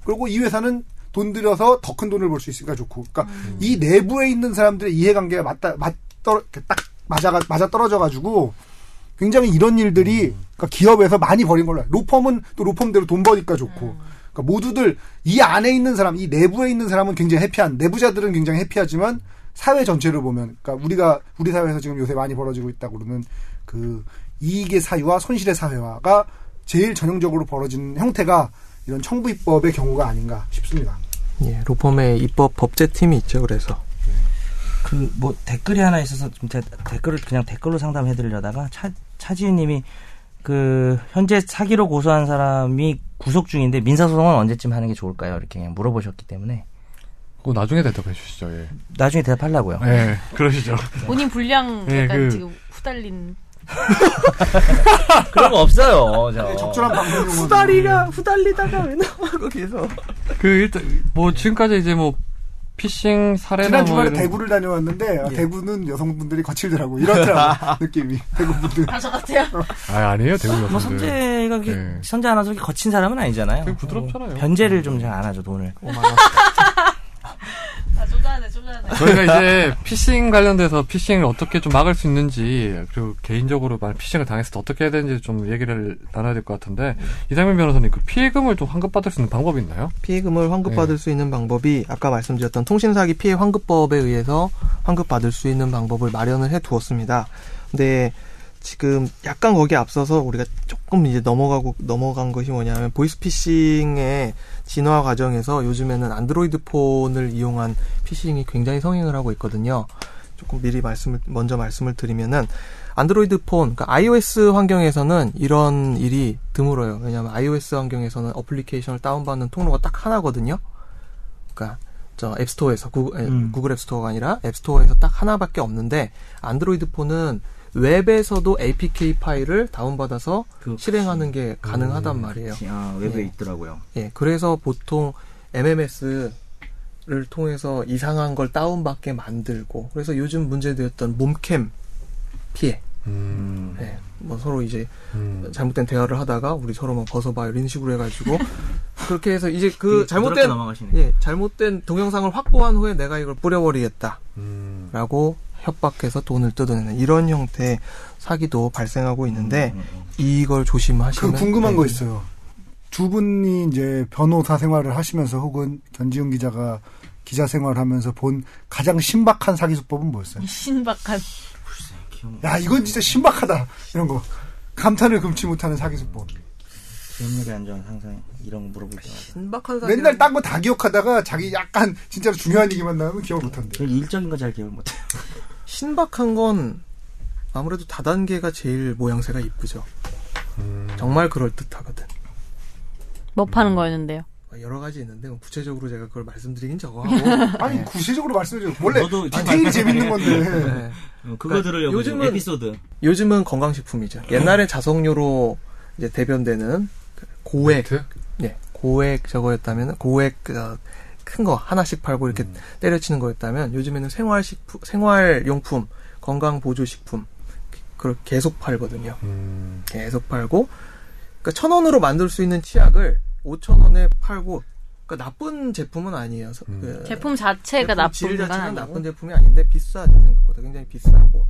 Speaker 8: 그리고 이 회사는 돈 들여서 더 큰 돈을 벌 수 있으니까 좋고. 그러니까 이 내부에 있는 사람들의 이해관계가 맞다 맞떨 딱 맞아 맞아 떨어져 가지고 굉장히 이런 일들이 그러니까 기업에서 많이 벌인 걸로 알아요. 로펌은 또 로펌대로 돈 버니까 좋고.
Speaker 4: 음.
Speaker 8: 그러니까 모두들 이 안에 있는 사람, 이 내부에 있는 사람은 굉장히 해피한 내부자들은 굉장히 해피하지만 사회 전체를 보면 그러니까 우리가 우리 사회에서 지금 요새 많이 벌어지고 있다고 그러는 그 이익의 사유와 손실의 사회화가 제일 전형적으로 벌어지는 형태가 이런 청부 입법의 경우가 아닌가 싶습니다.
Speaker 4: 예, 로펌의 입법 법제팀이 있죠 그래서
Speaker 2: 그 뭐 댓글이 하나 있어서 좀 제- 댓글을 그냥 댓글로 상담해드리려다가 차 차지은님이 그 현재 사기로 고소한 사람이 구속 중인데 민사 소송은 언제쯤 하는 게 좋을까요? 이렇게 그냥 물어보셨기 때문에
Speaker 1: 그거 나중에 대답해 주시죠. 예.
Speaker 2: 나중에 대답하려고요.
Speaker 1: 예, 그러시죠.
Speaker 3: 본인 불량
Speaker 4: 네,
Speaker 1: 예,
Speaker 3: 약간
Speaker 1: 그-
Speaker 3: 지금 후달린
Speaker 2: 아, 그런 거 없어요. 저.
Speaker 8: 적절한 방법으로
Speaker 4: 후달리다가 왜 나와 거기서
Speaker 1: 그 일단 뭐 지금까지 이제 뭐 피싱 사례나
Speaker 8: 예. 지난
Speaker 1: 뭐
Speaker 8: 주말에
Speaker 4: 네.
Speaker 1: 이런-
Speaker 8: 대구를 다녀왔는데 아, 대구는 여성분들이 거칠더라고 이렇더라고 느낌이 대구분들
Speaker 3: 다 저
Speaker 4: 어.
Speaker 3: 같아요.
Speaker 1: 아 아니에요 대구 여성들.
Speaker 2: 뭐 선재가 그렇게
Speaker 1: 네.
Speaker 2: 선재 아나운서 그렇게 거친 사람은 아니잖아요.
Speaker 1: 되게 부드럽잖아요.
Speaker 2: 변제를 좀 잘 안 하죠 돈을.
Speaker 3: 다 쫄아내 쫄아내.
Speaker 1: 저희가 이제 피싱 관련돼서 피싱을 어떻게 좀 막을 수 있는지 그리고 개인적으로 만 피싱을 당했을 때 어떻게 해야 되는지 좀 얘기를 나눠야 될 것 같은데 이상민 변호사님 그 피해금을 좀 환급받을 수 있는 방법이 있나요?
Speaker 4: 피해금을 환급받을 수 있는 방법이 아까 말씀드렸던 통신사기 피해 환급법에 의해서 환급받을 수 있는 방법을 마련을 해 두었습니다. 근데 지금 약간 거기에 앞서서 우리가 조금 이제 넘어가고 넘어간 것이 뭐냐면 보이스피싱의 진화 과정에서 요즘에는 안드로이드 폰을 이용한 피싱이 굉장히 성행을 하고 있거든요. 조금 미리 말씀을 먼저 말씀을 드리면은 안드로이드 폰, 그러니까 iOS 환경에서는 이런 일이 드물어요. 왜냐하면 iOS 환경에서는 어플리케이션을 다운받는 통로가 딱 하나거든요. 그러니까 저 앱스토어에서 구글,
Speaker 2: 음.
Speaker 4: 구글 앱스토어가 아니라 앱스토어에서 딱 하나밖에 없는데 안드로이드 폰은 웹에서도 APK 파일을 다운받아서
Speaker 2: 그-
Speaker 4: 실행하는 게 가능하단 말이에요.
Speaker 2: 아,
Speaker 4: 웹에 예.
Speaker 2: 있더라고요.
Speaker 4: 예, 그래서 보통 MMS를 통해서 이상한 걸 다운받게 만들고, 그래서 요즘 문제되었던 몸캠 피해.
Speaker 1: 음,
Speaker 4: 예, 뭐 서로 이제
Speaker 1: 음.
Speaker 4: 뭐 잘못된 대화를 하다가 우리 서로 막 벗어봐 이런 식으로 해가지고 그렇게 해서 이제 그
Speaker 2: 되게 부드럽게
Speaker 4: 잘못된
Speaker 2: 음, 넘어가시네요.
Speaker 4: 예, 잘못된 동영상을 확보한 후에 내가 이걸 뿌려버리겠다.
Speaker 1: 음.
Speaker 4: 라고 협박해서 돈을 뜯어내는 이런 형태의 사기도 발생하고 있는데 이걸
Speaker 8: 그
Speaker 4: 조심하시면
Speaker 8: 궁금한
Speaker 4: 네.
Speaker 8: 거 있어요. 두 분이 이제 변호사 생활을 하시면서 혹은 견지훈 기자가 기자 생활을 하면서 본 가장 신박한 사기 수법은 뭐였어요?
Speaker 3: 신박한.
Speaker 2: 글쎄,
Speaker 4: 음.
Speaker 2: 기억,
Speaker 8: 야, 이건 진짜 신박하다. 이런 거. 감탄을 금치 못하는 사기 수법.
Speaker 2: 기억력이 안 좋은 항상 이런 거 물어보죠.
Speaker 4: 신박한 사기
Speaker 8: 맨날 딴 거 다 기억하다가 자기 약간 진짜로 중요한 얘기만 나오면 기억 못한대.
Speaker 2: 일적인 거 잘 기억 못해요.
Speaker 4: 신박한 건 아무래도 다단계가 제일 모양새가 이쁘죠. 정말 그럴 듯하거든.
Speaker 5: 뭐 파는 거였는데요?
Speaker 4: 여러 가지 있는데 뭐 구체적으로 제가 그걸 말씀드리긴 저거하고
Speaker 8: 아니, 구체적으로 말씀해줘요. 원래
Speaker 2: 저도 이제
Speaker 8: 디테일이
Speaker 2: 말-
Speaker 8: 재밌는
Speaker 4: 네.
Speaker 8: 건데.
Speaker 2: 어,
Speaker 4: 그러니까
Speaker 2: 그거 들으려고
Speaker 4: 요즘은-
Speaker 2: 요즘은 에피소드.
Speaker 4: 요즘은 건강식품이죠. 옛날에 자석료로 이제 대변되는 그 고액,
Speaker 1: 트
Speaker 4: 예, 고액 저거였다면 고액 어, 큰 거 하나씩 팔고 이렇게 때려치는 거였다면 요즘에는 생활식품, 생활용품, 건강보조식품 그걸 계속 팔거든요.
Speaker 1: 음.
Speaker 4: 계속 팔고 그러니까 천 원으로 만들 수 있는 치약을 오천 원에 팔고 그러니까 나쁜 제품은 아니에요. 서-
Speaker 1: 음.
Speaker 4: 그
Speaker 5: 제품 자체가
Speaker 4: 제품
Speaker 5: 나쁜
Speaker 4: 질
Speaker 5: 건
Speaker 4: 자체는
Speaker 5: 아니고.
Speaker 4: 나쁜 제품이 아닌데 비싸죠 생각보다 굉장히 비싸고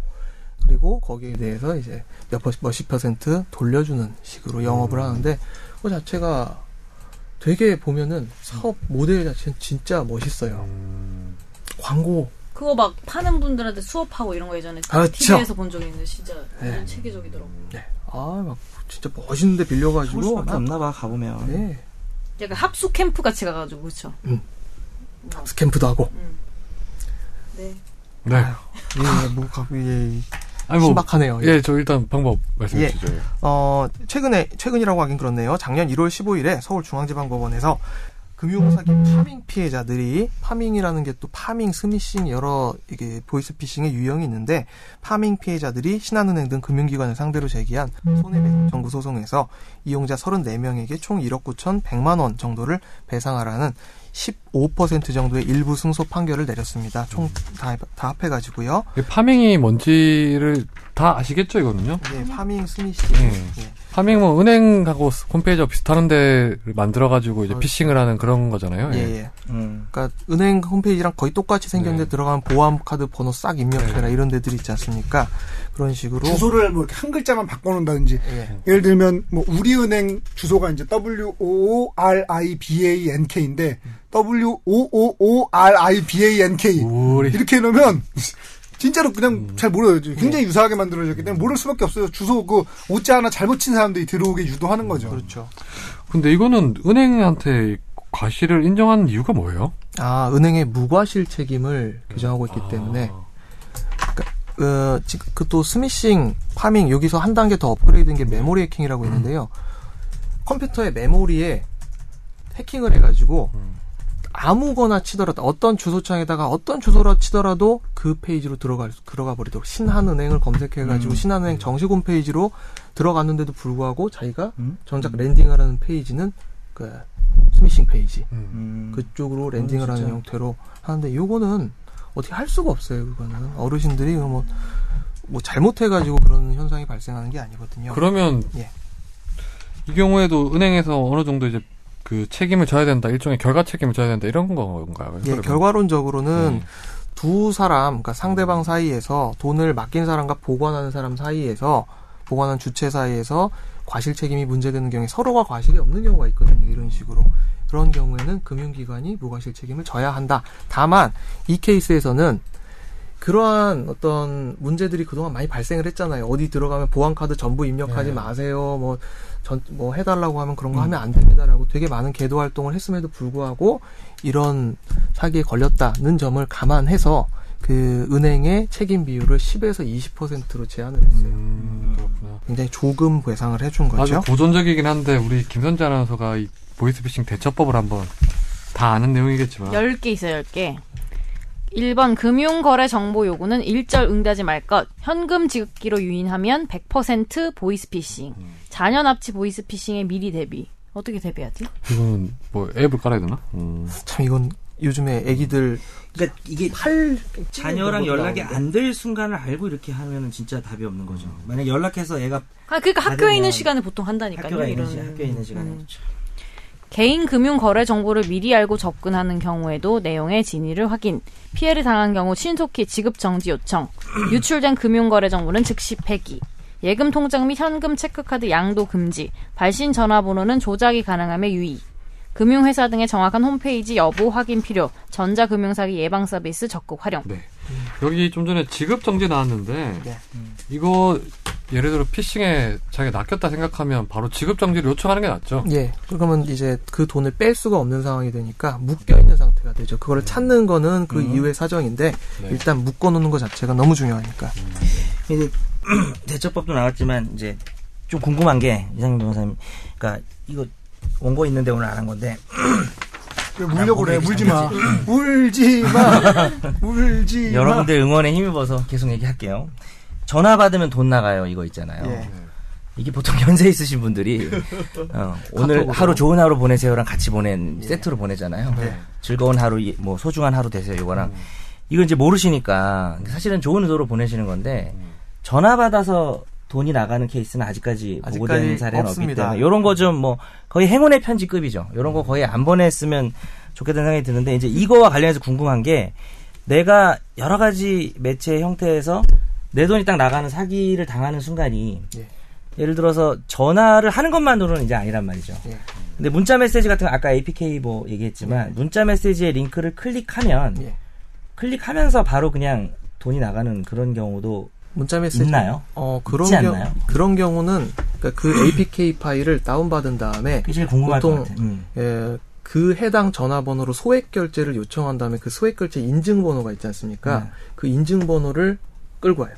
Speaker 4: 그리고 거기에 대해서 이제 몇 퍼- 몇십 퍼센트 돌려주는 식으로
Speaker 2: 음.
Speaker 4: 영업을 하는데 그 자체가 되게 보면은 사업 모델 자체는 진짜 멋있어요.
Speaker 2: 음.
Speaker 4: 광고
Speaker 3: 그거 막 파는 분들한테 수업하고 이런 거 예전에
Speaker 4: 그렇죠.
Speaker 3: TV에서 본 적이 있는데 진짜
Speaker 4: 네.
Speaker 3: 너무 체계적이더라고.
Speaker 4: 아 막 진짜 멋있는데
Speaker 2: 죽을
Speaker 4: 빌려가지고
Speaker 2: 수밖에 없나 봐 가보면.
Speaker 4: 네.
Speaker 3: 약간 합숙 캠프 같이 가가지고 그렇죠.
Speaker 4: 스캠프도 하고
Speaker 3: 네.
Speaker 1: 네.
Speaker 4: 예뭐 예, 예.
Speaker 1: 아니 뭐
Speaker 4: 신박하네요. 예.
Speaker 1: 예, 저 일단 방법 말씀해
Speaker 4: 예.
Speaker 1: 주세요. 예.
Speaker 4: 어, 최근에, 최근이라고 하긴 그렇네요. 작년 1월 15일에 서울중앙지방법원에서 금융사기 파밍 피해자들이 파밍이라는 게 또 파밍, 스미싱 여러 이게 보이스피싱의 유형이 있는데 파밍 피해자들이 신한은행 등 금융기관을 상대로 제기한 손해배상 청구 소송에서 이용자 34명에게 총 1억 9천 100만 원 정도를 배상하라는 15% 정도의 일부 승소 판결을 내렸습니다. 총 다 합해가지고요.
Speaker 1: 이게 파밍이 뭔지를 다 아시겠죠, 이거는요?
Speaker 4: 예, 파밍, 스미싱.
Speaker 1: 음.
Speaker 4: 예.
Speaker 1: 파밍 뭐 은행하고 홈페이지와 비슷한 데를 만들어 가지고 이제
Speaker 4: 어.
Speaker 1: 피싱을 하는 그런 거잖아요.
Speaker 4: 예,
Speaker 1: 예.
Speaker 4: 예.
Speaker 2: 음.
Speaker 4: 그러니까 은행 홈페이지랑 거의 똑같이 생겼는데
Speaker 1: 네.
Speaker 4: 들어가면 보안 카드 번호 싹 입력해라 이런 데들 있지 않습니까? 그런 식으로
Speaker 8: 주소를 뭐 이렇게 한 글자만 바꿔놓는다든지
Speaker 4: 예.
Speaker 8: 예를 들면 뭐 우리은행 주소가 이제 W O O R I B A N K인데 W O O O R I B A N K
Speaker 1: 우리
Speaker 8: 이렇게 해 놓으면 진짜로 그냥 잘 몰라요. 굉장히 유사하게 만들어졌기 때문에 모를 수밖에 없어요. 주소 그 오자 하나 잘못 친 사람들이 들어오게 유도하는 거죠.
Speaker 4: 그렇죠.
Speaker 1: 근데 이거는 은행한테 과실을 인정하는 이유가 뭐예요?
Speaker 4: 아 은행의 무과실 책임을 규정하고
Speaker 1: 아.
Speaker 4: 있기 때문에 어, 그또 스미싱, 파밍 여기서 한 단계 더 업그레이드된 게 메모리 해킹이라고 있는데요. 컴퓨터의 메모리에 해킹을 해가지고 아무거나 치더라도 어떤 주소창에다가 어떤 주소라 치더라도 그 페이지로 들어갈 수- 들어가 버리도록 신한은행을 검색해가지고 신한은행 정식 홈페이지로 들어갔는데도 불구하고 자기가
Speaker 2: 음?
Speaker 4: 정작 랜딩하라는 페이지는 그 스미싱 페이지
Speaker 2: 음.
Speaker 1: 아,
Speaker 4: 그쪽으로 랜딩을
Speaker 2: 음, 진짜.
Speaker 4: 하는 형태로 하는데 요거는 어떻게 할 수가 없어요 그거는 어르신들이 그거 뭐, 뭐 잘못해가지고 그런 현상이 발생하는 게 아니거든요
Speaker 1: 그러면
Speaker 4: 예.
Speaker 1: 이 경우에도 은행에서 어느 정도 이제 그 책임을 져야 된다, 일종의 결과 책임을 져야 된다 이런 건가요?
Speaker 4: 예,
Speaker 1: 그러면?
Speaker 4: 결과론적으로는
Speaker 1: 네.
Speaker 4: 두 사람 그러니까 상대방 사이에서 돈을 맡긴 사람과 보관하는 사람 사이에서 보관한 주체 사이에서 과실 책임이 문제되는 경우에 서로가 과실이 없는 경우가 있거든요 이런 식으로 그런 경우에는 금융기관이 무과실 책임을 져야 한다 다만 이 케이스에서는 그러한 어떤 문제들이 그동안 많이 발생을 했잖아요. 어디 들어가면 보안카드 전부 입력하지
Speaker 1: 네. 음.
Speaker 4: 마세요. 뭐, 전, 뭐 해달라고 하면 그런 거 하면 안 됩니다라고 되게 많은 계도 활동을 했음에도 불구하고 이런 사기에 걸렸다는 점을 감안해서 그 은행의 책임 비율을 10에서 20%로 제한을 했어요.
Speaker 1: 음, 그렇구나.
Speaker 4: 굉장히 조금 배상을 해준
Speaker 1: 아주
Speaker 4: 거죠.
Speaker 1: 고전적이긴 한데 우리 김선재 아나운서가 이 보이스피싱 대처법을 한번 다 아는 내용이겠지만
Speaker 5: 10개 있어요, 10개. 1번 금융거래 정보 요구는 일절 응대하지 말 것. 현금 지급기로 유인하면 100% 보이스피싱. 자녀 납치 보이스피싱에 미리 대비. 어떻게 대비하지?
Speaker 1: 이거는 뭐 앱을 깔아야 되나? 음.
Speaker 4: 참 이건 요즘에 애기들
Speaker 2: 그러니까 이게
Speaker 4: 팔
Speaker 2: 자녀랑
Speaker 4: 찌르는
Speaker 2: 연락이
Speaker 4: 것도
Speaker 2: 안 될 순간을 알고 이렇게 하면은 진짜 답이 없는 거죠. 만약 연락해서 애가
Speaker 3: 아, 그러니까 학교에
Speaker 2: 맞으면
Speaker 3: 있는 시간에 보통 한다니까요.
Speaker 2: 학교가 있는
Speaker 3: 이런.
Speaker 2: 시간, 학교에 있는 시간에
Speaker 3: 음.
Speaker 5: 개인 금융 거래 정보를 미리 알고 접근하는 경우에도 내용의 진위를 확인. 피해를 당한 경우 신속히 지급 정지 요청. 유출된 금융 거래 정보는 즉시 폐기. 예금 통장 및 현금 체크카드 양도 금지. 발신 전화번호는 조작이 가능함에 유의. 금융회사 등의 정확한 홈페이지 여부 확인 필요. 전자금융사기 예방 서비스 적극 활용.
Speaker 1: 네.
Speaker 2: 음.
Speaker 1: 여기 좀 전에 지급 정지 나왔는데
Speaker 2: 네.
Speaker 1: 이거 예를 들어 피싱에 자기가 낚였다 생각하면 바로 지급 정지를 요청하는 게 낫죠.
Speaker 4: 예. 그러면 이제 그 돈을 뺄 수가 없는 상황이 되니까 묶여 있는 상태가 되죠.
Speaker 2: 음.
Speaker 4: 그거를 찾는 거는 그 이후의 사정인데
Speaker 2: 네.
Speaker 4: 일단 묶어 놓는 것 자체가 너무 중요하니까.
Speaker 2: 이제 대처법도 나왔지만 이제 좀 궁금한 게 이상민 변호사님, 그러니까 이거 원고 있는데 오늘 안 한 건데
Speaker 8: 왜 물려고 그래?
Speaker 2: 아,
Speaker 8: 울지 마. 울지 마. 울지 마.
Speaker 2: 여러분들 응원에 힘입어서 계속 얘기할게요. 전화 받으면 돈 나가요 이거 있잖아요.
Speaker 8: 예.
Speaker 2: 이게 보통 연세 있으신 분들이 어, 오늘
Speaker 4: 카톡으로.
Speaker 2: 하루 좋은 하루 보내세요랑 같이 보낸 세트로 보내잖아요.
Speaker 4: 네.
Speaker 2: 즐거운 하루, 이- 뭐 소중한 하루 되세요 이거랑 이건 이제 모르시니까 사실은 좋은 의도로 보내시는 건데 전화 받아서 돈이 나가는 케이스는 아직까지
Speaker 4: 아직까지
Speaker 2: 보고된 사례는 없기
Speaker 4: 없습니다. 음.
Speaker 2: 때문에 이런 거 좀 뭐 거의 행운의 편지급이죠. 이런 거 거의 안 보냈으면 좋겠다는 생각이 드는데 이제 이거와 관련해서 궁금한 게 내가 여러 가지 매체 형태에서 내 돈이 딱 나가는 사기를 당하는 순간이
Speaker 4: 예.
Speaker 2: 예를 들어서 전화를 하는 것만으로는 이제 아니란 말이죠.
Speaker 4: 예.
Speaker 2: 근데 문자 메시지 같은 거 아까 APK 뭐 얘기했지만 문자 메시지의 링크를 클릭하면
Speaker 4: 예.
Speaker 2: 클릭하면서 바로 그냥 돈이 나가는 그런 경우도
Speaker 4: 문자 메시지
Speaker 2: 있나요?
Speaker 4: 어 그런
Speaker 2: 있지
Speaker 4: 경우
Speaker 2: 않나요?
Speaker 4: 그런 경우는 그러니까 그 APK 파일을 다운 받은 다음에
Speaker 2: 그게 제일 궁금할
Speaker 4: 보통-
Speaker 2: 것 같아요. 음.
Speaker 4: 예, 그 해당 전화번호로 소액 결제를 요청한 다음에 그 소액 결제 인증번호가 있지 않습니까?
Speaker 2: 네.
Speaker 4: 그 인증번호를 끌고 와요.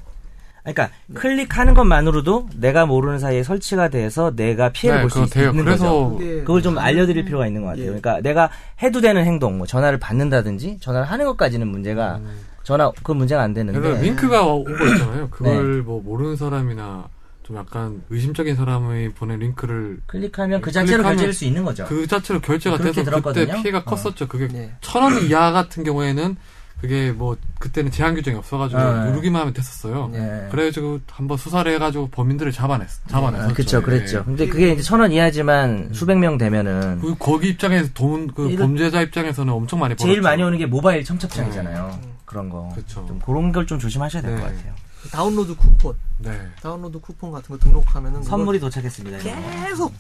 Speaker 2: 그러니까 클릭하는 것만으로도 내가 모르는 사이에 설치가 돼서 내가 피해를
Speaker 1: 네,
Speaker 2: 볼 수
Speaker 1: 그거 돼요.
Speaker 2: 있는 거죠.
Speaker 1: 그래서
Speaker 4: 그게
Speaker 2: 어, 그걸 좀 알려드릴 필요가 있는 것 같아요.
Speaker 4: 예.
Speaker 2: 그러니까 내가 해도 되는 행동, 뭐 전화를 받는다든지 전화를 하는 것까지는 문제가
Speaker 4: 음.
Speaker 2: 전화 그 문제가 안 되는데
Speaker 1: 예를 들어 링크가 온 거
Speaker 2: 네.
Speaker 1: 있잖아요. 그걸 뭐 모르는 사람이나 좀 약간 의심적인 사람이 보낸 링크를
Speaker 2: 클릭하면 그 자체로
Speaker 1: 클릭하면
Speaker 2: 결제할 수 있는 거죠.
Speaker 1: 그 자체로 결제가
Speaker 2: 그렇게
Speaker 1: 돼서
Speaker 2: 들었거든요.
Speaker 1: 그때 피해가
Speaker 2: 어.
Speaker 1: 컸었죠. 그게
Speaker 4: 네.
Speaker 1: 천 원 이하 같은 경우에는 그게 뭐 그때는 제한 규정이 없어가지고
Speaker 2: 네.
Speaker 1: 누르기만 하면 됐었어요.
Speaker 2: 네.
Speaker 1: 그래가지고 한번 수사를 해가지고 범인들을 잡아냈 잡아냈었죠.
Speaker 2: 아, 그쵸,
Speaker 1: 예.
Speaker 2: 그랬죠. 근데 그게 이제 천 원 이하지만
Speaker 4: 음.
Speaker 2: 수백 명 되면은
Speaker 1: 그 거기 입장에서 돈 그
Speaker 2: 이런-
Speaker 1: 범죄자 입장에서는 엄청 많이 벌었죠.
Speaker 2: 제일 많이 오는 게 모바일 첨첩장이잖아요.
Speaker 4: 음.
Speaker 2: 그런 거.
Speaker 1: 그렇죠. 그쵸.
Speaker 2: 좀 그런 걸 좀 조심하셔야 될 것
Speaker 1: 네.
Speaker 2: 같아요.
Speaker 4: 그 다운로드 쿠폰,
Speaker 1: 네.
Speaker 4: 다운로드 쿠폰 같은 거 등록하면은
Speaker 2: 선물이 도착했습니다. 이거.
Speaker 4: 그거 계속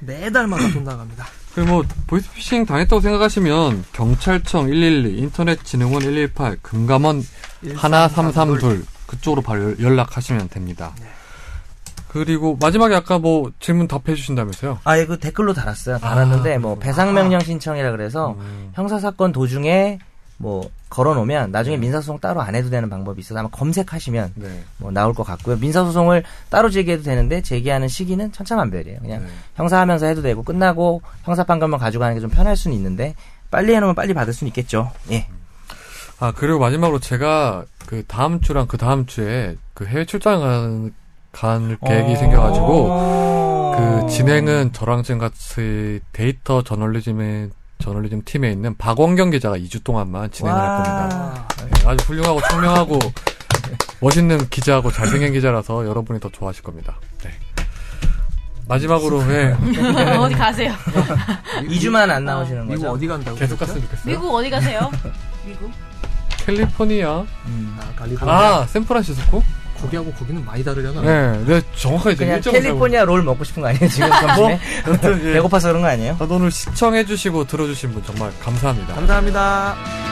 Speaker 4: 매달마다 돈 나갑니다.
Speaker 1: 그리고 뭐 보이스피싱 당했다고 생각하시면 경찰청 112, 인터넷진흥원 118, 금감원 1332 그쪽으로 바로 연- 연락하시면 됩니다.
Speaker 2: 네.
Speaker 1: 그리고 마지막에 아까 뭐 질문 답해 주신다면서요?
Speaker 2: 아, 이거 댓글로 달았어요. 달았는데 뭐 배상명령 신청이라 그래서
Speaker 1: 음,
Speaker 2: 형사 사건 도중에 뭐 걸어놓으면 나중에 민사소송 따로 안 해도 되는 방법이 있어서 아마 검색하시면
Speaker 1: 네.
Speaker 2: 뭐 나올 것 같고요. 민사소송을 따로 제기해도 되는데 제기하는 시기는 천차만별이에요.
Speaker 1: 네.
Speaker 2: 그냥 형사하면서 해도 되고 끝나고 형사 판결만 가져가는 게 좀 편할 수는 있는데 빨리 해놓으면 빨리 받을 수는 있겠죠. 예.
Speaker 1: 아 그리고 마지막으로 제가 그 다음 주랑 그 다음 주에 그 해외 출장 간, 간
Speaker 2: 어.
Speaker 1: 계획이 생겨가지고 그 진행은 저랑 지금 같이 데이터 저널리즘의 저널리즘 팀에 있는 박원경 기자가 2주 동안만 진행을 할 겁니다. 네, 아주 훌륭하고 청명하고 멋있는 기자하고 잘생긴 기자라서 여러분이 더 좋아하실 겁니다. 네. 마지막으로 예,
Speaker 3: 어디 가세요?
Speaker 2: 이주만안 나오시는
Speaker 4: 미국
Speaker 2: 거죠?
Speaker 4: 어디 간다고?
Speaker 1: 계속
Speaker 4: 그랬죠?
Speaker 1: 갔으면 좋겠어요.
Speaker 3: 미국 어디 가세요? 미국?
Speaker 1: 캘리포니아,
Speaker 4: 아, 갈리포니아.
Speaker 1: 아 샌프란시스코?
Speaker 4: 거기하고 거기는 많이 다르잖아.
Speaker 1: 네, 내가 정확하게 지금
Speaker 2: 그냥
Speaker 1: 일정을 세우고
Speaker 2: 캘리포니아 롤 먹고 싶은 거 아니에요 지금 점심에?
Speaker 1: 여튼 예.
Speaker 2: 배고파서 그런 거 아니에요?
Speaker 1: 아, 오늘 시청해주시고 들어주신 분 정말 감사합니다.
Speaker 4: 감사합니다.